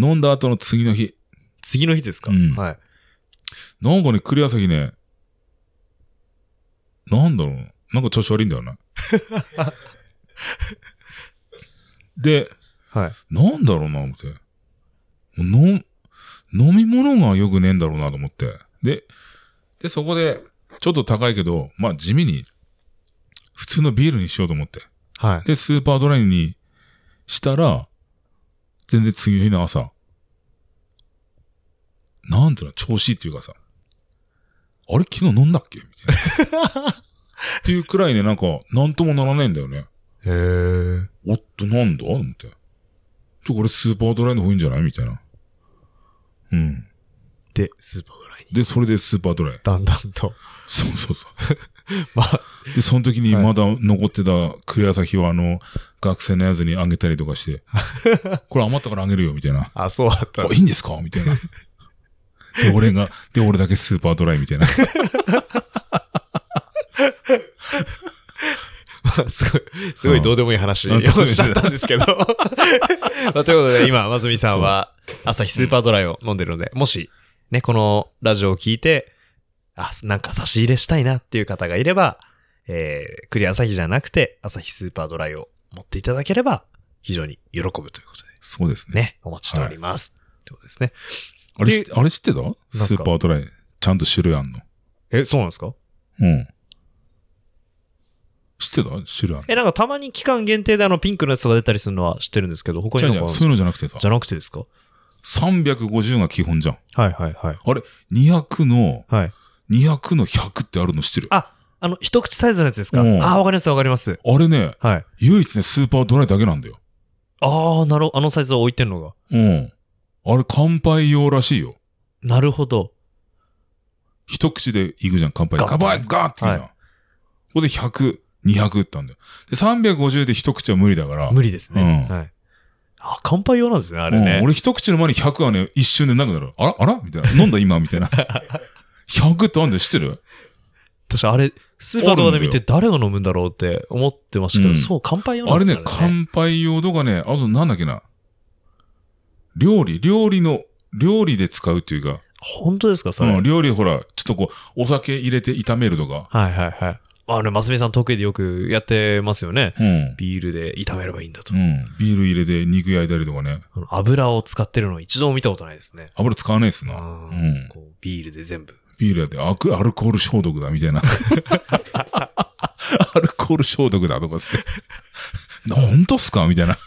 Speaker 2: 飲んだ後の次の日。
Speaker 1: 次の日ですか、
Speaker 2: うん
Speaker 1: はい。
Speaker 2: なんかね、クリア先ね、なんだろうな。なんか調子悪いんだ よね。で、
Speaker 1: はい。
Speaker 2: なんだろうな、思って。飲、飲み物が良くねえんだろうなと思って。で、で、そこで、ちょっと高いけど、まあ地味に、普通のビールにしようと思って。
Speaker 1: はい。
Speaker 2: で、スーパードライにしたら、全然次の日の朝、なんていうの、調子いいっていうかさ、あれ昨日飲んだっけみたいな。 っていうくらいね、なんか、なんともならないんだよね。
Speaker 1: へー。
Speaker 2: おっと、なんだと思って。ちょ、これスーパードライの方がいいんじゃないみたいな。うん。
Speaker 1: で、スーパードライに。
Speaker 2: で、それでスーパードライ。
Speaker 1: だんだんと。
Speaker 2: そうそうそう。
Speaker 1: まあ、
Speaker 2: で、その時にまだ残ってたクリア先は、あの、学生のやつにあげたりとか して、これ余ったからあげるよ、みたいな。
Speaker 1: あ、そうだった
Speaker 2: あいいんですかみたいな。で、俺が、で、俺だけスーパードライみたいな。
Speaker 1: まあ すごい、すごいどうでもいい話
Speaker 2: うん
Speaker 1: をしちゃったんですけど。まあということで、今、まずみさんは、朝日スーパードライを飲んでるので、もし、ね、このラジオを聞いて、あ、なんか差し入れしたいなっていう方がいれば、えー、クリア朝日じゃなくて、朝日スーパードライを持っていただければ、非常に喜ぶということ
Speaker 2: そうです
Speaker 1: で
Speaker 2: ね。
Speaker 1: ね、お待ちしております。ってことですね。
Speaker 2: あれし、あれ知ってた
Speaker 1: すか
Speaker 2: スーパードライ。ちゃんと種類あんの。
Speaker 1: え、そうなんですか
Speaker 2: うん。知ってた種類あんの。
Speaker 1: え、なんかたまに期間限定であのピンクのやつが出たりするのは知ってるんですけど、他
Speaker 2: じゃ
Speaker 1: に
Speaker 2: あ
Speaker 1: なん
Speaker 2: じゃ
Speaker 1: か
Speaker 2: あそういうのじゃなくてさ
Speaker 1: じ、ゃなくてですか
Speaker 2: 350が基本じゃん。
Speaker 1: はいはいはい。
Speaker 2: 200の、
Speaker 1: はい。
Speaker 2: 200の100ってあるの知ってる。
Speaker 1: ああの、一口サイズのやつですか、
Speaker 2: うん
Speaker 1: ああ、わかりますわかります。
Speaker 2: あれね、
Speaker 1: はい。
Speaker 2: 唯一ね、スーパードライだけなんだよ。
Speaker 1: ああ、なるほど。あのサイズを置いてんのが。
Speaker 2: うん。あれ、乾杯用らしいよ。
Speaker 1: なるほど。
Speaker 2: 一口でいくじゃん、乾杯。
Speaker 1: ガッ
Speaker 2: 乾杯ガーっていくじゃん。ここで100、200ってあるんだよ。で、350で一口は無理だから。
Speaker 1: 無理ですね。
Speaker 2: うん
Speaker 1: はい。あ、乾杯用なんですね、あれね。
Speaker 2: うん俺一口の前に100はね、一瞬でなくなる。あらあらみたいな。飲んだ今みたいな。 100ってあるんだよ、知ってる
Speaker 1: 私、あれ、スーパーとかで見て誰が飲むんだろうって思ってましたけど、
Speaker 2: うん
Speaker 1: そう、乾杯用なん
Speaker 2: あ
Speaker 1: で
Speaker 2: れ
Speaker 1: すね。、
Speaker 2: ね乾杯用とかね、あとなんだっけな。料理、料理の、料理で使うっていうか、
Speaker 1: 本当ですか、それ。
Speaker 2: うん、料理ほら、ちょっとこう、お酒入れて炒めるとか。
Speaker 1: はいはいはい。あれ、ますみさん得意でよくやってますよね。
Speaker 2: うん。
Speaker 1: ビールで炒めればいいんだと
Speaker 2: う。ん。ビール入れて肉焼いたりとかね。
Speaker 1: あの油を使ってるの一度も見たことないですね。
Speaker 2: 油使わないっす
Speaker 1: う
Speaker 2: な。
Speaker 1: ん
Speaker 2: うん
Speaker 1: こうビールで全部。
Speaker 2: ビールやってアク、アルコール消毒だ、みたいな。 アルコール消毒だとかっつって。本当っすかみたいな。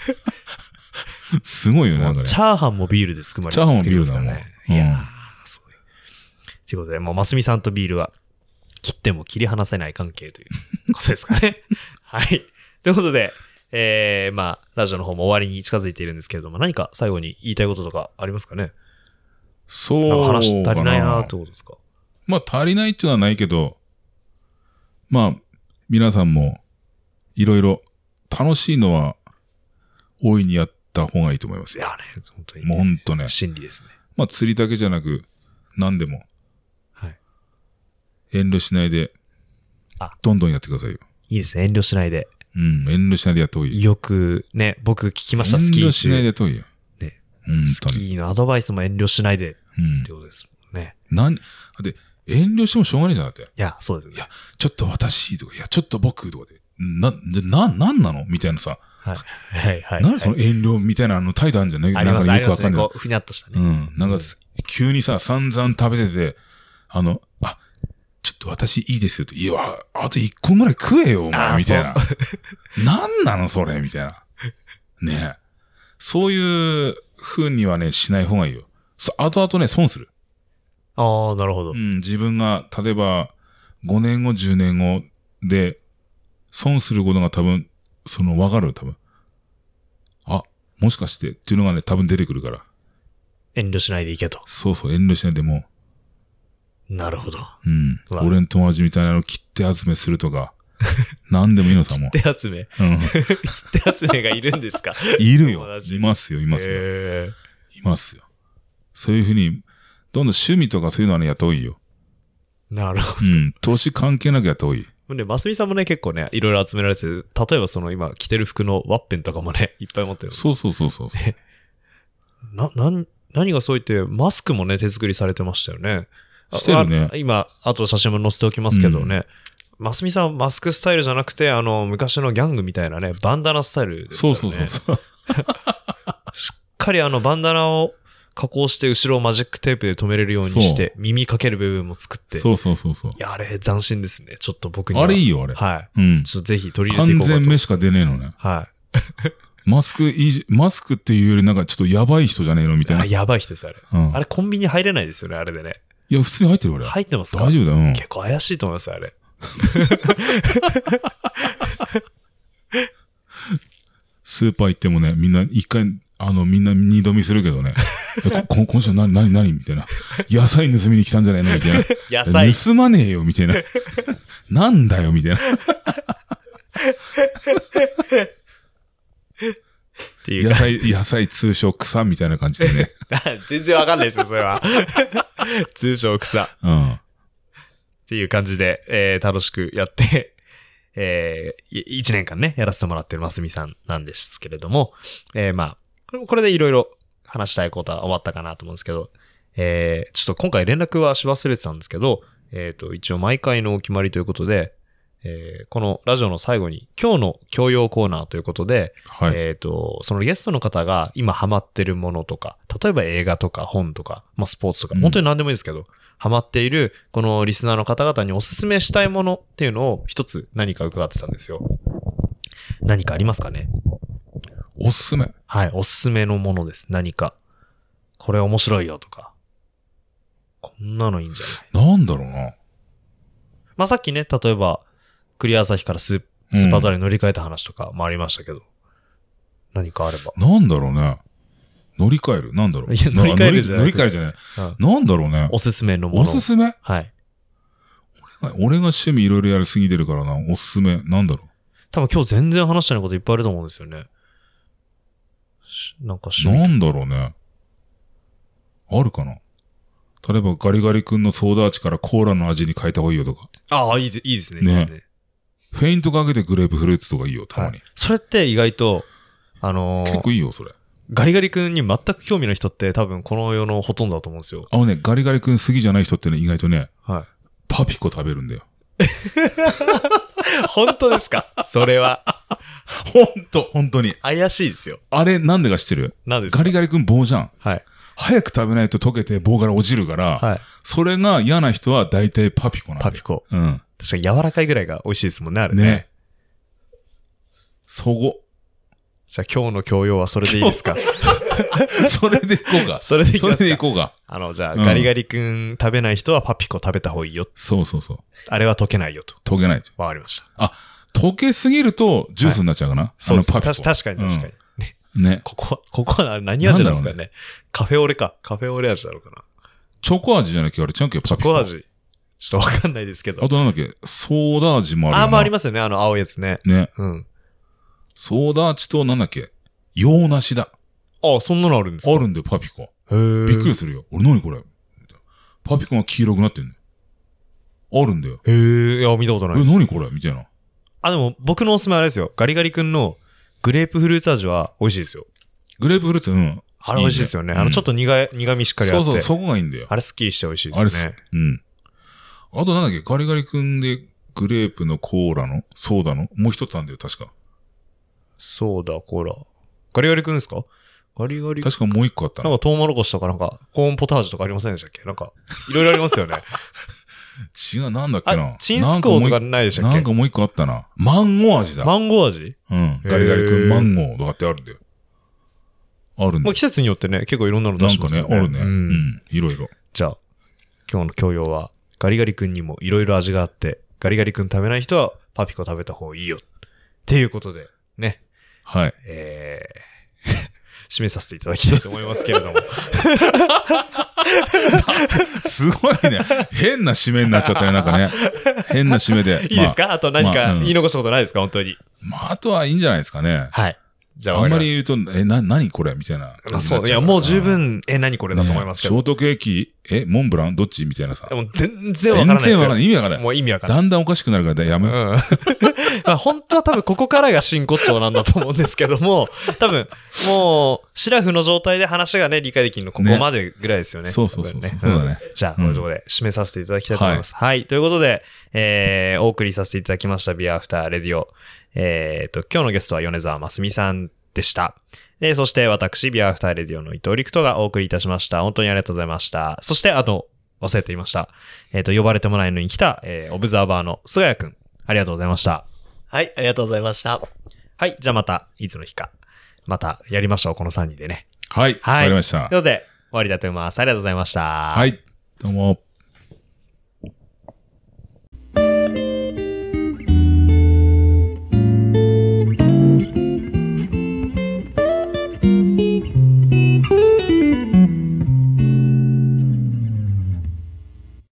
Speaker 2: すごいよね、なんかね。
Speaker 1: チャーハンもビールで作まれ
Speaker 2: チャーハンもビールだもん
Speaker 1: 作りますから
Speaker 2: うん
Speaker 1: ね。いやー、すごい。ということで、もう、ますみさんとビールは、切っても切り離せない関係と いうことですかね。はい。ということで、えー、まあ、ラジオの方も終わりに近づいているんですけれども、何か最後に言いたいこととかありますかね
Speaker 2: そう
Speaker 1: なんか話
Speaker 2: か
Speaker 1: 足りないなってことですか
Speaker 2: まあ足りないっていうのはないけど、まあ皆さんもいろいろ楽しいのは大いにやった方がいいと思います
Speaker 1: い
Speaker 2: よ。
Speaker 1: やね、本当に、
Speaker 2: もうほんとね。
Speaker 1: 真理ですね。
Speaker 2: まあ釣りだけじゃなく何でも
Speaker 1: はい。
Speaker 2: 遠慮しないで
Speaker 1: あ、
Speaker 2: どんどんやってくださいよ。
Speaker 1: いいですね。遠慮しないで。
Speaker 2: うん、遠慮しないでやった方がいい。
Speaker 1: よくね、僕聞きました、
Speaker 2: 遠
Speaker 1: スキー中。
Speaker 2: 慮しないでやった方がいいよ。
Speaker 1: ね
Speaker 2: うん、
Speaker 1: スキーのアドバイスも遠慮しないでっ
Speaker 2: うん
Speaker 1: て。ことですもんね。
Speaker 2: なん、だって遠慮してもしょうがないじゃん、だって。
Speaker 1: いや、そうですね。
Speaker 2: いやちょっと私とか、いや、ちょっと僕とかで、な、でな、なんなのみたいなさ。
Speaker 1: はい。はい、はい。
Speaker 2: 何その遠慮みたいなあの態度あるんじゃない
Speaker 1: あります、
Speaker 2: な
Speaker 1: あ
Speaker 2: んか
Speaker 1: りま
Speaker 2: よくわ
Speaker 1: す
Speaker 2: か
Speaker 1: ね。
Speaker 2: んない
Speaker 1: こ。う、ふにゃっとしたね。
Speaker 2: うん。なんかす、急にさ、散々食べてて、あの、あ、ちょっと私いいですよと。いや、あと一個ぐらい食えよ、お
Speaker 1: あ
Speaker 2: 前、
Speaker 1: ー
Speaker 2: みたいな。何 なの、それ、みたいな。ねえ。そういう風にはね、しない方がいいよ。そ後々ね、損する。
Speaker 1: ああ、なるほど
Speaker 2: う。ん、自分が、例えば、5年後、10年後で、損することが多分、その、わかる多分。あ、もしかしてっていうのがね、多分出てくるから。
Speaker 1: 遠慮しないでいけと。
Speaker 2: そうそう、遠慮しないでも
Speaker 1: なるほど。
Speaker 2: う、うん。
Speaker 1: うわ
Speaker 2: 俺の友達みたいなの切って集めする とか、何でもいいのさ、もう。
Speaker 1: 手集め。
Speaker 2: うん。
Speaker 1: 手集めがいるんですか
Speaker 2: いる よ
Speaker 1: 友。達
Speaker 2: いますよ、いますよ。
Speaker 1: へー
Speaker 2: いますよ。そういうふうに、どんどん趣味とかそういうのはね、やった方が いいよ。
Speaker 1: なるほど。
Speaker 2: うん。投資関係なくやった方がいい。
Speaker 1: ほんで、ますみさんもね、結構ね、いろいろ集められてて、例えばその今着てる服のワッペンとかもね、 いっぱい持ってるんです
Speaker 2: そうそうそうそう。
Speaker 1: な、なん、何がそう言って、マスクもね、手作りされてましたよね。あ
Speaker 2: してるね
Speaker 1: あ今、あと写真も載せておきますけどね。マスミさん、マスクスタイルじゃなくて、あの、昔のギャングみたいなね、バンダナスタイルですか
Speaker 2: そ
Speaker 1: ら
Speaker 2: う
Speaker 1: ね。
Speaker 2: そうそう
Speaker 1: しっ
Speaker 2: そう。
Speaker 1: かりあの、バンダナを加工して、後ろをマジックテープで留めれるようにして、耳かける部分も作って。
Speaker 2: そうそうそうそう
Speaker 1: い。や、あれ、斬新ですね。ちょっと僕には。
Speaker 2: あれいい
Speaker 1: よ。
Speaker 2: よ、あれ。
Speaker 1: は
Speaker 2: うん
Speaker 1: い。。ちょっとぜひ取り入れてい
Speaker 2: 完
Speaker 1: こうかと。
Speaker 2: 全目しか出ねえのね。
Speaker 1: は
Speaker 2: マスク以上、マスクっていうよりなんかちょっとやばい人じゃねえのみ
Speaker 1: い。
Speaker 2: たい
Speaker 1: あ
Speaker 2: な。
Speaker 1: やばい人です、あれ。
Speaker 2: うん
Speaker 1: あれ、コンビニ入れないですよね、あれでね。
Speaker 2: いや、普通に入ってるよ、あれ。
Speaker 1: 入ってますか
Speaker 2: 大丈夫だよ。うん
Speaker 1: 結構怪しいと思いますよ、あれ。
Speaker 2: スーパー行ってもね、みんな、一回、あの、みんな二度見するけ どね。えこ、こ今週何、何、何みたいな。野菜盗みに来たんじゃないのみたいな。
Speaker 1: 野菜。
Speaker 2: 盗まねえよ、み たいな。なんだよ、みたいな。
Speaker 1: っていう
Speaker 2: 野菜、野菜通称草みたいな感じ でね。
Speaker 1: 全然わかんないですよ、それ は。通称草。っ
Speaker 2: うん。
Speaker 1: ていう感じで、えー楽しくやって、 え1年間ね、やらせてもらってるますみさんなんですけれども、えーまあ、これこれでいろいろ話したいことは終わったかなと思うんですけど、えーちょっと今回連絡はし忘れてたんですけど、えっ、と、一応毎回のお決まりということで、えーこのラジオの最後に今日の教養コーナーということで、
Speaker 2: はい。
Speaker 1: えっ、と、そのゲストの方が今ハマってるものとか、例えば映画とか本とか、まあ、スポーツとか、
Speaker 2: うん
Speaker 1: 本当に何でもいいんですけど、ハマっている、このリスナーの方々におすすめしたいものっていうのを一つ何か伺ってたんですよ。何かありますかね
Speaker 2: おすすめ。
Speaker 1: はい、おすすめのものです。何か。これ面白いよとか。こんなのいいんじゃない
Speaker 2: なんだろうな。
Speaker 1: まあ、さっきね、例えば、クリア朝日からススーパードライに乗り換えた話とかもありましたけど、何かあれば。
Speaker 2: なんだろうね。乗り換える。なんだろう。
Speaker 1: いや乗り換えるじゃな
Speaker 2: 乗
Speaker 1: い
Speaker 2: り乗り換えるじゃない。なんだろうね。
Speaker 1: おすすめのもの。
Speaker 2: おすすめ
Speaker 1: はい。
Speaker 2: はい俺が趣味いろいろやりすぎてるからな。おすすめ。なんだろ
Speaker 1: 多分今日全然話してないこといっぱいあると思うんですよね。しなんか
Speaker 2: う。
Speaker 1: 趣味
Speaker 2: なんだろうね。あるかな。例えばガリガリ君のソーダ味からコーラの味に変えた方がいいよとか、
Speaker 1: ああ、いいぜいいですね。いい
Speaker 2: ね
Speaker 1: ですね。
Speaker 2: フェイントかけてグレープフルーツとかいいよ、たまに。
Speaker 1: それって意外と、あのー
Speaker 2: 結構いいよ、それ。
Speaker 1: ガリガリ君に全く興味の人って多分この世のほとんどだと思うんですよ。
Speaker 2: あのね、ガリガリ君好きじゃない人ってね、意外とね、
Speaker 1: は
Speaker 2: パピコ食べるんだよ。
Speaker 1: い。 本当ですかそれは。
Speaker 2: ほんと、本当に。
Speaker 1: 怪しいですよ。
Speaker 2: あれ、なんでか知ってる
Speaker 1: なんですか
Speaker 2: ガリガリ君棒じゃん。
Speaker 1: はい。
Speaker 2: 早く食べないと溶けて棒から落ちるから、
Speaker 1: はい。
Speaker 2: それが嫌な人は大体パピコなんだよ。
Speaker 1: パピコ。
Speaker 2: うん。
Speaker 1: 確かに柔らかいぐらいが美味しいですもんね、あれね。
Speaker 2: ね。そこ。
Speaker 1: じゃあ今日の教養はそれでいいですか
Speaker 2: それでいこうか。
Speaker 1: それでいき
Speaker 2: そ
Speaker 1: ま
Speaker 2: れ
Speaker 1: す
Speaker 2: でい
Speaker 1: か
Speaker 2: こうか。
Speaker 1: あの、じゃあ、
Speaker 2: うん
Speaker 1: ガリガリ君食べない人はパピコ食べた方がいいよ。
Speaker 2: そうそうそう。
Speaker 1: あれは溶けないよと。
Speaker 2: 溶けないと。
Speaker 1: わかりました。
Speaker 2: 溶けすぎるとジュースになっちゃうかな。
Speaker 1: そうです。
Speaker 2: あのパ
Speaker 1: た
Speaker 2: ピ
Speaker 1: し
Speaker 2: コ。
Speaker 1: 確かに確かに。
Speaker 2: に。ね。
Speaker 1: ここは、ここは何味なんですか
Speaker 2: なんだろう
Speaker 1: ね。カフェオレか。カフェオレ味だろうかな。
Speaker 2: チョコ味じゃなきゃあれ違うっけパ
Speaker 1: チョ
Speaker 2: ピコ。
Speaker 1: コ。味。ちょっとわかんないですけど
Speaker 2: あ。となんだっけソーダ味もあるよな。
Speaker 1: あ、まあありますよね。あの青いやつね。
Speaker 2: ね。
Speaker 1: うん。
Speaker 2: ソーダ味となんだっけ洋梨だ。
Speaker 1: あ、そんなのあるんです
Speaker 2: あ
Speaker 1: か
Speaker 2: るんだよ、パピコ。
Speaker 1: へー
Speaker 2: びっくりするよ。俺何これパピコが黄色くなってんの。あるんだよ。
Speaker 1: へーいや、見たこと
Speaker 2: え、
Speaker 1: ないです。
Speaker 2: 何これみたいな。
Speaker 1: あ、でも僕のおすすめはあれですよ。ガリガリ君のグレープフルーツ味は美味しいですよ。
Speaker 2: グレープフルーツ、うん。
Speaker 1: あれ美味しいですよね。
Speaker 2: いいね
Speaker 1: あ
Speaker 2: う
Speaker 1: の、
Speaker 2: ん
Speaker 1: ちょっと苦い、苦味しっかりあっ
Speaker 2: そう
Speaker 1: て。
Speaker 2: そう、そこがいいんだよ。
Speaker 1: あれスッキリして美味しいで
Speaker 2: あれっ
Speaker 1: す
Speaker 2: す
Speaker 1: ね。。
Speaker 2: うん。あとなんだっけガリガリ君でグレープのコーラのソーダのもう一つあんだよ、確か。
Speaker 1: そうだ、コーラ。ガリガリ君ですかガリガリ君。
Speaker 2: 確かもう一個あったな
Speaker 1: なんかトウモロコシとかなんか、コーンポタージュとかありませんでしたっけなんか、いろいろあります よね。
Speaker 2: 違う、なんだっけな
Speaker 1: あ。、チンスコーとか
Speaker 2: なんかもう
Speaker 1: ないでし
Speaker 2: 一
Speaker 1: た
Speaker 2: な
Speaker 1: っ
Speaker 2: ん
Speaker 1: け
Speaker 2: かもう一個あったな。マンゴー味だ。
Speaker 1: マンゴー味
Speaker 2: うん。ガリガリ
Speaker 1: へー
Speaker 2: 君マンゴーとかってあるんだよ。あるんだ
Speaker 1: まあ
Speaker 2: よ
Speaker 1: 季。節によってね、結構いろんなの出
Speaker 2: なん
Speaker 1: して
Speaker 2: か
Speaker 1: ます
Speaker 2: ね
Speaker 1: よ、ね。
Speaker 2: あるね。う
Speaker 1: うん。
Speaker 2: ん。いろいろ。
Speaker 1: じゃあ、今日の教養は、ガリガリ君にもいろいろ味があって、ガリガリ君食べない人はパピコ食べた方がいいよ。っていうことで、ね、
Speaker 2: はい。
Speaker 1: えー、 締めさせていただきた いと思いますけれども。
Speaker 2: すごいね。変な締めになっちゃったね、なんかね。変な締めで。
Speaker 1: いいですか、あ、と何
Speaker 2: まあ
Speaker 1: か
Speaker 2: うん
Speaker 1: 言い残したことないですか本当に。
Speaker 2: まあまあ、あとはいいんじゃないですかね。
Speaker 1: はい。じゃあ、
Speaker 2: あんまり言うと、え、な、何これみたいな。
Speaker 1: あ。そう、いや、もう十
Speaker 2: ね
Speaker 1: 分、え、何これだと思いますけど。
Speaker 2: ショートケーキ、え、モンブランどっちみたいなさ。
Speaker 1: でも全然わからないです
Speaker 2: 全
Speaker 1: よ。
Speaker 2: 然わかんない。意味わかんない。
Speaker 1: もう意味わかんない。
Speaker 2: だんだんおかしくなるからやめよう。
Speaker 1: うん まあ本当は多分ここからが真骨頂なんだと思うんですけども、多分もう、シラフの状態で話がね、理解できるのここまでぐらいですよね。
Speaker 2: そうそうそうそう。
Speaker 1: 多分
Speaker 2: そうだ
Speaker 1: ん
Speaker 2: ね。
Speaker 1: じゃあ、こ
Speaker 2: うん
Speaker 1: ういうところで締めさせていただきたいと思います。はい。ということで、えー、お送りさせていただきました、ビアフターレディオ。えーと、今日のゲストは米沢真美さんでした。で、そして私、ビアフターレディオの伊藤陸人がお送りいたしました。本当にありがとうございました。そして、あと、忘れていました。えっ、と、呼ばれてもないのに来た、えー、オブザーバーの菅谷くん。ありがとうございました。
Speaker 3: はい、ありがとうございました。
Speaker 1: はい。じゃあまた、いつの日か。また、やりましょう、この3人でね。
Speaker 2: はい。
Speaker 1: はい
Speaker 2: わかりました
Speaker 1: という。ことで、終わりだと思います。ありがとうございました。
Speaker 2: はい。どうも。